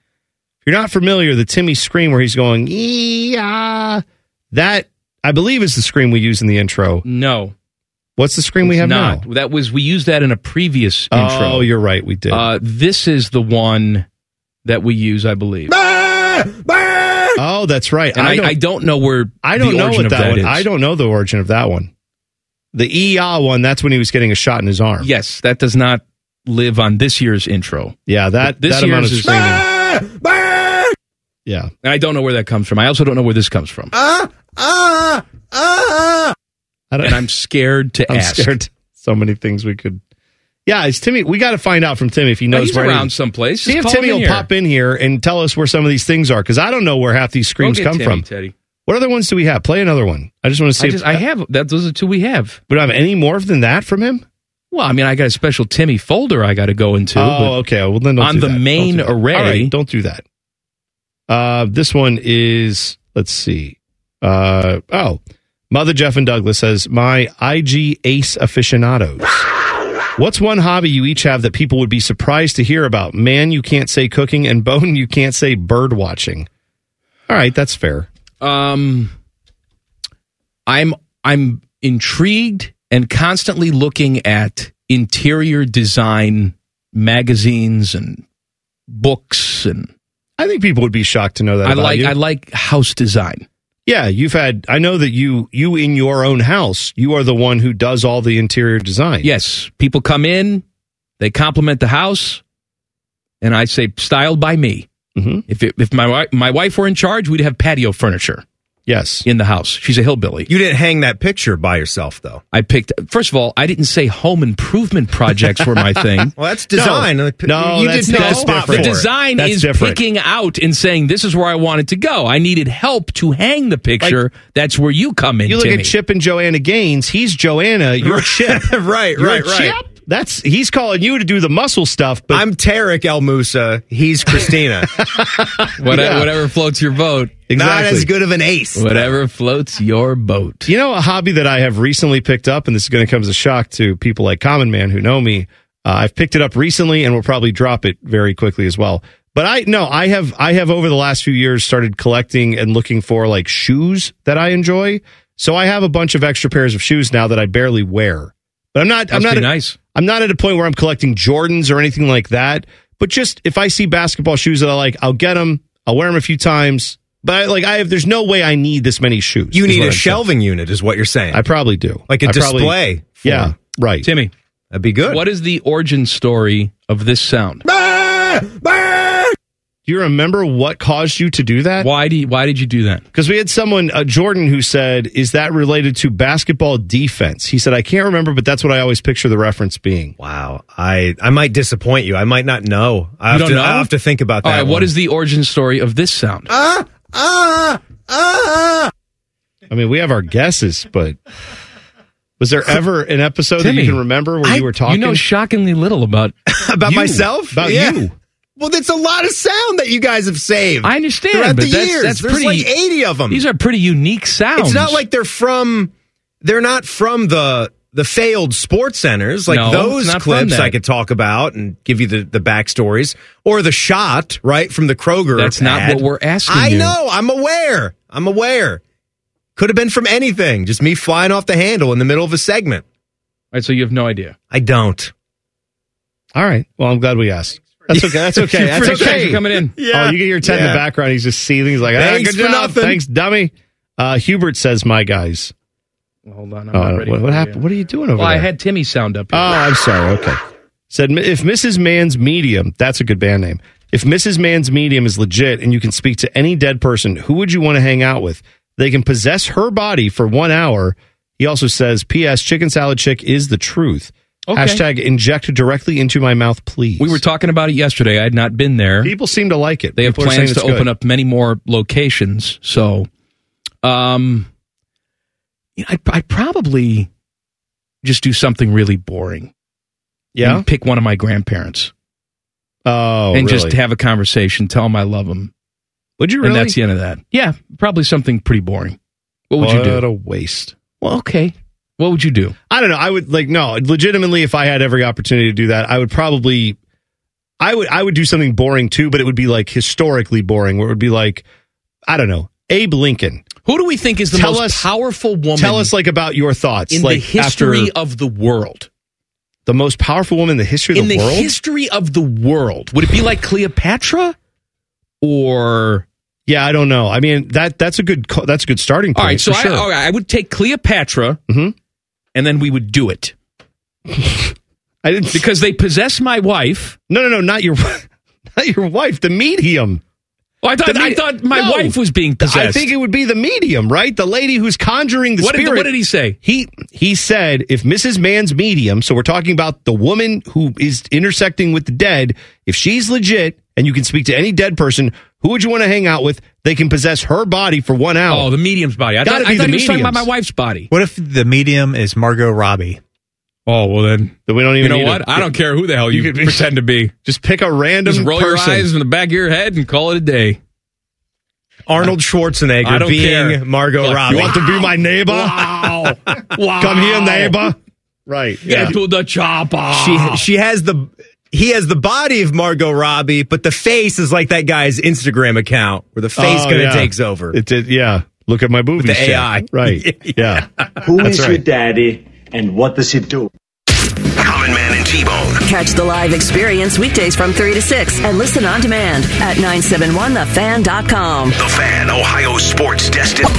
[SPEAKER 2] If you're not familiar, the Timmy scream where he's going, yeah, that I believe is the scream we use in the intro.
[SPEAKER 3] No,
[SPEAKER 2] What's the scream we have
[SPEAKER 3] not.
[SPEAKER 2] now?
[SPEAKER 3] That was we used that in a previous intro.
[SPEAKER 2] Oh, you're right. We did.
[SPEAKER 3] Uh, this is the one that we use, I believe.
[SPEAKER 2] oh, that's right.
[SPEAKER 3] And I, I, don't, know where
[SPEAKER 2] I don't
[SPEAKER 3] the
[SPEAKER 2] know what
[SPEAKER 3] origin of
[SPEAKER 2] that,
[SPEAKER 3] that
[SPEAKER 2] one.
[SPEAKER 3] is.
[SPEAKER 2] I don't know the origin of that one. The EA one. That's when he was getting a shot in his arm.
[SPEAKER 3] Yes, that does not live on this year's intro.
[SPEAKER 2] Yeah, that
[SPEAKER 3] This
[SPEAKER 2] that amount of
[SPEAKER 3] year's is-
[SPEAKER 2] screaming. Yeah. Uh,
[SPEAKER 3] And I don't know where that comes from. I also don't know where this comes from.
[SPEAKER 2] I don't,
[SPEAKER 3] and I'm scared to
[SPEAKER 2] I'm
[SPEAKER 3] ask.
[SPEAKER 2] scared. So many things we could. Yeah, it's Timmy. We got to find out from Timmy if he
[SPEAKER 3] No,
[SPEAKER 2] knows
[SPEAKER 3] he's
[SPEAKER 2] where
[SPEAKER 3] around
[SPEAKER 2] any-
[SPEAKER 3] someplace.
[SPEAKER 2] See
[SPEAKER 3] Just
[SPEAKER 2] if
[SPEAKER 3] call
[SPEAKER 2] Timmy
[SPEAKER 3] him
[SPEAKER 2] will
[SPEAKER 3] in here.
[SPEAKER 2] pop in here and tell us where some of these things are because I don't know where half these
[SPEAKER 3] Go
[SPEAKER 2] screams
[SPEAKER 3] get
[SPEAKER 2] come
[SPEAKER 3] Timmy,
[SPEAKER 2] from.
[SPEAKER 3] Teddy.
[SPEAKER 2] What other ones do we have? Play another one. I just want to see
[SPEAKER 3] I,
[SPEAKER 2] if
[SPEAKER 3] just, I have that. Those are two we have.
[SPEAKER 2] we don't have any more than that from him.
[SPEAKER 3] Well, I mean, I got a special Timmy folder I got to go into.
[SPEAKER 2] Oh, okay. Well, then don't
[SPEAKER 3] on
[SPEAKER 2] do
[SPEAKER 3] the
[SPEAKER 2] that. Don't
[SPEAKER 3] main
[SPEAKER 2] do that.
[SPEAKER 3] array.
[SPEAKER 2] All right, don't do that. Uh, this one is let's see. Uh, oh, Mother Jeff and Douglas says my IG ace aficionados. What's one hobby you each have that people would be surprised to hear about? Man, you can't say cooking, and bone, you can't say bird watching. All right, that's fair.
[SPEAKER 3] Um, I'm I'm intrigued and constantly looking at interior design magazines and books and
[SPEAKER 2] I think people would be shocked to know that.
[SPEAKER 3] I
[SPEAKER 2] about
[SPEAKER 3] like
[SPEAKER 2] you.
[SPEAKER 3] I like house design.
[SPEAKER 2] Yeah, you've had. I know that you you in your own house, you are the one who does all the interior design.
[SPEAKER 3] Yes, people come in, they compliment the house, and I say styled by me.
[SPEAKER 5] Mm-hmm.
[SPEAKER 3] If it, if my wi- my wife were in charge, we'd have patio furniture.
[SPEAKER 2] Yes,
[SPEAKER 3] in the house. She's a hillbilly.
[SPEAKER 5] You didn't hang that picture by yourself, though.
[SPEAKER 3] I picked. First of all, I didn't say home improvement projects were my thing.
[SPEAKER 5] Well, that's design.
[SPEAKER 3] No, Oh,
[SPEAKER 5] Like, you
[SPEAKER 3] that's,
[SPEAKER 5] did pick a
[SPEAKER 3] that's
[SPEAKER 5] spot for
[SPEAKER 3] The
[SPEAKER 5] it.
[SPEAKER 3] design
[SPEAKER 5] That's
[SPEAKER 3] is
[SPEAKER 5] different.
[SPEAKER 3] picking out and saying this is where I wanted to go. I needed help to hang the picture. that's where you come in.
[SPEAKER 2] You look
[SPEAKER 3] Timmy.
[SPEAKER 2] at Chip and Joanna Gaines. He's Joanna. You're Chip.
[SPEAKER 5] right,
[SPEAKER 2] You're
[SPEAKER 5] right, right.
[SPEAKER 2] Chip? That's he's calling you to do the muscle stuff. But
[SPEAKER 5] I'm Tarek El Musa. He's Christina.
[SPEAKER 3] Whatever,
[SPEAKER 5] Yeah.
[SPEAKER 3] whatever floats your boat.
[SPEAKER 5] Not as good of an ace.
[SPEAKER 3] Whatever floats your boat.
[SPEAKER 2] You know, a hobby that I have recently picked up, and this is going to come as a shock to people like Common Man who know me. Uh, I've picked it up recently, and will probably drop it very quickly as well. But I no, I have I have over the last few years started collecting and looking for like shoes that I enjoy. So I have a bunch of extra pairs of shoes now that I barely wear. But I'm not. I'm
[SPEAKER 3] Must
[SPEAKER 2] not
[SPEAKER 3] be
[SPEAKER 2] at-
[SPEAKER 3] nice.
[SPEAKER 2] I'm not at a point where I'm collecting Jordans or anything like that. But just if I see basketball shoes that I like, I'll get them. I'll wear them a few times. But I, like I have, there's no way I need this many shoes.
[SPEAKER 5] You
[SPEAKER 2] is
[SPEAKER 5] need
[SPEAKER 2] what
[SPEAKER 5] a
[SPEAKER 2] I'm saying.
[SPEAKER 5] shelving unit, is what you're saying.
[SPEAKER 2] I probably do.
[SPEAKER 5] like a
[SPEAKER 2] I probably-
[SPEAKER 5] display. for-
[SPEAKER 2] yeah, right.
[SPEAKER 3] Timmy,
[SPEAKER 5] that'd be good.
[SPEAKER 3] what is the origin story of this sound?
[SPEAKER 2] Do you remember what caused you to do that?
[SPEAKER 3] Why do you, why did you do that?
[SPEAKER 2] Because we had someone, uh, Jordan, who said, "Is that related to basketball defense?" He said, "I can't remember, but that's what I always picture the reference being."
[SPEAKER 5] Wow, I I might disappoint you. I might not know. I
[SPEAKER 3] You
[SPEAKER 5] have
[SPEAKER 3] don't
[SPEAKER 5] to,
[SPEAKER 3] know?
[SPEAKER 5] I have to think about
[SPEAKER 3] All
[SPEAKER 5] that.
[SPEAKER 3] right,
[SPEAKER 5] one.
[SPEAKER 3] what is the origin story of this sound?
[SPEAKER 5] ah ah?
[SPEAKER 2] I mean, we have our guesses, but was there ever an episode that
[SPEAKER 3] Timmy,
[SPEAKER 2] you can remember where you were talking
[SPEAKER 3] You know shockingly little about
[SPEAKER 5] About
[SPEAKER 2] You.
[SPEAKER 5] myself?
[SPEAKER 2] About
[SPEAKER 5] Yeah.
[SPEAKER 2] you.
[SPEAKER 5] Well, that's a lot of sound that you guys have saved.
[SPEAKER 3] I understand,
[SPEAKER 5] Throughout
[SPEAKER 3] but
[SPEAKER 5] the
[SPEAKER 3] that's-
[SPEAKER 5] years,
[SPEAKER 3] that's
[SPEAKER 5] there's
[SPEAKER 3] pretty-
[SPEAKER 5] like eighty of them.
[SPEAKER 3] These are pretty unique sounds.
[SPEAKER 5] It's not like they're from. They're not from the the failed sports centers. Like
[SPEAKER 3] No, it's
[SPEAKER 5] those
[SPEAKER 3] not from
[SPEAKER 5] clips,
[SPEAKER 3] that.
[SPEAKER 5] I could talk about and give you the the backstories or the shot right from the Kroger.
[SPEAKER 3] That's not
[SPEAKER 5] ad.
[SPEAKER 3] what we're asking
[SPEAKER 5] I
[SPEAKER 3] you.
[SPEAKER 5] know. I'm aware. I'm aware. Could have been from anything. Just me flying off the handle in the middle of a segment.
[SPEAKER 3] All right, so you have no idea.
[SPEAKER 5] I don't.
[SPEAKER 2] All right. Well, I'm glad we asked. That's okay. That's okay. That's
[SPEAKER 3] Thanks for
[SPEAKER 2] okay.
[SPEAKER 3] coming in.
[SPEAKER 5] Yeah.
[SPEAKER 2] Oh, you get your ten in
[SPEAKER 5] Yeah.
[SPEAKER 2] the background. He's just seething. He's like, ah,
[SPEAKER 5] Thanks
[SPEAKER 2] good
[SPEAKER 5] for
[SPEAKER 2] job.
[SPEAKER 5] nothing.
[SPEAKER 2] Thanks, dummy. Uh, Hubert says, "My guys,
[SPEAKER 3] Hold on, I'm
[SPEAKER 2] uh,
[SPEAKER 3] not ready.
[SPEAKER 2] what,
[SPEAKER 3] for
[SPEAKER 2] what
[SPEAKER 3] you.
[SPEAKER 2] happened? What are you doing over
[SPEAKER 3] Well,
[SPEAKER 2] there?"
[SPEAKER 3] I had Timmy sound up.
[SPEAKER 2] Oh,
[SPEAKER 3] Here.
[SPEAKER 5] Uh,
[SPEAKER 2] I'm sorry. Okay. Said if Mrs. Mann's medium, that's a good band name. If Mrs. Mann's medium is legit and you can speak to any dead person, who would you want to hang out with? They can possess her body for one hour. He also says, P.S. Chicken Salad Chick is the truth.
[SPEAKER 3] Okay.
[SPEAKER 2] Hashtag inject directly into my mouth, please.
[SPEAKER 3] we were talking about it yesterday. I had not been there.
[SPEAKER 2] People seem to like it.
[SPEAKER 3] They have
[SPEAKER 2] People are saying
[SPEAKER 3] plans
[SPEAKER 2] it's
[SPEAKER 3] to open
[SPEAKER 2] good.
[SPEAKER 3] up many more locations. So, um, you know, I'd, I'd probably just do something really boring.
[SPEAKER 2] Yeah.
[SPEAKER 3] And pick one of my grandparents
[SPEAKER 2] Oh,
[SPEAKER 3] and
[SPEAKER 2] really?
[SPEAKER 3] just have a conversation. Tell them I love them,
[SPEAKER 2] Would you really?
[SPEAKER 3] and that's the end of that. Yeah, probably something pretty boring. What would you do?
[SPEAKER 2] What a waste.
[SPEAKER 3] Well, okay. What would you do?
[SPEAKER 2] I don't know. I would like no. Legitimately, if I had every opportunity to do that, I would probably, I would, I would do something boring too. But it would be like historically boring, where it would be like, I don't know, Abe Lincoln.
[SPEAKER 3] Who do we think is the
[SPEAKER 2] Tell
[SPEAKER 3] most
[SPEAKER 2] us-
[SPEAKER 3] powerful woman
[SPEAKER 2] Tell us like about your thoughts,
[SPEAKER 3] in
[SPEAKER 2] like
[SPEAKER 3] the history
[SPEAKER 2] after
[SPEAKER 3] of the world?
[SPEAKER 2] the most powerful woman in the history of
[SPEAKER 3] In
[SPEAKER 2] the,
[SPEAKER 3] the
[SPEAKER 2] world.
[SPEAKER 3] history of the world, would it be like Cleopatra or
[SPEAKER 2] yeah, I don't know. I mean that that's a good co- that's a good starting point.
[SPEAKER 3] All right, so
[SPEAKER 2] for
[SPEAKER 3] I,
[SPEAKER 2] sure.
[SPEAKER 3] all right, I would take Cleopatra
[SPEAKER 2] Mhm.
[SPEAKER 3] and then we would do it
[SPEAKER 2] I didn't.
[SPEAKER 3] because they possess my wife.
[SPEAKER 2] no, no, no, not your, not your wife. The medium.
[SPEAKER 3] Oh, I thought
[SPEAKER 2] The
[SPEAKER 3] I
[SPEAKER 2] me-
[SPEAKER 3] thought my
[SPEAKER 2] No.
[SPEAKER 3] wife was being possessed.
[SPEAKER 2] I think it would be the medium, right? The lady who's conjuring the
[SPEAKER 3] what did,
[SPEAKER 2] spirit.
[SPEAKER 3] what did he say?
[SPEAKER 2] He he said if Mrs. Mann's medium, so we're talking about the woman who is intersecting with the dead, if she's legit and you can speak to any dead person, who would you want to hang out with? They can possess her body for one hour.
[SPEAKER 3] Oh, the medium's body. I
[SPEAKER 2] Gotta
[SPEAKER 3] thought,
[SPEAKER 2] be
[SPEAKER 3] I
[SPEAKER 2] the
[SPEAKER 3] thought he was talking about my
[SPEAKER 2] mediums.
[SPEAKER 3] wife's body.
[SPEAKER 7] What if the medium is Margot Robbie?
[SPEAKER 3] Oh well, then
[SPEAKER 2] we don't
[SPEAKER 3] You
[SPEAKER 2] even.
[SPEAKER 3] know
[SPEAKER 2] need
[SPEAKER 3] what?
[SPEAKER 2] A,
[SPEAKER 3] I don't care who the hell you, pretend to be.
[SPEAKER 2] Just pick a random
[SPEAKER 3] Just roll
[SPEAKER 2] person.
[SPEAKER 3] your eyes in the back of your head and call it a day.
[SPEAKER 5] Arnold Schwarzenegger
[SPEAKER 3] I don't
[SPEAKER 5] being
[SPEAKER 3] care.
[SPEAKER 5] Margot
[SPEAKER 3] Look,
[SPEAKER 5] Robbie.
[SPEAKER 3] you want
[SPEAKER 2] to be my neighbor?
[SPEAKER 3] Wow. wow.
[SPEAKER 2] Come here, neighbor. Right.
[SPEAKER 3] Get to the chopper.
[SPEAKER 5] She she has the he has the body of Margot Robbie, but the face is like that guy's Instagram account where the face
[SPEAKER 2] Oh,
[SPEAKER 5] kind
[SPEAKER 2] yeah.
[SPEAKER 5] of takes over.
[SPEAKER 2] It did. Yeah. Look at my boobies.
[SPEAKER 5] the
[SPEAKER 2] Shaq.
[SPEAKER 5] AI.
[SPEAKER 2] Right. yeah.
[SPEAKER 10] Who is
[SPEAKER 2] That's
[SPEAKER 10] your
[SPEAKER 2] right.
[SPEAKER 10] daddy and what does he do?
[SPEAKER 1] Common Man and T-Bone.
[SPEAKER 8] Catch the live experience weekdays from 3 to 6 and listen on demand at 971thefan.com.
[SPEAKER 1] The Fan, Ohio sports destined.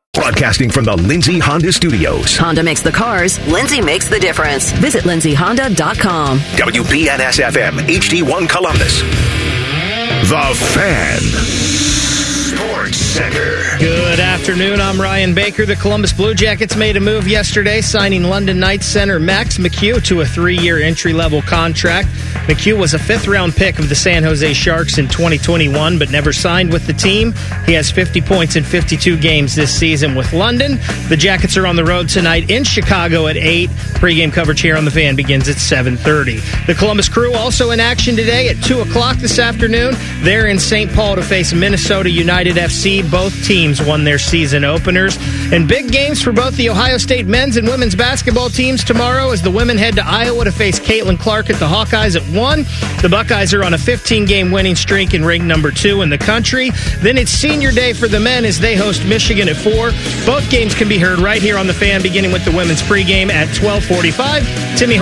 [SPEAKER 1] Broadcasting from the Lindsay Honda Studios.
[SPEAKER 8] Honda makes the cars, Lindsay makes the difference. Visit lindsayhonda.com.
[SPEAKER 1] WBNSFM, HD1 Columbus. The Fan. Sports Center.
[SPEAKER 11] Good afternoon. I'm Ryan Baker. The Columbus Blue Jackets made a move yesterday, signing London Knights center Max McHugh to a three year entry level contract. McHugh was a fifth round pick of the San Jose Sharks in 2021, but never signed with the team. He has 50 points in 52 games this season with London. The Jackets are on the road tonight in Chicago at 8. Pre-game coverage here on the fan begins at 7.30. The Columbus crew also in action today at 2 o'clock this afternoon. They're in St. Paul to face Minnesota United FC. Both teams won their season openers. And big games for both the Ohio State men's and women's basketball teams tomorrow as the women head to Iowa to face Caitlin Clark at the Hawkeyes at 1. The Buckeyes are on a 15 game winning streak and ranked number 2 in the country. Then it's senior day for the men as they host Michigan at 4. Both games can be heard right here on the fan beginning with the women's pregame at 12:45. Timmy